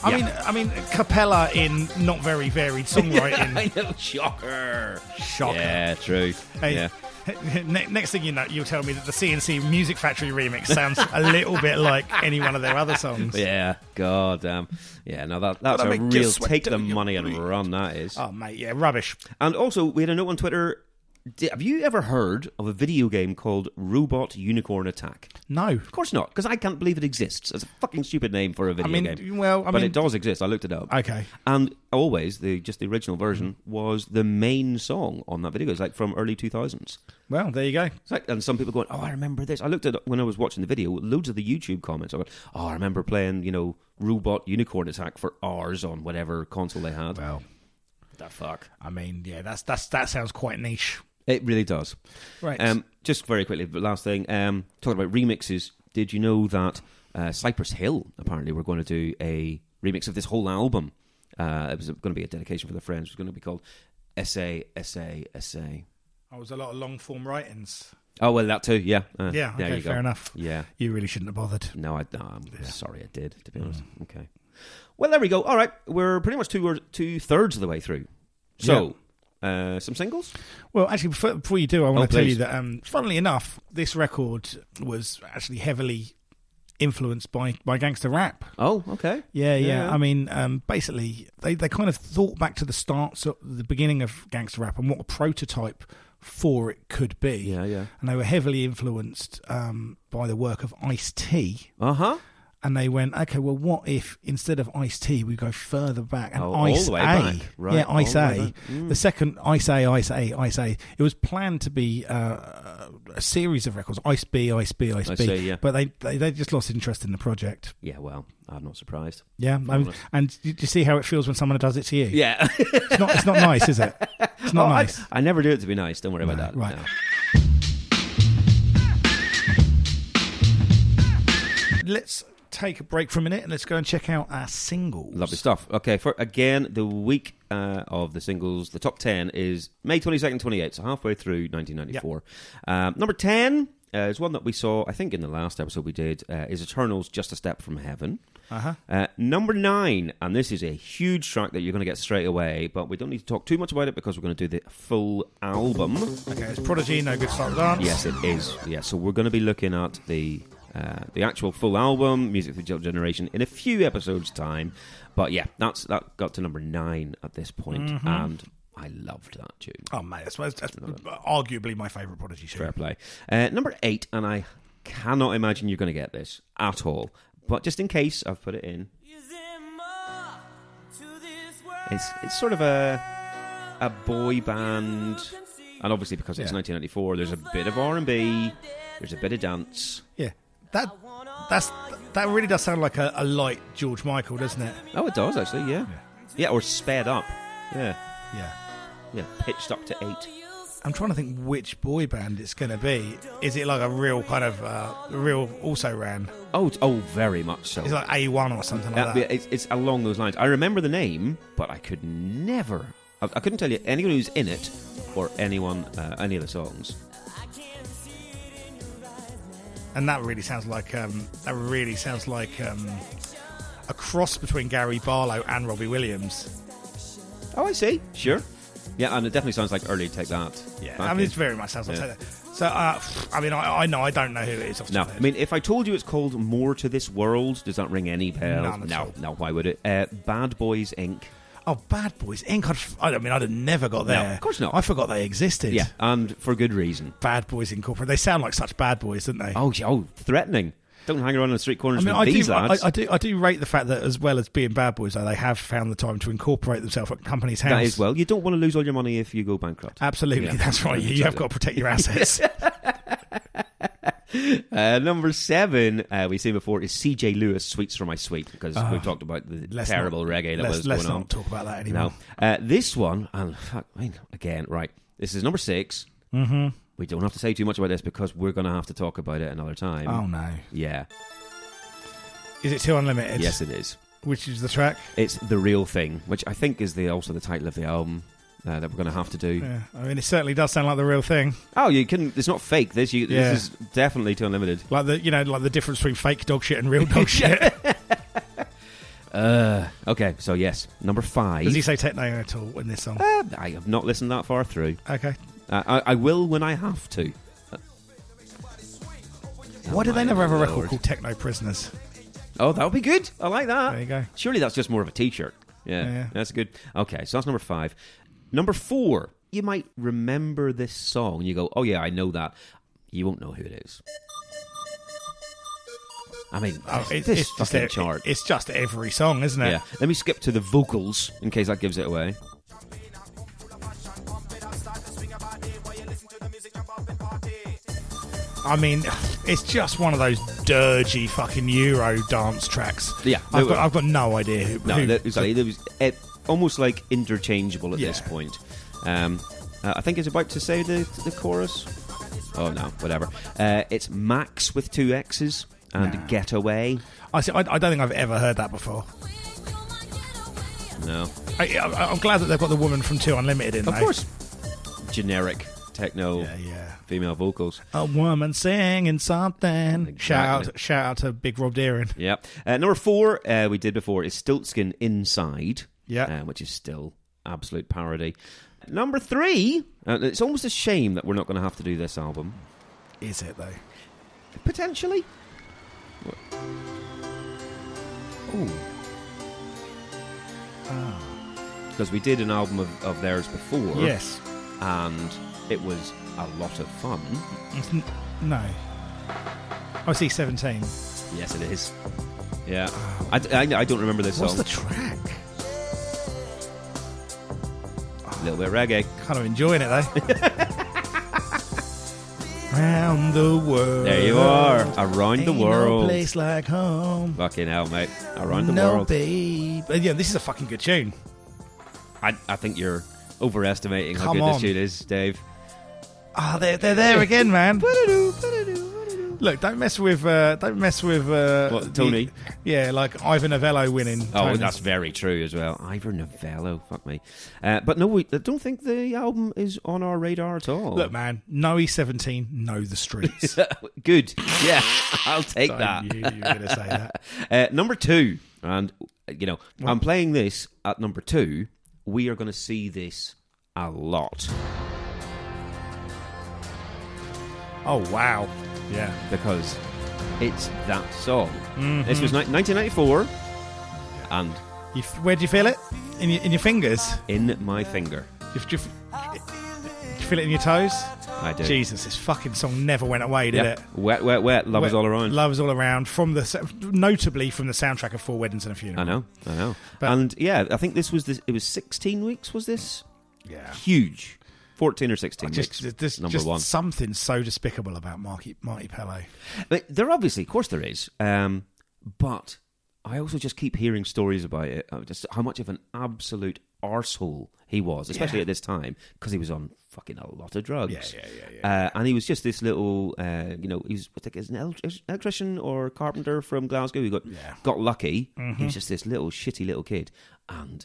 Speaker 1: I
Speaker 2: Yeah.
Speaker 1: mean, I mean, Capella in not very varied songwriting.
Speaker 2: know, shocker.
Speaker 1: Shocker.
Speaker 2: Yeah, true.
Speaker 1: Hey,
Speaker 2: Yeah.
Speaker 1: ne- next thing you know, you'll tell me that the CNC Music Factory remix sounds a little bit like any one of their other songs.
Speaker 2: Yeah, god damn. Yeah, now that, that's
Speaker 4: Gotta
Speaker 2: a
Speaker 4: make
Speaker 2: real
Speaker 4: this sweat
Speaker 2: take the
Speaker 4: down your
Speaker 2: money and
Speaker 4: breed.
Speaker 2: run, that is.
Speaker 1: Oh mate, yeah, rubbish.
Speaker 2: And also, we had a note on Twitter. Di- Have you ever heard of a video game called Robot Unicorn Attack?
Speaker 1: No,
Speaker 2: Of course not, because I can't believe it exists. It's a fucking stupid name for a video
Speaker 1: mean,
Speaker 2: game.
Speaker 1: well, I
Speaker 2: but
Speaker 1: mean-
Speaker 2: it does exist. I looked it up.
Speaker 1: Okay.
Speaker 2: And always the just the original version was the main song on that video. It's like from early two thousands.
Speaker 1: well there you go.
Speaker 2: It's like, and some people going, "Oh, I remember this." I looked at when I was watching the video. Loads of the YouTube comments. I went, "Oh, I remember playing, you know, Robot Unicorn Attack for hours on whatever console they had."
Speaker 1: Well,
Speaker 2: the fuck.
Speaker 1: I mean, yeah, that's that's that sounds quite niche.
Speaker 2: It really does.
Speaker 1: Right.
Speaker 2: Um, just very quickly, the last thing. Um, talking about remixes, did you know that uh, Cypress Hill apparently were going to do a remix of this whole album? Uh, it was going to be a dedication for their friends. It was going to be called "Essay, Essay, Essay."
Speaker 1: I was a lot of long form writings.
Speaker 2: Oh well, that too. Yeah. Uh,
Speaker 1: Yeah,
Speaker 2: there
Speaker 1: okay,
Speaker 2: you go.
Speaker 1: fair enough.
Speaker 2: Yeah.
Speaker 1: You really shouldn't have bothered.
Speaker 2: No, I, no, I'm sorry I did,
Speaker 1: Mm.
Speaker 2: to be honest. Okay. Well, there we go. All right. We're pretty much two, or two thirds of the way through. So, uh, some singles?
Speaker 1: Well, actually, before, before you do, I want
Speaker 2: Oh,
Speaker 1: to tell you
Speaker 2: please.
Speaker 1: that, um, funnily enough, this record was actually heavily influenced by by gangster rap.
Speaker 2: Oh, okay.
Speaker 1: Yeah, yeah.
Speaker 2: Yeah.
Speaker 1: I mean, um, basically, they, they kind of thought back to the start, so the beginning of gangster rap, and what a prototype for it could be.
Speaker 2: Yeah, yeah.
Speaker 1: And they were heavily influenced um, by the work of Ice T.
Speaker 2: Uh huh.
Speaker 1: And they went, okay, well, what if instead of Ice T, we go further back and
Speaker 2: Oh, all
Speaker 1: Ice
Speaker 2: the way
Speaker 1: A?
Speaker 2: back. Right,
Speaker 1: Yeah, Ice
Speaker 2: all the way Mm.
Speaker 1: A. The second Ice A, Ice A, Ice A. It was planned to be uh, a series of records: Ice B, Ice B, Ice
Speaker 2: I
Speaker 1: B.
Speaker 2: see, yeah.
Speaker 1: But they, they they just lost interest in the project.
Speaker 2: Yeah, well, I'm not surprised.
Speaker 1: Yeah, and, and you, you see how it feels when someone does it to you.
Speaker 2: Yeah.
Speaker 1: It's not. It's not nice, is it? It's not nice.
Speaker 2: I never do it to be nice. Don't worry about that.
Speaker 1: Right,
Speaker 2: No.
Speaker 1: right. Let's take a break for a minute and let's go and check out our singles.
Speaker 2: Lovely stuff. Okay, for again, the week uh, of the singles, the top 10 is May 22nd, 28th, so halfway through 1994. Um, number 10 uh, is one that we saw, I think, in the last episode we did, uh, is Eternal's Just a Step from Heaven. Uh-huh. number 9, and this is a huge track that you're going to get straight away, but we don't need to talk too much about it because we're going to do the full album.
Speaker 1: Okay, it's Prodigy, no good start dance.
Speaker 2: Yes, it is. Yeah, so we're going to be looking at the uh, the actual full album, Music for the Digital Generation, in a few episodes' time. But yeah, that's that got to number nine at this point, and I loved that tune.
Speaker 1: Oh mate, that's, that's, that's arguably my favourite Prodigy tune.
Speaker 2: Fair play. Uh, number eight, and I cannot imagine you're going to get this at all. But just in case, I've put it in.
Speaker 3: Is in
Speaker 2: It's it's sort of a a boy band, and obviously because it's
Speaker 1: Yeah.
Speaker 2: 1994, there's a bit of R and B, there's a bit of dance.
Speaker 1: Yeah, that that's that really does sound like a, a light George Michael, doesn't it?
Speaker 2: Oh, it does actually, yeah,
Speaker 1: Yeah.
Speaker 2: yeah, or sped up, yeah,
Speaker 1: Yeah.
Speaker 2: yeah, pitched up to eight.
Speaker 1: I'm trying to think which boy band it's going to be. Is it like a real kind of uh, real also ran?
Speaker 2: Oh, it's- oh, very much so.
Speaker 1: It's like A1 or something
Speaker 2: Uh,
Speaker 1: like
Speaker 2: yeah,
Speaker 1: that.
Speaker 2: it's, it's along those lines. I remember the name, but I could never. I, I couldn't tell you anyone who's in it or anyone, uh, any of the songs.
Speaker 1: And that really sounds like um, that really sounds like um, a cross between Gary Barlow and Robbie Williams.
Speaker 2: Oh, I see. Sure. Yeah, and it definitely sounds like early Take That.
Speaker 1: Yeah,
Speaker 2: Back
Speaker 1: I mean
Speaker 2: in.
Speaker 1: it's very much sounds like
Speaker 2: Yeah.
Speaker 1: that. So uh, I mean I, I know I don't know who it is. Off the
Speaker 2: No,
Speaker 1: top of my
Speaker 2: I
Speaker 1: head.
Speaker 2: mean, if I told you it's called More to This World, does that ring any bells?
Speaker 1: None at
Speaker 2: no,
Speaker 1: all.
Speaker 2: no, why would it? Uh, Bad Boys Inc.
Speaker 1: oh Bad Boys Inc. I'd, f- I mean I'd have never got there.
Speaker 2: of course not.
Speaker 1: I forgot they existed.
Speaker 2: Yeah, and for good reason.
Speaker 1: Bad Boys Incorporated. They sound like such bad boys, don't they?
Speaker 2: Oh, yeah, oh threatening. Don't hang around on the street corners with
Speaker 1: I
Speaker 2: these
Speaker 1: do, I,
Speaker 2: lads.
Speaker 1: I do, I do rate the fact that as well as being bad boys, though, they have found the time to incorporate themselves at companies' house.
Speaker 2: that is well. You don't want to lose all your money if you go bankrupt.
Speaker 1: Absolutely,
Speaker 2: Yeah.
Speaker 1: that's right. You, you have got to protect your assets.
Speaker 2: Uh, number seven, uh, we've seen before, is CJ Lewis, Sweets for My Sweet, because we've talked about the
Speaker 1: Ah, let's
Speaker 2: terrible
Speaker 1: not-
Speaker 2: reggae that
Speaker 1: let's,
Speaker 2: was
Speaker 1: let's
Speaker 2: going
Speaker 1: not
Speaker 2: on.
Speaker 1: talk about that anymore.
Speaker 2: No. Uh, this one, and fuck, I mean, again, right. This is number 6 Mm-hmm. We don't have to say too much about this because we're going to have to talk about it another time.
Speaker 1: Oh no,
Speaker 2: Yeah.
Speaker 1: is it too unlimited?
Speaker 2: yes, it is.
Speaker 1: Which is the track?
Speaker 2: It's The Real Thing, which I think is the also the title of the album uh, that we're going to have to do.
Speaker 1: Yeah. I mean, it certainly does sound like the real thing.
Speaker 2: Oh, you can. It's not fake. This, you,
Speaker 1: Yeah.
Speaker 2: this is definitely too unlimited.
Speaker 1: Like the, you know, like the difference between fake dog shit and real dog shit.
Speaker 2: Uh, okay, so yes, number five.
Speaker 1: Does he say techno at all in this song?
Speaker 2: Uh, I have not listened that far through.
Speaker 1: Okay.
Speaker 2: Uh, I, I will when I have to.
Speaker 1: Why do they
Speaker 2: my
Speaker 1: never have a
Speaker 2: lord.
Speaker 1: record called Techno Prisoners?
Speaker 2: Oh, that would be good. I like that.
Speaker 1: There you go.
Speaker 2: Surely that's just more of a T-shirt. Yeah,
Speaker 1: Yeah.
Speaker 2: that's good. Okay, so that's number five. Number four, you might remember this song. You go, oh yeah, I know that. You won't know who it is. I mean,
Speaker 1: Oh, it-
Speaker 2: this
Speaker 1: it's, just
Speaker 2: fucking
Speaker 1: e-
Speaker 2: chart.
Speaker 1: it's just every song, isn't it?
Speaker 2: yeah. Let me skip to the vocals in case that gives it away.
Speaker 1: I mean, it's just one of those dirgy fucking Euro dance tracks.
Speaker 2: Yeah,
Speaker 1: I've
Speaker 2: no-
Speaker 1: got, I've got no idea who.
Speaker 2: No,
Speaker 1: who-
Speaker 2: that, exactly. It was eh, almost like interchangeable at this
Speaker 1: Yeah.
Speaker 2: point. Um, uh, I think it's about to say the the chorus. Oh no, whatever. Uh, it's Max with two X's and
Speaker 1: Nah.
Speaker 2: Getaway.
Speaker 1: I, see- I, I don't think I've ever heard that before.
Speaker 2: No,
Speaker 1: I, I, I'm glad that they've got the woman from Two Unlimited in.
Speaker 2: of
Speaker 1: though.
Speaker 2: course, generic techno
Speaker 1: Yeah, yeah.
Speaker 2: female vocals.
Speaker 1: A woman singing something. Shout out,
Speaker 2: Exactly.
Speaker 1: shout out to Big Rob Deering.
Speaker 2: Yeah. Uh, number four uh, we did before is Stiltskin Inside.
Speaker 1: Yeah.
Speaker 2: uh, which is still absolute parody. Number three, uh, it's almost a shame that we're not going to have to do this album.
Speaker 1: Is it though?
Speaker 2: Potentially. Ooh. Ah. Because we did an album of, of theirs before.
Speaker 1: Yes.
Speaker 2: And it was a lot of fun.
Speaker 1: It's n- no. I see seventeen.
Speaker 2: Yes, it is. Yeah. I, d- I- I don't remember this
Speaker 1: What's
Speaker 2: song.
Speaker 1: the track?
Speaker 2: a little bit reggae.
Speaker 1: Kind of enjoying it though. Round the world.
Speaker 2: There you are. Around the
Speaker 1: Ain't no
Speaker 2: world.
Speaker 1: place like home.
Speaker 2: Fucking hell, mate. Around the
Speaker 1: no
Speaker 2: world.
Speaker 1: babe. But yeah, this is a fucking good tune.
Speaker 2: I, I think you're overestimating how
Speaker 1: Come
Speaker 2: good
Speaker 1: on.
Speaker 2: this tune is, Dave.
Speaker 1: Ah, they're, they're there again, man. Look, don't mess with uh, don't mess with uh,
Speaker 2: What, Tony?
Speaker 1: the- yeah, like Ivan Novello winning.
Speaker 2: Oh,
Speaker 1: Tony.
Speaker 2: that's very true as well. Ivor Novello, fuck me. Uh, but no, we, I don't think the album is on our radar at all.
Speaker 1: look, man. No E seventeen, know the streets.
Speaker 2: Good. Yeah, I'll take
Speaker 1: I
Speaker 2: that.
Speaker 1: knew you were gonna say that.
Speaker 2: Uh, number two, and you know, I'm playing this at number two. We are going to see this a lot
Speaker 1: Oh wow, yeah.
Speaker 2: because it's that song.
Speaker 1: Mm-hmm.
Speaker 2: This was ni- 1994, and
Speaker 1: You, f- where do you feel it? In your, in your fingers?
Speaker 2: in my finger.
Speaker 1: Do you, f- do you f- do you feel it in your toes?
Speaker 2: I do.
Speaker 1: Jesus, this fucking song never went away, did
Speaker 2: Yeah.
Speaker 1: it?
Speaker 2: Wet, wet, wet. Love is
Speaker 1: Well,
Speaker 2: all around.
Speaker 1: Love's all around. From the sa- notably from the soundtrack of Four Weddings and a Funeral.
Speaker 2: I know, I know.
Speaker 1: But-
Speaker 2: and yeah, I think this was this. It was 16 weeks. Was this
Speaker 1: Yeah.
Speaker 2: huge? 14 or 16
Speaker 1: Just,
Speaker 2: weeks.
Speaker 1: there's
Speaker 2: number
Speaker 1: just
Speaker 2: one.
Speaker 1: something so despicable about Marty, Marty Pelé.
Speaker 2: But there obviously, of course, there is. Um, but I also just keep hearing stories about it. uh, Just how much of an absolute arsehole he was, especially
Speaker 1: Yeah.
Speaker 2: at this time, because he was on fucking a lot of drugs.
Speaker 1: Yeah, yeah, yeah,
Speaker 2: Uh, and he was just this little, uh, you know, he was I think he's an elec- electrician or carpenter from Glasgow. He got
Speaker 1: Yeah. Mm-hmm.
Speaker 2: got lucky. He was just this little shitty little kid, and.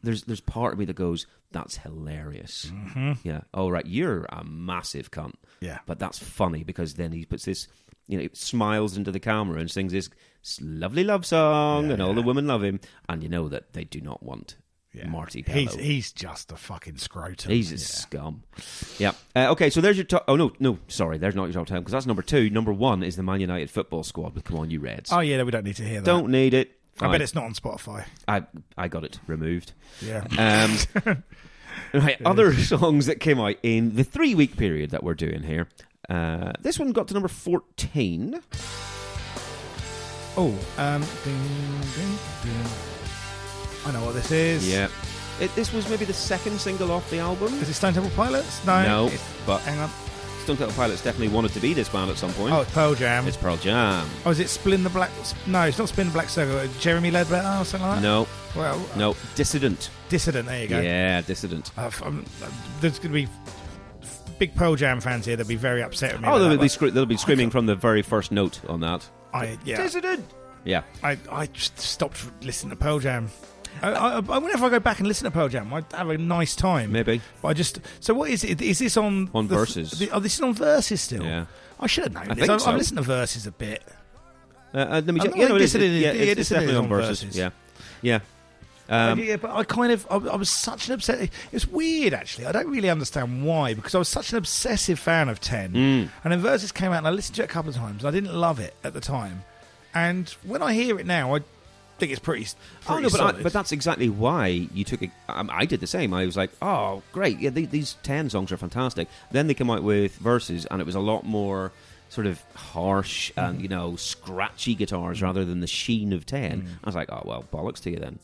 Speaker 2: There's there's part of me that goes, that's hilarious.
Speaker 1: Mm-hmm.
Speaker 2: Yeah. All right, you're a massive cunt.
Speaker 1: Yeah.
Speaker 2: But that's funny because then he puts this, you know, he smiles into the camera and sings this s- lovely love song, and all the women love him, and you know that they do not want Marty Pello.
Speaker 1: He's
Speaker 2: He's,
Speaker 1: he's just a fucking scrotum.
Speaker 2: a scum. Yeah. Uh, okay, so there's your top. Oh no, no, sorry, there's not your top ten because that's number two. Number one is the Man United football squad. But come on, you Reds,
Speaker 1: Oh yeah, we don't need to hear that.
Speaker 2: don't need it.
Speaker 1: I
Speaker 2: Fine.
Speaker 1: bet it's not on Spotify.
Speaker 2: I I got it removed.
Speaker 1: Yeah.
Speaker 2: Um, right, other songs that came out in the three week period that we're doing here. Uh, this one got to number 14.
Speaker 1: Oh, um, ding, ding, ding. I know what this is.
Speaker 2: Yeah. It, this was maybe the second single off the album.
Speaker 1: Is it Stone Temple Pilots? No.
Speaker 2: No,
Speaker 1: it's-
Speaker 2: but-
Speaker 1: hang on.
Speaker 2: Stone Temple Pilots definitely wanted to be this band at some point.
Speaker 1: Oh, it's Pearl Jam.
Speaker 2: It's Pearl Jam.
Speaker 1: oh, is it Splin the Black? No, it's not Splin the Black Circle. uh, Jeremy Ledbetter or something like that.
Speaker 2: No,
Speaker 1: Well,
Speaker 2: no. Dissident.
Speaker 1: Dissident. There you go.
Speaker 2: Yeah, Dissident.
Speaker 1: Uh, f- um, uh, there's going to be f- big Pearl Jam fans here that'll be very upset with me.
Speaker 2: Oh,
Speaker 1: about
Speaker 2: they'll
Speaker 1: that,
Speaker 2: be, scre- they'll be screaming from the very first note on that.
Speaker 1: but I, yeah,
Speaker 2: Dissident! Yeah.
Speaker 1: I, I just stopped listening to Pearl Jam. I, I, I wonder if I go back and listen to Pearl Jam. I'd have a nice time.
Speaker 2: Maybe.
Speaker 1: But I just so what is it? Is this on
Speaker 2: On
Speaker 1: the-
Speaker 2: Versus.
Speaker 1: The, oh, this is on verses still.
Speaker 2: Yeah.
Speaker 1: I should have known
Speaker 2: I
Speaker 1: this.
Speaker 2: think
Speaker 1: I've,
Speaker 2: so.
Speaker 1: I've listened to verses a bit.
Speaker 2: Uh, uh, let me
Speaker 1: I
Speaker 2: check.
Speaker 1: don't
Speaker 2: Yeah,
Speaker 1: think
Speaker 2: no, it is.
Speaker 1: Dissident is-
Speaker 2: yeah, it's,
Speaker 1: yeah,
Speaker 2: it's
Speaker 1: Dissident
Speaker 2: definitely
Speaker 1: is
Speaker 2: on
Speaker 1: on
Speaker 2: versus.
Speaker 1: Versus.
Speaker 2: Yeah. Yeah. Um,
Speaker 1: yeah, but I kind of I, I was such an obsessive. It's weird actually. I don't really understand why because I was such an obsessive fan of Ten,
Speaker 2: Hmm.
Speaker 1: and then Versus came out and I listened to it a couple of times. and I didn't love it at the time, and when I hear it now, I think it's pretty.
Speaker 2: Oh
Speaker 1: pretty
Speaker 2: no, but, I,
Speaker 1: solid.
Speaker 2: but that's exactly why you took it. Um, I did the same. I was like, oh great, yeah, the- these ten songs are fantastic. Then they come out with verses, and it was a lot more sort of harsh
Speaker 1: Mm-hmm.
Speaker 2: and you know scratchy guitars rather than the sheen of
Speaker 1: Mm.
Speaker 2: ten. I was like, oh well, bollocks to you then.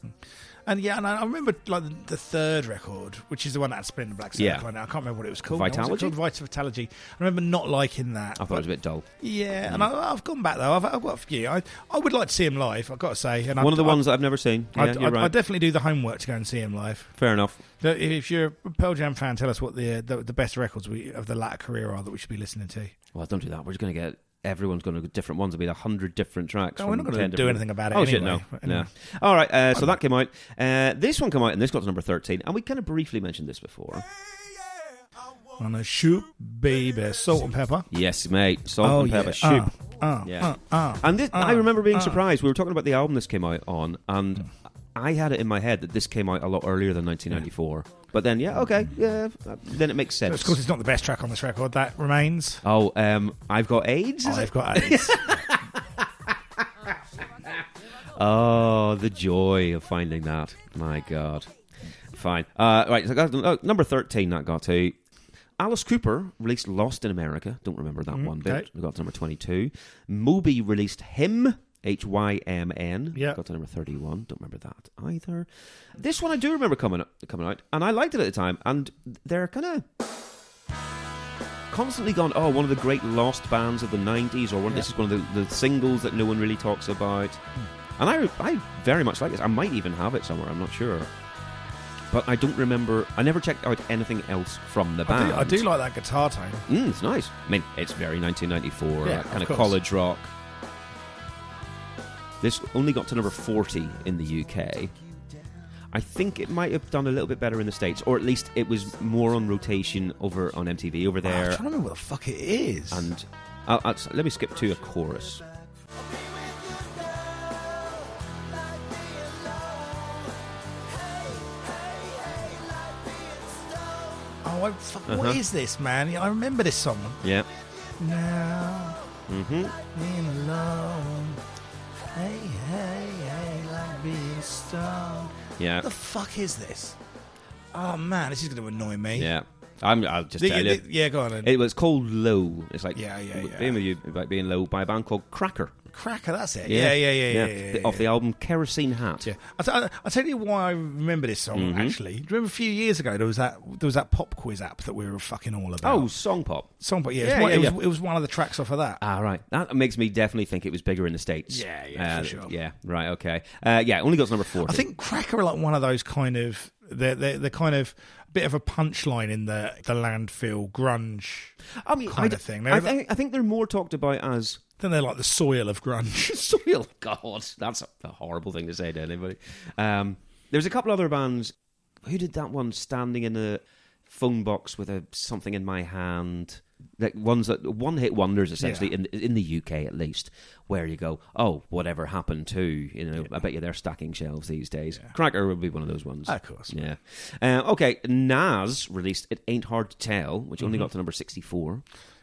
Speaker 1: And yeah, and I I remember like the, the third record, which is the one that had Split in the Black Circle.
Speaker 2: Yeah.
Speaker 1: Yeah. I can't remember what it was called. now. What was it
Speaker 2: Vitalogy?
Speaker 1: called? Vitalogy. I remember not liking that.
Speaker 2: I thought it was Mm. a bit dull.
Speaker 1: yeah, and I, I've gone back though. I've, I've got a few. I, I would like to see him live. I've got to say, and
Speaker 2: One
Speaker 1: I'd,
Speaker 2: of the ones that I've never seen. Yeah,
Speaker 1: I'd,
Speaker 2: you're
Speaker 1: I'd-
Speaker 2: right.
Speaker 1: I'd definitely do the homework to go and see him live.
Speaker 2: Fair enough.
Speaker 1: So If if you're a Pearl Jam fan, tell us what the the, the best records we, of the latter career are that we should be listening to.
Speaker 2: Well, don't do that. We're just going to get everyone's going to get different ones. It'll be a hundred different tracks.
Speaker 1: No, we're
Speaker 2: from
Speaker 1: not gonna
Speaker 2: 10
Speaker 1: do
Speaker 2: different-
Speaker 1: anything about it
Speaker 2: Oh shit, no,
Speaker 1: anyway, but anyway.
Speaker 2: no. All right, uh, so that came out. Uh, this one came out, and this got to number thirteen. And we kind of briefly mentioned this before.
Speaker 1: On a shoot, baby, salt and pepper.
Speaker 2: Yes, mate. Salt and pepper soup.
Speaker 1: Ah, ah,
Speaker 2: yeah.
Speaker 1: ah, ah. Hmm.
Speaker 2: and this, I remember being surprised. We were talking about the album this came out on, and I had it in my head that this came out a lot earlier than 1994. But then, yeah, okay, yeah, then it makes sense.
Speaker 1: Of course, it's not the best track on this record. That remains.
Speaker 2: Oh, um, I've got AIDS. is it?
Speaker 1: I've got AIDS.
Speaker 2: Oh, the joy of finding that. My God. Fine. Uh, right, so got, uh, number 13 that got to. Alice Cooper released Lost in America. Don't remember that one bit.
Speaker 1: Mm, okay.
Speaker 2: We got to number 22. Moby released Him. H Y M N.
Speaker 1: Yeah.
Speaker 2: Got to number 31. Don't remember that either. This one I do remember coming, up, coming out, and I liked it at the time. And they're kind of constantly gone, oh, one of the great lost bands of the 90s, or one, this is one of the, the singles that no one really talks about. And I, I very much like this. I might even have it somewhere, I'm not sure. But I don't remember, I never checked out anything else from the
Speaker 1: I
Speaker 2: band.
Speaker 1: do, I do like that guitar tone. Ah,
Speaker 2: Mm, it's nice. I mean, it's very 1994,
Speaker 1: Yeah,
Speaker 2: that kind
Speaker 1: of
Speaker 2: of
Speaker 1: course.
Speaker 2: college rock. This only got to number 40 in the UK. I think it might have done a little bit better in the States, or at least it was more on rotation over on MTV
Speaker 1: Ah,
Speaker 2: over
Speaker 1: I'm
Speaker 2: there.
Speaker 1: trying to remember what the fuck it is.
Speaker 2: And I'll, I'll, let me skip to a chorus.
Speaker 1: oh, I, fuck,
Speaker 2: Uh-huh. Mm-hmm.
Speaker 1: what is this, man? Yeah, I remember this song.
Speaker 2: Yeah.
Speaker 1: Now,
Speaker 2: hmm
Speaker 1: being alone. Hey, hey, hey, like being stoned.
Speaker 2: Yeah.
Speaker 1: What the fuck is this? Oh man, this is going to annoy me.
Speaker 2: Yeah. I'm, I'll just
Speaker 1: The-
Speaker 2: tell
Speaker 1: the-
Speaker 2: you.
Speaker 1: yeah, go on. Then.
Speaker 2: It was called Low. It's like
Speaker 1: Yeah, yeah, yeah.
Speaker 2: being with you about being low by a band called Cracker.
Speaker 1: Cracker, that's it. Yeah, yeah, yeah, yeah. yeah, yeah,
Speaker 2: Off the album Kerosene Hat.
Speaker 1: Yeah, I, t- I, I tell you why I remember this song.
Speaker 2: Mm-hmm.
Speaker 1: Actually, do you remember a few years ago there was that there was that pop quiz app that we were fucking all about.
Speaker 2: Oh, song pop.
Speaker 1: song, but yeah, it was
Speaker 2: yeah,
Speaker 1: one- it,
Speaker 2: yeah,
Speaker 1: was, it was one of the tracks off of that.
Speaker 2: Ah, right. That makes me definitely think it was bigger in the states.
Speaker 1: Yeah, yeah,
Speaker 2: Uh,
Speaker 1: for sure.
Speaker 2: Yeah, right. Okay. Uh, yeah, only got to number four.
Speaker 1: I think Cracker are like one of those kind of they're they're, they're kind of a bit of a punchline in the the landfill grunge.
Speaker 2: I mean,
Speaker 1: kind
Speaker 2: I,
Speaker 1: of thing.
Speaker 2: I, think, I think they're more talked about as
Speaker 1: Then they're like the soil of grunge.
Speaker 2: soil. Oh, God, that's a, a horrible thing to say to anybody. Um, there's a couple other bands. Who did that one? Standing in a phone box with a something in my hand. Like ones that one hit wonders essentially
Speaker 1: Yeah.
Speaker 2: in in the UK at least, where you go, oh, whatever happened to you know? I bet you they're stacking shelves these days. Cracker would be one of those ones,
Speaker 1: Ah, Of course.
Speaker 2: Yeah. Uh, okay, Nas released "It Ain't Hard to Tell," which
Speaker 1: Mm-hmm.
Speaker 2: only got to number sixty-four.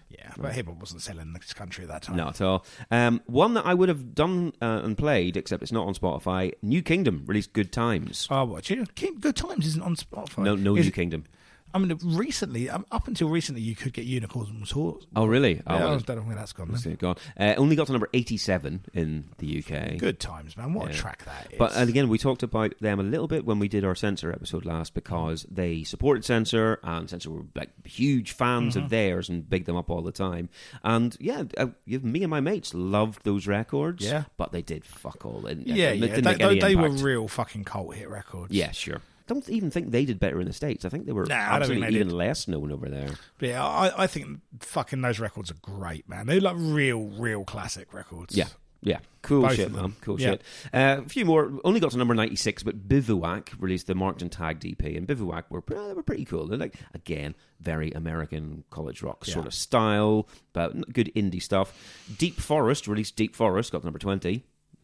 Speaker 1: Yeah, but hip hop wasn't selling in this country at that time.
Speaker 2: Not at all. Um, one that I would have done uh, and played, except it's not on Spotify. New Kingdom released "Good Times."
Speaker 1: Oh, what? You know, King- Good Times isn't on Spotify.
Speaker 2: No, no
Speaker 1: Is
Speaker 2: New
Speaker 1: it-
Speaker 2: Kingdom.
Speaker 1: I mean, recently, um, up until recently, you could get unicorns and horse.
Speaker 2: Oh, really?
Speaker 1: Yeah,
Speaker 2: well,
Speaker 1: I don't know where that's gone.
Speaker 2: it's
Speaker 1: Then.
Speaker 2: gone. Uh, only got to number eighty-seven in the UK.
Speaker 1: Good Times, man. What
Speaker 2: Yeah.
Speaker 1: a track that is.
Speaker 2: But uh, and again, we talked about them a little bit when we did our Censor episode last because they supported Censor and Censor were like huge fans
Speaker 1: Mm-hmm.
Speaker 2: of theirs and bigged them up all the time. And yeah, uh, you- me and my mates loved those records.
Speaker 1: Yeah.
Speaker 2: but they did fuck all. And,
Speaker 1: yeah,
Speaker 2: it
Speaker 1: yeah.
Speaker 2: didn't
Speaker 1: They,
Speaker 2: make any
Speaker 1: they- they were
Speaker 2: impact.
Speaker 1: real fucking cult hit records.
Speaker 2: Yeah, sure. Don't even think they did better in the states. I think they were
Speaker 1: Nah, I don't
Speaker 2: absolutely
Speaker 1: think they
Speaker 2: even
Speaker 1: did.
Speaker 2: less known over there.
Speaker 1: But yeah, I, I think fucking those records are great, man. They're like real, real classic records.
Speaker 2: Yeah. Yeah, cool
Speaker 1: Both
Speaker 2: shit,
Speaker 1: of them.
Speaker 2: man. Cool
Speaker 1: Yeah.
Speaker 2: shit. Uh, a few more. Only got to number ninety six, but Bivouac released the Marked and Tagged EP, and Bivouac were uh, they were pretty cool. They're like again very American college rock sort
Speaker 1: Yeah.
Speaker 2: of style, but good indie stuff. Deep Forest released Deep Forest, got to number twenty.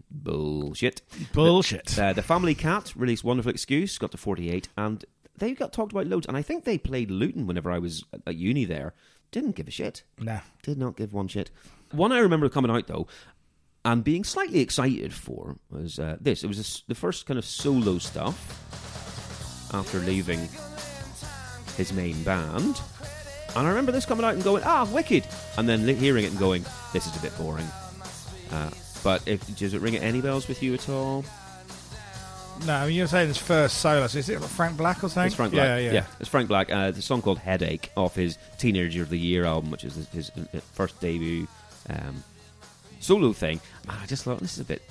Speaker 2: Bullshit.
Speaker 1: Bullshit.
Speaker 2: Uh, the Family Cat released Wonderful Excuse, got to 48, and they got talked about loads. And I think they played Luton whenever I was at- at uni there. Didn't give a shit.
Speaker 1: nah.
Speaker 2: Did not give one shit. One I remember coming out, though, and being slightly excited for was uh, this. It was this, the first kind of solo stuff after leaving his main band. And I remember this coming out and going, ah, wicked. And then li- hearing it and going, this is a bit boring. Uh, but if, does it ring any bells with you at all?
Speaker 1: No, I mean, you're saying this first solo. So is it like Frank Black or something?
Speaker 2: It's Frank
Speaker 1: Yeah,
Speaker 2: Black.
Speaker 1: yeah.
Speaker 2: it's Frank Black. Uh, the song called "Headache" off his Teenager of the Year album, which is his, his uh, first debut um, solo thing. And I just thought this is a bit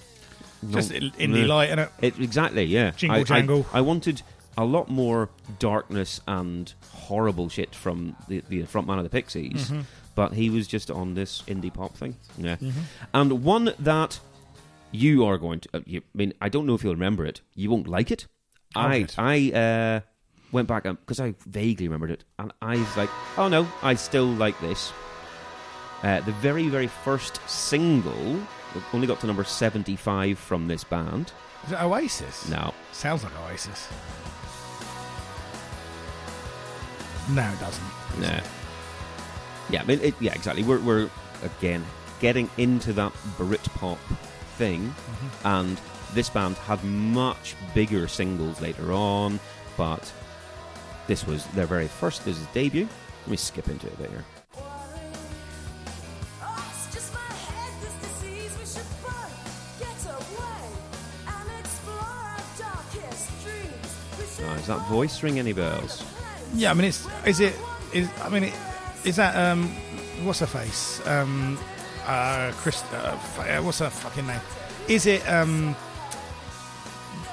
Speaker 1: Just
Speaker 2: no-
Speaker 1: indie
Speaker 2: no.
Speaker 1: light, innit?
Speaker 2: It, exactly, yeah.
Speaker 1: Jingle
Speaker 2: I, I-
Speaker 1: jangle.
Speaker 2: I, wanted a lot more darkness and horrible shit from the, the front man of the Pixies,
Speaker 1: Mm-hmm.
Speaker 2: but he was just on this indie pop thing. Yeah, and one that you are going to. uh, You, I mean, I don't know if you'll remember it. You won't like it. I
Speaker 1: good.
Speaker 2: I uh, went back because I vaguely remembered it, and I was like, oh no, I still like this. Uh, the very very first single it only got to number seventy five from this band.
Speaker 1: Is it Oasis?
Speaker 2: Now
Speaker 1: Sounds like Oasis. No, it doesn't.
Speaker 2: No. Yeah, I mean, it, yeah, exactly. We're, we're again getting into that Britpop thing, and this band had much bigger singles later on, but this was their very first. This is debut. Let me skip into it a bit here.
Speaker 3: Oh, it's just my head, this disease. We should run, get away, and explore our darkest dreams. We should
Speaker 2: Now, does that voice ring any bells?
Speaker 1: Yeah, I mean, it's is it is I mean, it, is that um, what's her face? Um, uh, Chris, uh, f- uh, what's her fucking name? Is it um,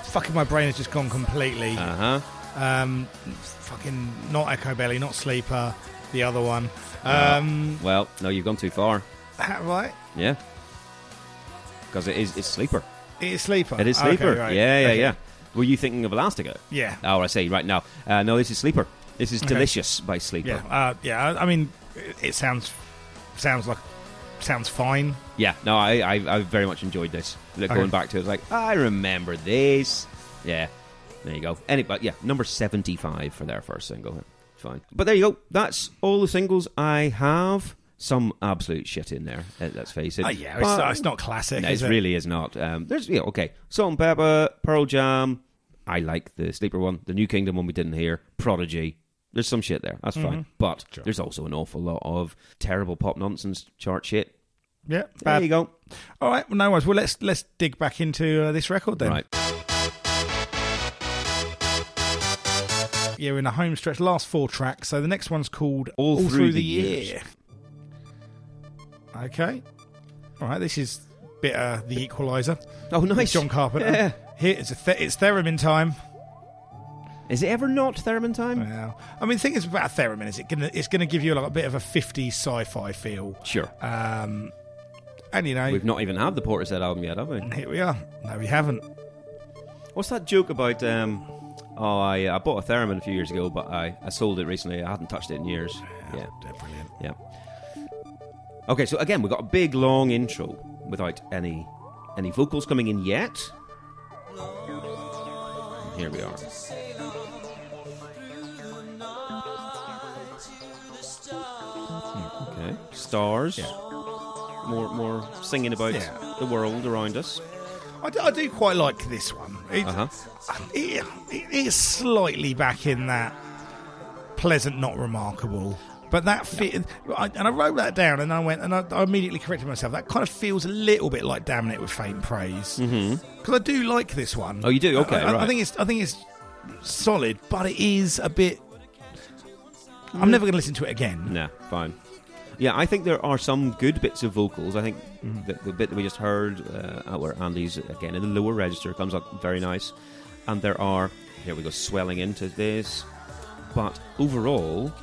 Speaker 1: fucking my brain has just gone completely.
Speaker 2: Uh huh.
Speaker 1: Um, fucking not Echo Belly, not Sleeper, the other one.
Speaker 2: Uh.
Speaker 1: Um,
Speaker 2: Well, no, you've gone too far.
Speaker 1: ha- right?
Speaker 2: Yeah, because it is it's sleeper.
Speaker 1: It is Sleeper.
Speaker 2: It is
Speaker 1: Okay,
Speaker 2: sleeper.
Speaker 1: right.
Speaker 2: Yeah, yeah,
Speaker 1: Okay.
Speaker 2: yeah. Were you thinking of Elastica?
Speaker 1: Yeah.
Speaker 2: Oh, I see. Right now, uh, no, this is Sleeper. This is
Speaker 1: Okay.
Speaker 2: Delicious by Sleeper.
Speaker 1: Yeah, uh, yeah. I- I mean, it- it sounds sounds like sounds fine.
Speaker 2: Yeah, no, I, I, I very much enjoyed this. Like,
Speaker 1: Okay.
Speaker 2: Going back to it, it's like I remember this. Yeah, there you go. Any, but yeah, number seventy-five for their first single. Fine, but there you go. That's all the singles I have. Some absolute shit in there. uh, Let's face it.
Speaker 1: Oh, yeah, it's,
Speaker 2: But-
Speaker 1: it's not classic.
Speaker 2: No,
Speaker 1: is
Speaker 2: it
Speaker 1: it?
Speaker 2: really is not. Um, there's yeah, okay. Salt and Pepper, Pearl Jam. I like the Sleeper one, the New Kingdom one we didn't hear. Prodigy, There's some shit there. That's
Speaker 1: Mm-hmm.
Speaker 2: fine. But there's also an awful lot of terrible pop nonsense chart shit.
Speaker 1: Yeah,
Speaker 2: There
Speaker 1: bad.
Speaker 2: you go.
Speaker 1: All right, well, no worries. Well, let's let's dig back into uh, this record then.
Speaker 2: Right.
Speaker 1: Yeah, we're in a home stretch. Last four tracks. So the next one's called
Speaker 2: All Through the Years.
Speaker 1: Okay. All right. This is bit uh, the Equalizer.
Speaker 2: Oh, nice.
Speaker 1: John Carpenter.
Speaker 2: Yeah.
Speaker 1: Here it's a th- it's theremin time.
Speaker 2: Is it ever not theremin time?
Speaker 1: Well, I mean, the thing is about theremin is it gonna it's gonna give you like a bit of a 50s sci-fi feel.
Speaker 2: Sure.
Speaker 1: Um, and you know,
Speaker 2: We've not even had the Portishead album yet, have we?
Speaker 1: here we are. No, we haven't.
Speaker 2: What's that joke about? Um, oh, I, I bought a theremin a few years ago, but I, I sold it recently. I hadn't touched it in years. Yeah,
Speaker 1: brilliant.
Speaker 2: yeah. Okay, so again, we've got a big long intro without any any vocals coming in yet. Here we are. Okay, stars. More more singing about
Speaker 1: Yeah.
Speaker 2: the world around us.
Speaker 1: I do, I do quite like this one. It,
Speaker 2: Uh huh.
Speaker 1: it, it is slightly back in that pleasant, not remarkable. But that fit, I, and I wrote that down, and I went, and I, I immediately corrected myself. That kind of feels a little bit like "Damn It" with faint praise, because I do like this one.
Speaker 2: Mm-hmm. Oh, you do?
Speaker 1: I-
Speaker 2: Okay,
Speaker 1: I, I
Speaker 2: right.
Speaker 1: think it's, I think it's solid, but it is a bit.
Speaker 2: Mm.
Speaker 1: I'm never going to listen to it again.
Speaker 2: Nah, fine. Yeah, I think there are some good bits of vocals. I think the, the bit that we just heard, uh, where Andy's again in the lower register, comes up very nice. And there are, here we go, swelling into this. But overall,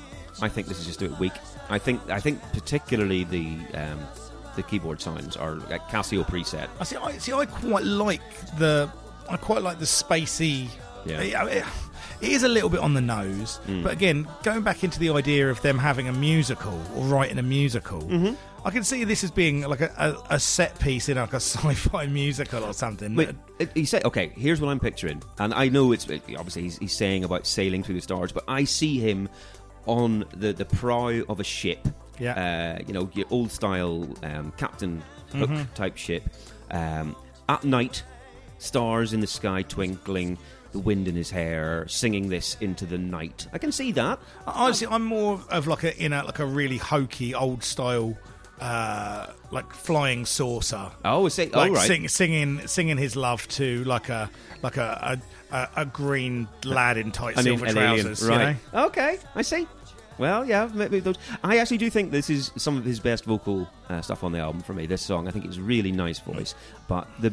Speaker 2: I think this is just a bit weak. I think, I think particularly the um, the keyboard sounds are like Casio preset.
Speaker 1: I see. I see. I quite like the. I quite like the spacey.
Speaker 2: Yeah. Mm.
Speaker 1: I- I- it is a little bit on the nose, but again, going back into the idea of them having a musical or writing a musical,
Speaker 2: Mm-hmm.
Speaker 1: I can see this as being like a, a, a set piece in like a sci-fi musical or something.
Speaker 2: Wait, it- he said, okay, here's what I'm picturing. And I know it's it- obviously he's, he's saying about sailing through the stars, but I see him on the, the prow of a ship.
Speaker 1: Yeah. Mm-hmm.
Speaker 2: Uh, you know, your old style um, Captain Hook type ship. Um, at night, stars in the sky twinkling, the wind in his hair, singing this into the night. I can see that.
Speaker 1: I- Honestly, I'm more of like a in a like a really hokey old style, uh, like flying saucer.
Speaker 2: Oh, is it?
Speaker 1: like
Speaker 2: all right.
Speaker 1: sing, singing singing his love to like a like a a, a, a green lad in tight
Speaker 2: I mean,
Speaker 1: silver
Speaker 2: an alien,
Speaker 1: trousers, you
Speaker 2: right?
Speaker 1: know?
Speaker 2: Okay, I see. Well, yeah, maybe those. I actually do think this is some of his best vocal uh, stuff on the album for me. This song, I think it's really nice voice, but the,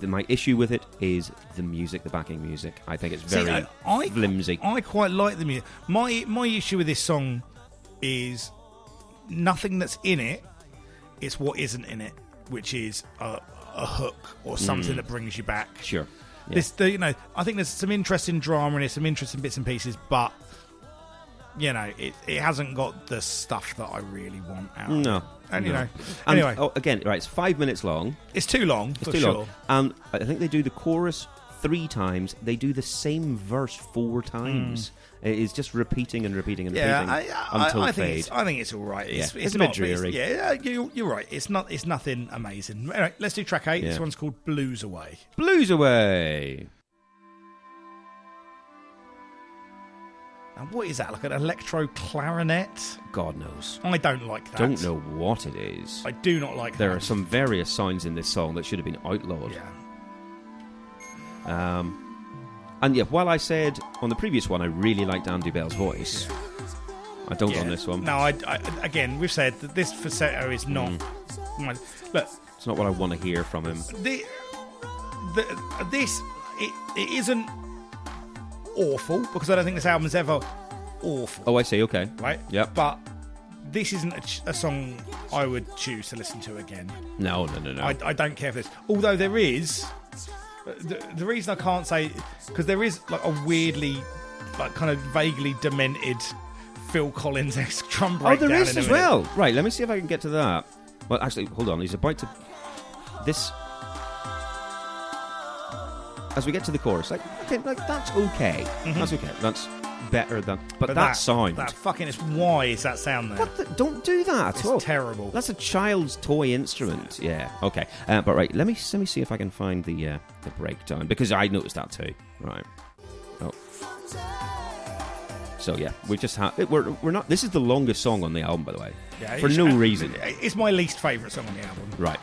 Speaker 2: the my issue with it is the music, the backing music. I think it's
Speaker 1: See,
Speaker 2: very
Speaker 1: I, I-
Speaker 2: flimsy.
Speaker 1: I quite like the music. My my issue with this song is nothing that's in it. It's what isn't in it, which is a, a hook or something
Speaker 2: Hmm.
Speaker 1: that brings you back.
Speaker 2: sure. Yeah.
Speaker 1: This, the, you know, I think there's some interesting drama in it, some interesting bits and pieces, but you know, it, it hasn't got the stuff that I really want out. of
Speaker 2: no.
Speaker 1: it. and you
Speaker 2: no.
Speaker 1: know,
Speaker 2: And-
Speaker 1: anyway,
Speaker 2: oh, again, right. It's five minutes long.
Speaker 1: it's too long.
Speaker 2: It's
Speaker 1: for
Speaker 2: too
Speaker 1: sure.
Speaker 2: long. And I think they do the chorus three times. They do the same verse four times. It is just repeating and repeating and
Speaker 1: Hmm. Yeah,
Speaker 2: repeating
Speaker 1: I, I,
Speaker 2: until
Speaker 1: I
Speaker 2: fade.
Speaker 1: think it's, I think it's all right. It's,
Speaker 2: Yeah,
Speaker 1: it's,
Speaker 2: it's a bit
Speaker 1: not,
Speaker 2: dreary.
Speaker 1: yeah, you, you're right. It's not. It's nothing amazing. All right, let's do track eight. This
Speaker 2: Yeah.
Speaker 1: one's called Blues Away.
Speaker 2: Blues away.
Speaker 1: And what is that? Like an electro clarinet?
Speaker 2: God knows.
Speaker 1: I don't like that.
Speaker 2: Don't know what it is.
Speaker 1: I do not like
Speaker 2: There
Speaker 1: that.
Speaker 2: are some various signs in this song that should have been outlawed.
Speaker 1: Yeah.
Speaker 2: Um, and yeah, while I said on the previous one I really liked Andy Bell's voice, I don't
Speaker 1: Yeah.
Speaker 2: on this one.
Speaker 1: No, I, I- again, we've said that this falsetto is not.
Speaker 2: Mm.
Speaker 1: my- look,
Speaker 2: It's not what I want to hear from him.
Speaker 1: the, the this it, it isn't awful because I don't think this album's ever awful.
Speaker 2: Oh, I see. Okay.
Speaker 1: right?
Speaker 2: Yep.
Speaker 1: But this isn't a, ch- a song I would choose to listen to again.
Speaker 2: No, no, no, Oh, no.
Speaker 1: I, I don't care for this. Although there is the, the reason I can't say because there is like a weirdly, like kind of vaguely demented Phil Collins esque drum
Speaker 2: oh,
Speaker 1: breakdown.
Speaker 2: there is
Speaker 1: in a
Speaker 2: as
Speaker 1: minute.
Speaker 2: well. Right. Let me see if I can get to that. Well, actually, hold on. He's about to. This. As we get to the chorus, like, okay, like that's okay. That's okay. That's better than. But,
Speaker 1: Mm-hmm. But
Speaker 2: that, sound.
Speaker 1: that fucking is why is that sound there?
Speaker 2: What the, don't do that. at
Speaker 1: It's
Speaker 2: all.
Speaker 1: terrible.
Speaker 2: That's a child's toy instrument. Yeah. Okay. Uh, but right, let me let me see if I can find the uh, the breakdown because I noticed that too. Right. Oh. So yeah, we just have we're we're not. This is the longest song on the album, by the way,
Speaker 1: Yeah,
Speaker 2: for
Speaker 1: it's-
Speaker 2: no reason,
Speaker 1: It's my least favourite song on the album.
Speaker 2: right?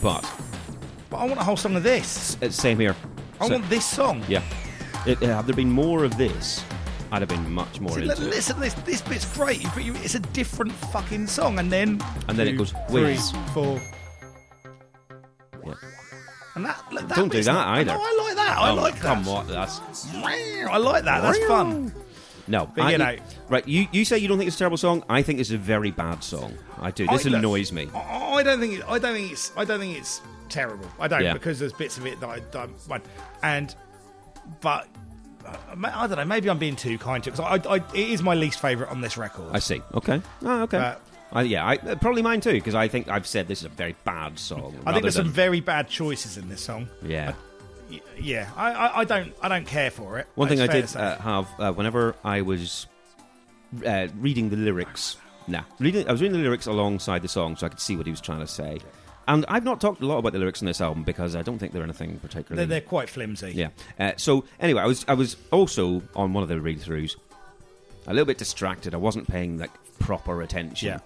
Speaker 2: But
Speaker 1: But I want a whole song of this.
Speaker 2: it's same here.
Speaker 1: I
Speaker 2: So-
Speaker 1: want this song.
Speaker 2: Yeah. It, uh, had there been more of this, I'd have been much more
Speaker 1: See,
Speaker 2: into
Speaker 1: look,
Speaker 2: it.
Speaker 1: listen to this. This bit's great, but you, it's a different fucking song. And then.
Speaker 2: And then it
Speaker 1: two,
Speaker 2: goes,
Speaker 1: three,
Speaker 2: whiz.
Speaker 1: four.
Speaker 2: Yeah.
Speaker 1: And that, look, that
Speaker 2: Don't do
Speaker 1: bit's
Speaker 2: that
Speaker 1: not-
Speaker 2: either.
Speaker 1: No, I like that. I
Speaker 2: Oh,
Speaker 1: like that.
Speaker 2: Come on, that's
Speaker 1: I like that. That's fun.
Speaker 2: Ah, no.
Speaker 1: But,
Speaker 2: I-
Speaker 1: you know-
Speaker 2: right? You you say you don't think it's a terrible song. I think it's a very bad song. I do. This
Speaker 1: I- look,
Speaker 2: annoys me.
Speaker 1: I, I don't think. It, I don't think it's. I don't think it's terrible. I don't
Speaker 2: Yeah.
Speaker 1: because there's bits of it that I don't. mind. And but I, I don't know. Maybe I'm being too kind to it because I, I, it is my least favorite on this record.
Speaker 2: I see. Okay. Ah, okay.
Speaker 1: Uh,
Speaker 2: I, yeah, I, uh, probably mine too because I think I've said this is a very bad song.
Speaker 1: I
Speaker 2: rather
Speaker 1: think there's
Speaker 2: than,
Speaker 1: some very bad choices in this song.
Speaker 2: yeah.
Speaker 1: Y- Yeah, I, I, I don't. I don't care for it.
Speaker 2: One thing I
Speaker 1: It's fair
Speaker 2: did
Speaker 1: to say.
Speaker 2: uh, have uh, whenever I was uh, reading the lyrics, nah, reading I was reading the lyrics alongside the song so I could see what he was trying to say. And I've not talked a lot about the lyrics in this album because I don't think they're anything particularly.
Speaker 1: they're, they're quite flimsy.
Speaker 2: yeah. Uh, so anyway, I was I was also on one of the read throughs, a little bit distracted. I wasn't paying like proper attention.
Speaker 1: Yeah.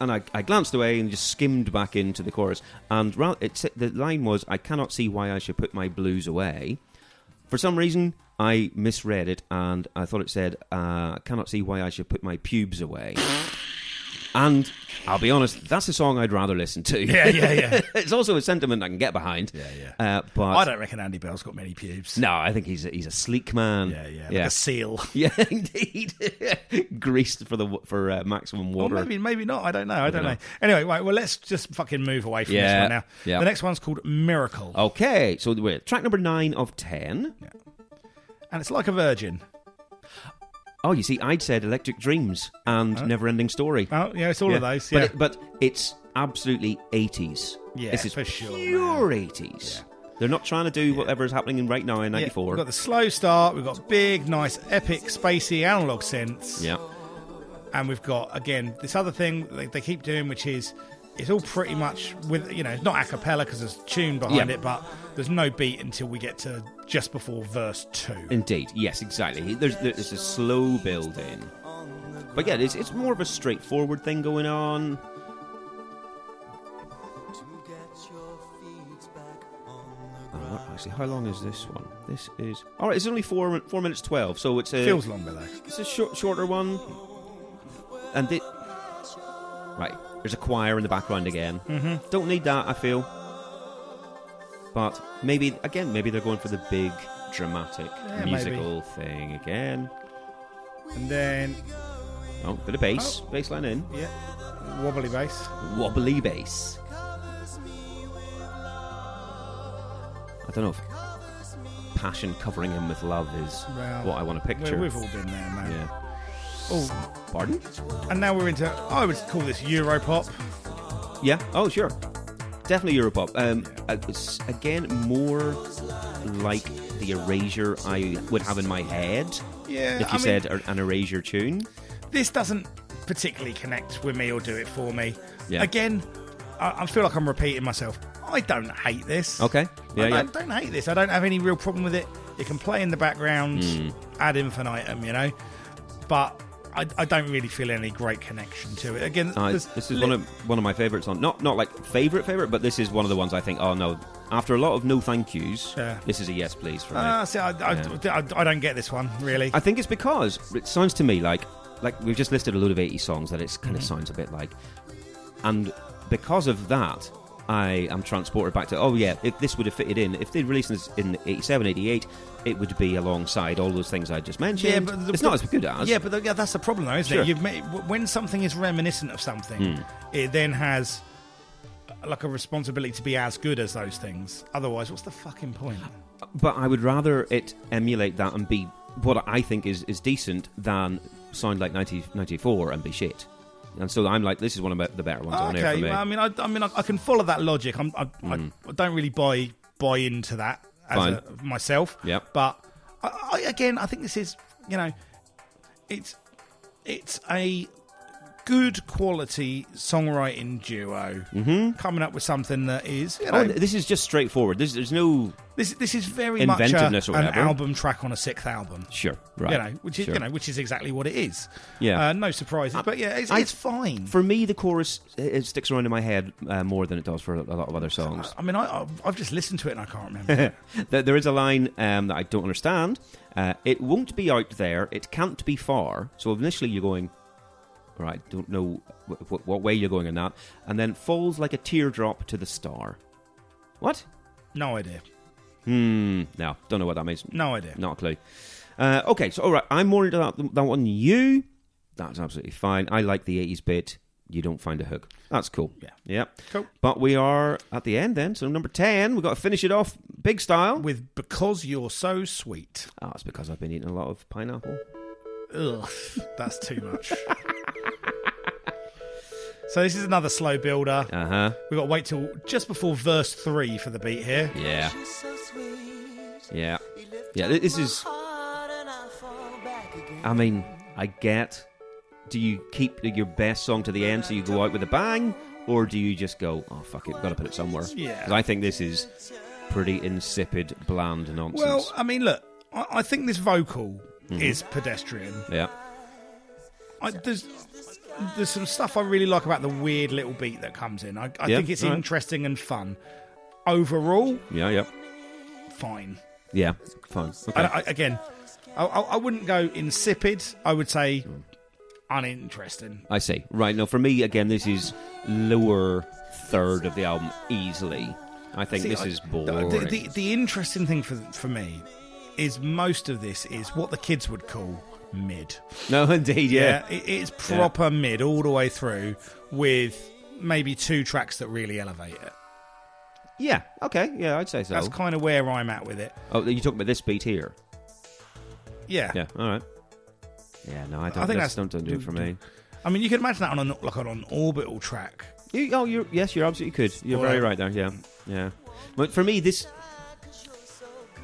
Speaker 2: And I, I glanced away and just skimmed back into the chorus. And ra- it, sa- the line was, "I cannot see why I should put my blues away." For some reason, I misread it and I thought it said, uh, I cannot see why I should put my pubes away. and I'll be honest, that's a song I'd rather listen to.
Speaker 1: Yeah, yeah, yeah.
Speaker 2: it's also a sentiment I can get behind. Yeah, yeah. Uh, but
Speaker 1: I don't reckon Andy Bell's got many pubes.
Speaker 2: No, I think he's a, he's a sleek man.
Speaker 1: Yeah, yeah.
Speaker 2: yeah.
Speaker 1: Like a seal.
Speaker 2: Yeah, indeed. Greased for the wa- for uh, maximum
Speaker 1: Or
Speaker 2: water.
Speaker 1: Oh, maybe, maybe not. I don't know. I don't
Speaker 2: know.
Speaker 1: know. Anyway, right. Well, let's just fucking move away from
Speaker 2: Yeah,
Speaker 1: this one now.
Speaker 2: yeah.
Speaker 1: The next one's called Miracle,
Speaker 2: Okay, so we're at track number nine of ten.
Speaker 1: and it's like a virgin.
Speaker 2: Oh, you see, I'd said Electric Dreams and Never Ending Story.
Speaker 1: Oh, yeah, it's all
Speaker 2: Yeah.
Speaker 1: of those.
Speaker 2: But,
Speaker 1: Yeah,
Speaker 2: it- but it's absolutely 80s.
Speaker 1: Yeah,
Speaker 2: this is
Speaker 1: for sure,
Speaker 2: pure 80s. They're not trying to do whatever is happening in right now in
Speaker 1: Yeah,
Speaker 2: '94.
Speaker 1: We've
Speaker 2: Yeah,
Speaker 1: got the slow start. We've got big, nice, epic, spacey analog synths, and we've got again this other thing that they, they keep doing, which is it's all pretty much with you know it's not a cappella because there's a tune behind
Speaker 2: Yeah.
Speaker 1: it, but there's no beat until we get to just before verse two.
Speaker 2: indeed. Yes, exactly. There's there's a slow build in, but yeah, it's it's more of a straightforward thing going on. Oh, what- Actually, how long is this one? This is all right. It's only four min- four minutes twelve, so it's a
Speaker 1: Feels longer though.
Speaker 2: it's a short, shorter one. And it right, there's a choir in the background again. Mm-hmm. Don't need that, I feel. But maybe again, maybe they're going for the big dramatic
Speaker 1: maybe.
Speaker 2: musical thing again.
Speaker 1: And then
Speaker 2: Oh, bit of bass, bass line in,
Speaker 1: yeah, wobbly bass.
Speaker 2: wobbly bass. I don't know if passion covering him with love is
Speaker 1: Well,
Speaker 2: what I want to picture.
Speaker 1: Well, we've all been there, man.
Speaker 2: yeah.
Speaker 1: Oh,
Speaker 2: Pardon?
Speaker 1: And now we're into, I would call this Europop.
Speaker 2: Yeah. Oh, sure. Definitely Europop. Um, uh, it's, again, more like the Erasure I would have in my head
Speaker 1: Yeah,
Speaker 2: if you
Speaker 1: I mean,
Speaker 2: said a- an Erasure tune.
Speaker 1: this doesn't particularly connect with me or do it for me.
Speaker 2: Yeah.
Speaker 1: Again, I, I feel like I'm repeating myself. I don't hate this.
Speaker 2: Okay. Yeah,
Speaker 1: I
Speaker 2: yeah.
Speaker 1: don't, don't hate this. I don't have any real problem with it. It can play in the background
Speaker 2: Hmm.
Speaker 1: ad infinitum, you know. But I, I don't really feel any great connection to it. Again,
Speaker 2: Uh,
Speaker 1: there's
Speaker 2: this is
Speaker 1: li-
Speaker 2: one of one of my favorites on not not like favorite favorite, but this is one of the ones I think. Oh no! After a lot of no thank yous,
Speaker 1: Yeah.
Speaker 2: this is a yes please for me.
Speaker 1: Ah, see, I, I, I- I don't get this one really.
Speaker 2: I think it's because it sounds to me like like we've just listed a load of 80 songs that it
Speaker 1: Mm-hmm.
Speaker 2: kind of sounds a bit like, and because of that, I am transported back to oh yeah, if this would have fitted in if they'd released this in 87, 88, it would be alongside all those things I just mentioned.
Speaker 1: the-
Speaker 2: it's not as good as
Speaker 1: Yeah, but the, yeah, that's the problem, though, isn't
Speaker 2: Sure.
Speaker 1: it?
Speaker 2: Hmm.
Speaker 1: You've made, w- when something is reminiscent of something, it then has uh, like a responsibility to be as good as those things. Otherwise, what's the fucking point?
Speaker 2: but I would rather it emulate that and be what I think is, is decent than sound like 90, 94 and be shit. And so I'm like, this is one of the- the better ones on here for
Speaker 1: okay,
Speaker 2: me. Hmm.
Speaker 1: well, I mean, I, I mean, I, I can follow that logic. I'm, I, I, I don't really buy buy into that as
Speaker 2: Fine.
Speaker 1: a, myself.
Speaker 2: Yep.
Speaker 1: but I, I, again, I think this is you know, it's it's a good quality songwriting duo coming up with something that is, you know,
Speaker 2: Mm-hmm. Oh, this is just straightforward. This, there's no
Speaker 1: this this is very
Speaker 2: Inventiveness
Speaker 1: much a,
Speaker 2: or
Speaker 1: an
Speaker 2: whatever.
Speaker 1: album track on a sixth album.
Speaker 2: sure, right?
Speaker 1: You know, which is
Speaker 2: Sure.
Speaker 1: you know, which is exactly what it is.
Speaker 2: Yeah.
Speaker 1: uh, no surprises. but yeah, it's,
Speaker 2: I-
Speaker 1: it's fine.
Speaker 2: For me, the chorus it it sticks around in my head uh, more than it does for a lot of other songs.
Speaker 1: I mean, I, I've- I've just listened to it and I can't remember.
Speaker 2: There there is a line um, that I don't understand. Uh, it won't be out there. It can't be far. So initially you're going, all right, don't know wh- wh- what way you're going in that, and then falls like a teardrop to the star. What?
Speaker 1: no idea.
Speaker 2: Hmm. No, don't know what that means.
Speaker 1: No idea.
Speaker 2: Not a clue. Uh, okay, so all right, I'm more into that, that one. than You, that's absolutely fine. I like the '80s bit. You don't find a hook. That's cool.
Speaker 1: Yeah.
Speaker 2: Yep.
Speaker 1: Cool.
Speaker 2: But we are at the end then. So number ten, we've got to finish it off big style.
Speaker 1: With because you're so sweet.
Speaker 2: Oh, it's because I've been eating a lot of pineapple.
Speaker 1: Ugh, that's too much. so this is another slow builder.
Speaker 2: Uh huh.
Speaker 1: We've got to wait till just before verse three for the beat here.
Speaker 2: Yeah.
Speaker 3: She's so sweet.
Speaker 2: Yeah.
Speaker 3: You lift
Speaker 2: Yeah.
Speaker 3: up
Speaker 2: thi- This
Speaker 3: my
Speaker 2: is.
Speaker 3: heart and I fall back again.
Speaker 2: I mean, I get. Do you keep your best song to the end so you go out with a bang, or do you just go, oh fuck it, gotta put it somewhere?
Speaker 1: Yeah.
Speaker 2: 'Cause I think this is pretty insipid, bland nonsense.
Speaker 1: Well, I mean, look, I, I think this vocal
Speaker 2: Mm-hmm.
Speaker 1: is pedestrian.
Speaker 2: yeah.
Speaker 1: I, there's there's some stuff I really like about the weird little beat that comes in. I, I
Speaker 2: Yeah,
Speaker 1: think it's
Speaker 2: alright.
Speaker 1: interesting and fun. Overall,
Speaker 2: Yeah. Yeah.
Speaker 1: fine.
Speaker 2: Yeah. Fine.
Speaker 1: I,
Speaker 2: Okay.
Speaker 1: I, again, I, I I wouldn't go insipid. I would say uninteresting.
Speaker 2: I see. Right now, for me, again, this is lower third of the album easily. I think
Speaker 1: See,
Speaker 2: this
Speaker 1: I-
Speaker 2: is
Speaker 1: the-
Speaker 2: boring.
Speaker 1: The, the, the interesting thing for for me is most of this is what the kids would call mid.
Speaker 2: no, indeed, yeah.
Speaker 1: it, it's proper mid all the way through, with maybe two tracks that really elevate it.
Speaker 2: yeah, Okay, yeah, I'd say so.
Speaker 1: That's kind of where I'm at with it.
Speaker 2: oh, you talking about this beat here?
Speaker 1: Yeah.
Speaker 2: Yeah. All right. Yeah. No, I don't.
Speaker 1: I think that's-
Speaker 2: that's, don't, don't do it for me.
Speaker 1: I mean, you could imagine that on an, like on an orbital track.
Speaker 2: You, oh, you're yes, you're absolutely could. You're
Speaker 1: All
Speaker 2: very
Speaker 1: right.
Speaker 2: right there. Yeah, yeah. But for me, this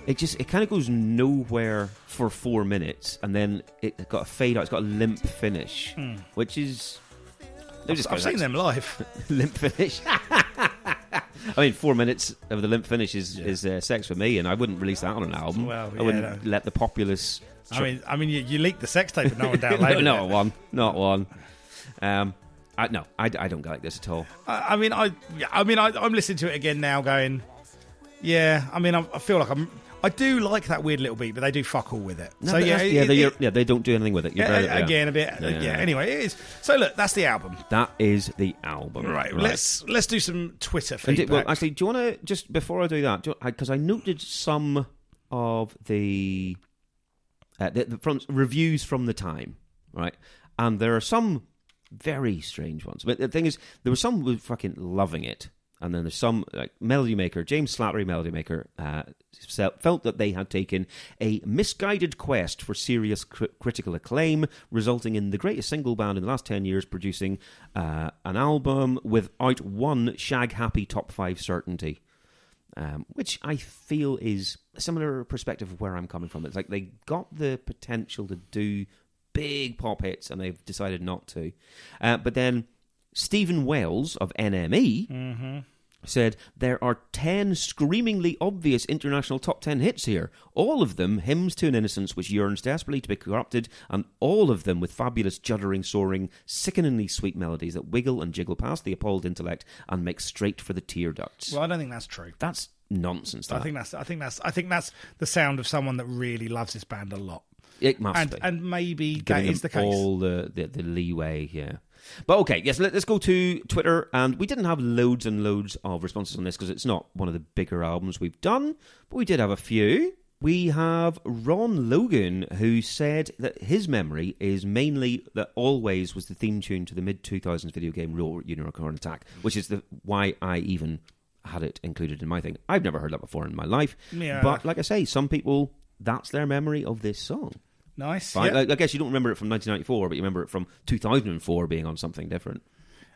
Speaker 2: it just it kind of goes nowhere for four minutes, and then it got a fade out. It's got a limp finish, which is. they've just
Speaker 1: I've
Speaker 2: got
Speaker 1: seen
Speaker 2: that
Speaker 1: them live.
Speaker 2: limp finish. I mean, four minutes of the limp finish is is uh, sex for me, and I wouldn't release that on an album.
Speaker 1: Well,
Speaker 2: I
Speaker 1: yeah,
Speaker 2: wouldn't
Speaker 1: no.
Speaker 2: let the populace.
Speaker 1: I mean, I mean, you, you leaked the sex tape, but no one downloaded
Speaker 2: no, not
Speaker 1: it.
Speaker 2: one, not one. Um, I, no, I, I don't like this at all.
Speaker 1: I, I mean, I, yeah, I mean, I, I'm listening to it again now, going, yeah. I mean, I, I feel like I'm. I do like that weird little beat, but they do fuck all with it. so
Speaker 2: No, but
Speaker 1: yeah,
Speaker 2: that's-
Speaker 1: it-
Speaker 2: yeah,
Speaker 1: it-
Speaker 2: they,
Speaker 1: it-
Speaker 2: you're- yeah, they don't do anything with it. You're
Speaker 1: yeah,
Speaker 2: very- yeah.
Speaker 1: again, a bit. uh, Yeah.
Speaker 2: Yeah.
Speaker 1: Anyway, it is. So look, that's the album.
Speaker 2: that is the album.
Speaker 1: Right. Let's let's do some Twitter
Speaker 2: And
Speaker 1: feedback.
Speaker 2: did- well, actually, do you want to just before I do that, because I, noted some of the, uh, the, the from reviews from the time, right? And there are some very strange ones. But the thing is, there were some who were fucking loving it, and then there's some like Melody Maker, James Slattery, Melody Maker, uh, se- felt that they had taken a misguided quest for serious cr- critical acclaim, resulting in the greatest single band in the last ten years producing uh, an album without one shag happy top five certainty. Um, which I feel is a similar perspective of where I'm coming from. It's like they got the potential to do big pop hits and they've decided not to. Uh, but then Stephen Wells of NME said there are 10 screamingly obvious international top 10 hits here, all of them hymns to an innocence which yearns desperately to be corrupted, and all of them with fabulous, juddering, soaring, sickeningly sweet melodies that wiggle and jiggle past the appalled intellect and make straight for the tear ducts.
Speaker 1: well, I don't think that's true.
Speaker 2: That's nonsense. That.
Speaker 1: I think that's I think that's I think that's the sound of someone that really loves this band a lot.
Speaker 2: it must
Speaker 1: And
Speaker 2: be.
Speaker 1: and maybe
Speaker 2: Giving
Speaker 1: that is the
Speaker 2: them
Speaker 1: case.
Speaker 2: All the, the, the leeway, yeah. But okay, yes, let, us go to Twitter. And we didn't have loads and loads of responses on this because it's not one of the bigger albums we've done, but we did have a few. We have Ron Logan, who said that his memory is mainly that Always was the theme tune to the mid 2000s video game Raw Unicorn Attack, which is the why I even had it included in my thing. I've never heard that before in my life.
Speaker 1: Yeah.
Speaker 2: But like I say, some people, that's their memory of this song.
Speaker 1: Nice.
Speaker 2: Fine.
Speaker 1: yeah.
Speaker 2: I, I guess you don't remember it from 1994, but you remember it from 2004 being on something different.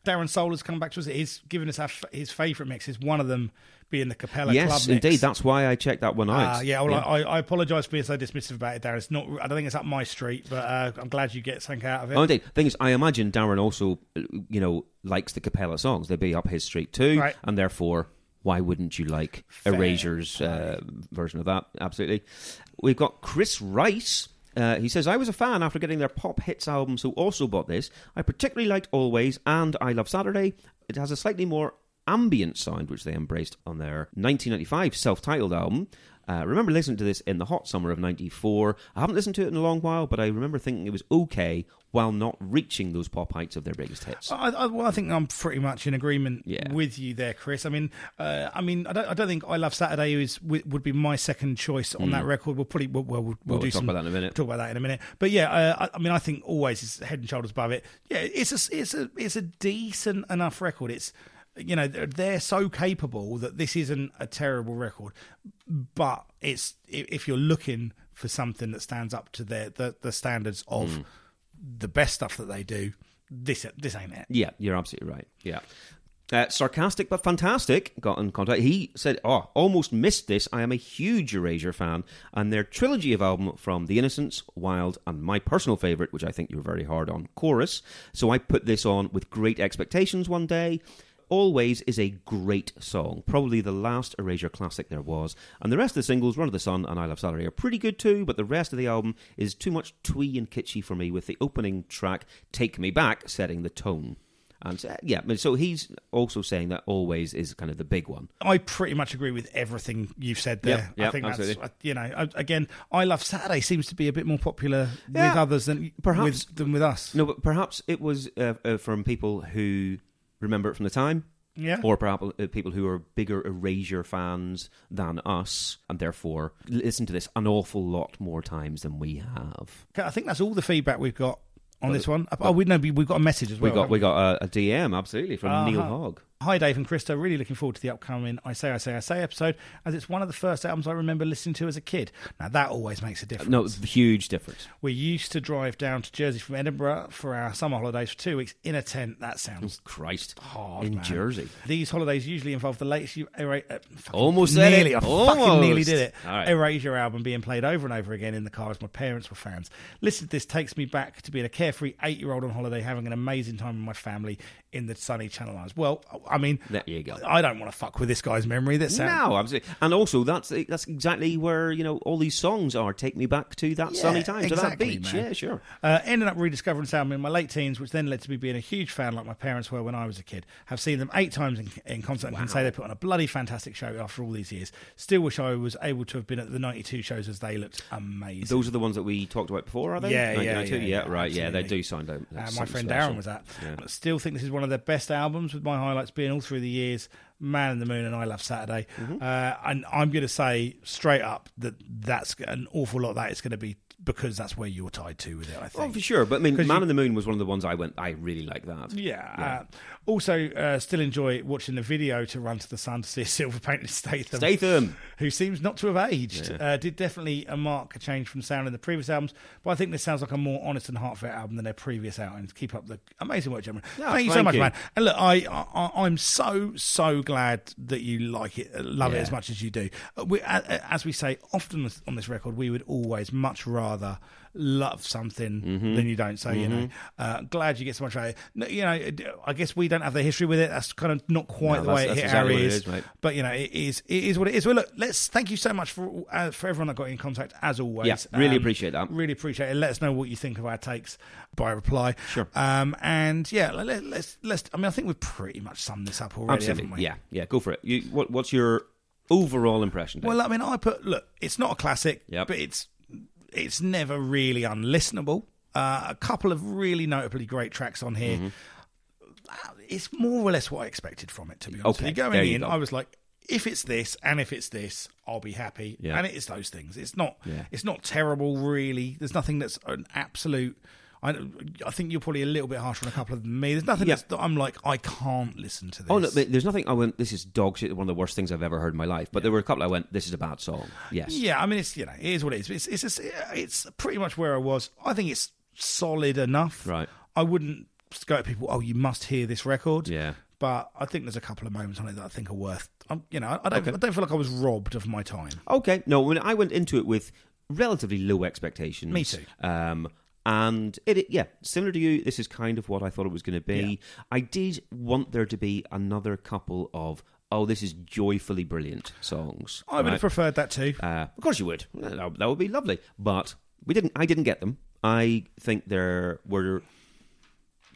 Speaker 1: Darren Soul has come back to us. He's given us our, f- his favourite mixes. One of them being the Capella Club. mix.
Speaker 2: yes, indeed. That's why I checked that one out.
Speaker 1: Uh, yeah, well, I, I apologise for being so dismissive about it, Darren. It's not. I don't think it's up my street, but uh, I'm glad you get something out of it.
Speaker 2: Oh, indeed. Thing is, I imagine Darren also, uh, you know, likes the Capella songs. They'd be up his street too,
Speaker 1: Right.
Speaker 2: and therefore, why wouldn't you like
Speaker 1: Fair
Speaker 2: Erasure's uh, version of that? Absolutely. We've got Chris Rice. Uh, he says, I was a fan after getting their pop hits album, so also bought this. I particularly liked Always and I Love Saturday. It has a slightly more ambient sound, which they embraced on their 1995 self titled album. Uh, I remember listening to this in the hot summer of 94. I haven't listened to it in a long while, but I remember thinking it was okay while not reaching those pop heights of their biggest hits.
Speaker 1: I, I, well, I think I'm pretty much in agreement
Speaker 2: Yeah.
Speaker 1: with you there, Chris. I mean, uh, I mean, I don't, I don't think I Love Saturday is would would be my second choice
Speaker 2: Hmm.
Speaker 1: on that record. We'll probably we'll, well, we'll,
Speaker 2: Well,
Speaker 1: do
Speaker 2: we'll talk
Speaker 1: some-
Speaker 2: about that in a minute.
Speaker 1: Talk about that in a minute. But yeah, uh, I, I mean, I think always is head and shoulders above it. Yeah, it's a s- it's a it's a decent enough record. It's you know they're, they're so capable that this isn't a terrible record, but it's i- if you're looking for something that stands up to their the, the standards of
Speaker 2: Hmm.
Speaker 1: the best stuff that they do. This this ain't it.
Speaker 2: Yeah, you're absolutely right. Yeah. Uh, sarcastic but fantastic got in contact. He said, "Oh, almost missed this. I am a huge Erasure fan, and their trilogy of album from The Innocents, Wild, and my personal favorite, which I think you were very hard on, Chorus. So I put this on with great expectations one day. Always is a great song, probably the last Erasure classic there was, and the rest of the singles, Run of the Sun and I Love Saturday, are pretty good too. But the rest of the album is too much twee and kitschy for me, with the opening track "Take Me Back" setting the tone." And so, yeah, but so he's also saying that always is kind of the big one.
Speaker 1: I pretty much agree with everything you've said there.
Speaker 2: Yep, yep,
Speaker 1: I think
Speaker 2: absolutely.
Speaker 1: that's you know I- again, I love Saturday seems to be a bit more popular with
Speaker 2: Yeah,
Speaker 1: others than
Speaker 2: perhaps.
Speaker 1: with, than with us.
Speaker 2: No, but perhaps it was uh, uh, from people who remember it from the time,
Speaker 1: Yeah.
Speaker 2: or perhaps uh, people who are bigger Erasure fans than us, and therefore listen to this an awful lot more times than we have.
Speaker 1: Okay, I think that's all the feedback we've got on this one. Oh, we know we've got a message as
Speaker 2: We
Speaker 1: well. Uh-huh.
Speaker 2: got
Speaker 1: haven't
Speaker 2: we got a, a DM absolutely from Neil Hogg.
Speaker 1: Hi, Dave and Krista. Really looking forward to the upcoming I Say, I Say, I Say episode, as it's one of the first albums I remember listening to as a kid. Now, that always makes a difference.
Speaker 2: No, huge difference.
Speaker 1: We used to drive down to Jersey from Edinburgh for our summer holidays for two weeks in a tent. That sounds
Speaker 2: Christ,
Speaker 1: hard,
Speaker 2: in
Speaker 1: man.
Speaker 2: Jersey.
Speaker 1: These holidays usually involve the latest you era- uh, fucking
Speaker 2: Almost said
Speaker 1: nearly,
Speaker 2: it.
Speaker 1: I fucking
Speaker 2: Almost.
Speaker 1: nearly did it.
Speaker 2: All right.
Speaker 1: Erasure album being played over and over again in the car as my parents were fans. Listen, to this takes me back to being a carefree eight-year-old on holiday, having an amazing time with my family in the sunny Channel Islands. Well, I mean,
Speaker 2: There you go.
Speaker 1: I don't want to fuck with this guy's memory. That sounds
Speaker 2: No, absolutely, and also that's that's exactly where you know all these songs are. Take me back to that sunny time, to that
Speaker 1: exactly,
Speaker 2: beach.
Speaker 1: man.
Speaker 2: Yeah, sure.
Speaker 1: Uh, ended up rediscovering Salmon in my late teens, which then led to me being a huge fan, like my parents were when I was a kid. Have seen them eight times in, in concert and can say they put on a bloody fantastic show after all these years. Still wish I was able to have been at the 92 shows as they looked amazing.
Speaker 2: Those are the ones that we talked about before, are they?
Speaker 1: Yeah, yeah,
Speaker 2: 1992?
Speaker 1: yeah, yeah,
Speaker 2: right, yeah, they
Speaker 1: absolutely.
Speaker 2: do sound like
Speaker 1: Uh, my
Speaker 2: something
Speaker 1: friend
Speaker 2: special.
Speaker 1: Darren was at.
Speaker 2: Yeah.
Speaker 1: I still think this is one of their best albums, with my highlights being all through the years Man in the Moon and I Love Saturday.
Speaker 2: Mm-hmm.
Speaker 1: Uh, and I'm going to say straight up that that's an awful lot of that is going to be because that's where you're tied to with it, I
Speaker 2: Oh,
Speaker 1: think.
Speaker 2: for sure, but I mean,
Speaker 1: 'Cause
Speaker 2: Man
Speaker 1: you-
Speaker 2: in the Moon was one of the ones I went. I really like that.
Speaker 1: Yeah. Uh, also, uh, still enjoy watching the video to Run to the Sun to see a silver painted Statham.
Speaker 2: Statham.
Speaker 1: Who seems not to have aged. Uh, did definitely uh, mark a change from sound in the previous albums, but I think this sounds like a more honest and heartfelt album than their previous outings. Keep up the amazing work, gentlemen.
Speaker 2: Yeah,
Speaker 1: thank you so
Speaker 2: thank
Speaker 1: much,
Speaker 2: you.
Speaker 1: man. And look, I, I, I'm so, so glad that you like it, uh, love it
Speaker 2: Yeah.
Speaker 1: as much as you do. Uh, We, a- a- as we say often with- on this record, we would always much rather love something
Speaker 2: Mm-hmm.
Speaker 1: than you don't. So, you know, uh, glad you get so much out of it. No, You know, d- I guess we don't have the history with it. That's kind of not quite
Speaker 2: No,
Speaker 1: the way
Speaker 2: that's-
Speaker 1: it
Speaker 2: that's
Speaker 1: hit
Speaker 2: exactly
Speaker 1: our
Speaker 2: what it
Speaker 1: ears.
Speaker 2: is, mate.
Speaker 1: But, you know, it is, it is what it is. Well, look, let's thank you so much for uh, for everyone that got in contact, as always. Um,
Speaker 2: Yeah, really appreciate that.
Speaker 1: Really appreciate it. Let us know what you think of our takes by reply.
Speaker 2: Sure.
Speaker 1: Um, and yeah, let, let- let's let's. I mean, I think we've pretty much summed this up already,
Speaker 2: Absolutely,
Speaker 1: haven't we?
Speaker 2: yeah, yeah. Go for it. You, what, what's your overall impression? Dave?
Speaker 1: Well, I mean, I put look. It's not a classic,
Speaker 2: Yep.
Speaker 1: but it's it's never really unlistenable. Uh, a couple of really notably great tracks on here.
Speaker 2: Mm-hmm.
Speaker 1: Uh, It's more or less what I expected from it. To be honest,
Speaker 2: Okay,
Speaker 1: with you. going
Speaker 2: there you
Speaker 1: in,
Speaker 2: go.
Speaker 1: I was like, if it's this and if it's this, I'll be happy.
Speaker 2: Yeah.
Speaker 1: And it is those things. It's not.
Speaker 2: Yeah.
Speaker 1: It's not terrible, really. There's nothing that's an absolute. I, I think you're probably a little bit harsher on a couple of them than me. There's nothing
Speaker 2: Yeah.
Speaker 1: that's, that I'm like I can't listen to this.
Speaker 2: oh no, but there's nothing. I went. This is dog shit. One of the worst things I've ever heard in my life. But there were a couple. I went. This is a bad song. Yes.
Speaker 1: Yeah, I mean, it's you know, it is what it is. It's it's just, it's pretty much where I was. I think it's solid enough.
Speaker 2: Right.
Speaker 1: I wouldn't just go to people, oh, you must hear this record.
Speaker 2: Yeah.
Speaker 1: But I think there's a couple of moments on it that I think are worth. I'm, you know, I- I don't, I don't feel like I was robbed of my time.
Speaker 2: Okay. No, when I went into it with relatively low expectations.
Speaker 1: Me too.
Speaker 2: Um, and it, it- yeah, similar to you, this is kind of what I thought it was going to be. I did want there to be another couple of oh, this is joyfully brilliant songs.
Speaker 1: I would
Speaker 2: right?
Speaker 1: have preferred that too.
Speaker 2: Uh, of course you would. That that would be lovely. But we didn't. I didn't get them. I think there were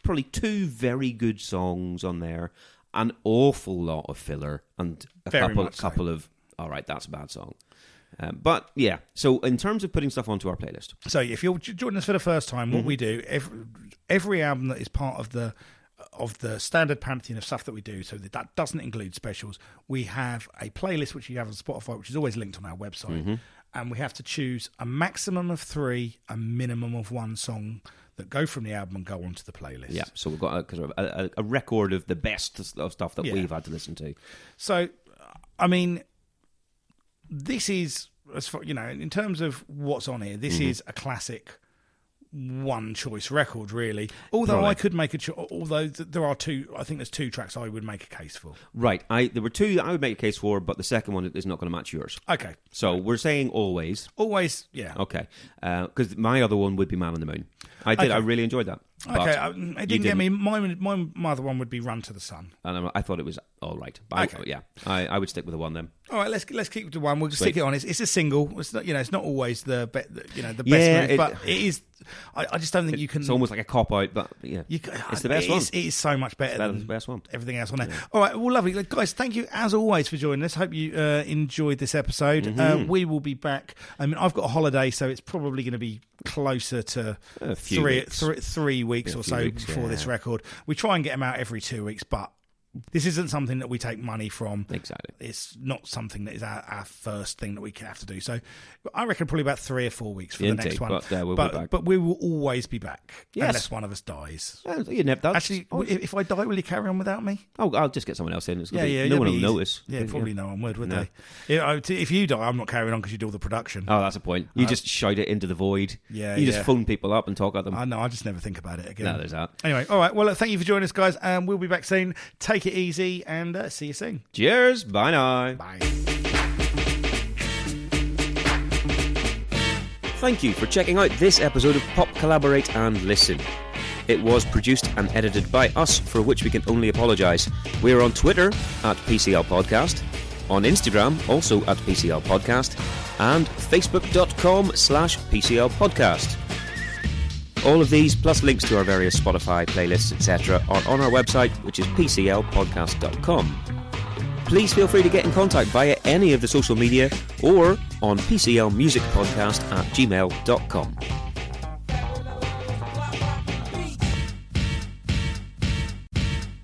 Speaker 2: probably two very good songs on there, an awful lot of filler, and a
Speaker 1: Very
Speaker 2: couple
Speaker 1: much so.
Speaker 2: couple of all right, that's a bad song. Um, but yeah, so in terms of putting stuff onto our playlist,
Speaker 1: So if you're j- joining us for the first time, what we do every, every album that is part of the of the standard pantheon of stuff that we do, so that, that doesn't include specials, we have a playlist which you have on Spotify, which is always linked on our website, and we have to choose a maximum of three, a minimum of one song that go from the album and go onto the playlist.
Speaker 2: yeah, so we've got a, kind of a, a- a record of the best of stuff that
Speaker 1: Yeah.
Speaker 2: we've had to listen to.
Speaker 1: So, I mean, this is as far you know in terms of what's on here. This
Speaker 2: Mm-hmm.
Speaker 1: is a classic one choice record, really. Although I
Speaker 2: Probably.
Speaker 1: could make a cho- although th- there are two. I think there's two tracks I would make a case for.
Speaker 2: Right, I there were two that I would make a case for, but the second one is not going to match yours.
Speaker 1: Okay,
Speaker 2: So we're saying always.
Speaker 1: always yeah.
Speaker 2: Okay, because my other one would be Man on the Moon. I did.
Speaker 1: Okay.
Speaker 2: I really enjoyed that. But-
Speaker 1: okay, I, it didn't,
Speaker 2: you
Speaker 1: get me. My my mother one would be Run to the Sun.
Speaker 2: and I'm- I thought it was all right. But I,
Speaker 1: Okay.
Speaker 2: yeah, I, I would stick with the one then.
Speaker 1: All right, let's let's keep to one. We'll stick it on. It's, it's a single. It's not you know it's not always the be, the- you know the best
Speaker 2: Yeah,
Speaker 1: move,
Speaker 2: it-
Speaker 1: but it is. I, I just don't think you can.
Speaker 2: It's almost like a cop out, but yeah,
Speaker 1: You c-
Speaker 2: it's the best
Speaker 1: it
Speaker 2: one.
Speaker 1: is- it is so much better
Speaker 2: better
Speaker 1: than
Speaker 2: than the best one.
Speaker 1: Everything else on there. All right. Well, lovely. Look, guys, thank you as always for joining us. Hope you uh, enjoyed this episode.
Speaker 2: Mm-hmm.
Speaker 1: Uh, we will be back. I mean, I've got a holiday, so it's probably going to be closer to
Speaker 2: A few
Speaker 1: three,
Speaker 2: weeks.
Speaker 1: three, three weeks
Speaker 2: A
Speaker 1: or
Speaker 2: few
Speaker 1: so
Speaker 2: weeks,
Speaker 1: before this
Speaker 2: yeah.
Speaker 1: record. We try and get them out every two weeks, but this isn't something that we take money from.
Speaker 2: Exactly.
Speaker 1: It's not something that is our, our first thing that we have to do. So I reckon probably about three or four weeks for the
Speaker 2: Indeed,
Speaker 1: next one.
Speaker 2: but, uh, we'll be
Speaker 1: but,
Speaker 2: back.
Speaker 1: but we will always be back
Speaker 2: Yes.
Speaker 1: unless one of us dies.
Speaker 2: Well, you never, that's,
Speaker 1: Actually,
Speaker 2: oh,
Speaker 1: w- if I die, will you carry on without me?
Speaker 2: oh, I'll just get someone else in. It's gonna
Speaker 1: Yeah,
Speaker 2: be,
Speaker 1: yeah.
Speaker 2: no
Speaker 1: that'd
Speaker 2: one
Speaker 1: be
Speaker 2: will
Speaker 1: easy.
Speaker 2: notice.
Speaker 1: Yeah, probably no one would, would
Speaker 2: No.
Speaker 1: they? Yeah, I- t- if you die, I'm not carrying on because you do all the production.
Speaker 2: Oh, that's a point. You just shout it into the void.
Speaker 1: Uh, Yeah,
Speaker 2: you just
Speaker 1: yeah.
Speaker 2: phone people up and talk at them.
Speaker 1: I know. I just never think about it again.
Speaker 2: No, there's that.
Speaker 1: Anyway, all right. Well, uh, thank you for joining us, guys, and we'll be back soon. Take it easy, and uh, see you soon.
Speaker 2: Cheers. Bye now.
Speaker 1: Bye.
Speaker 2: Thank you for checking out this episode of Pop Collaborate and Listen. It was produced and edited by us, for which we can only apologise. We are on Twitter at PCL Podcast, on Instagram also at PCL Podcast, and Facebook.com slash PCL Podcast. All of these, plus links to our various Spotify playlists, etc., are on our website, which is PCLpodcast.com please feel free to get in contact via any of the social media or on PCLmusicpodcast at gmail.com.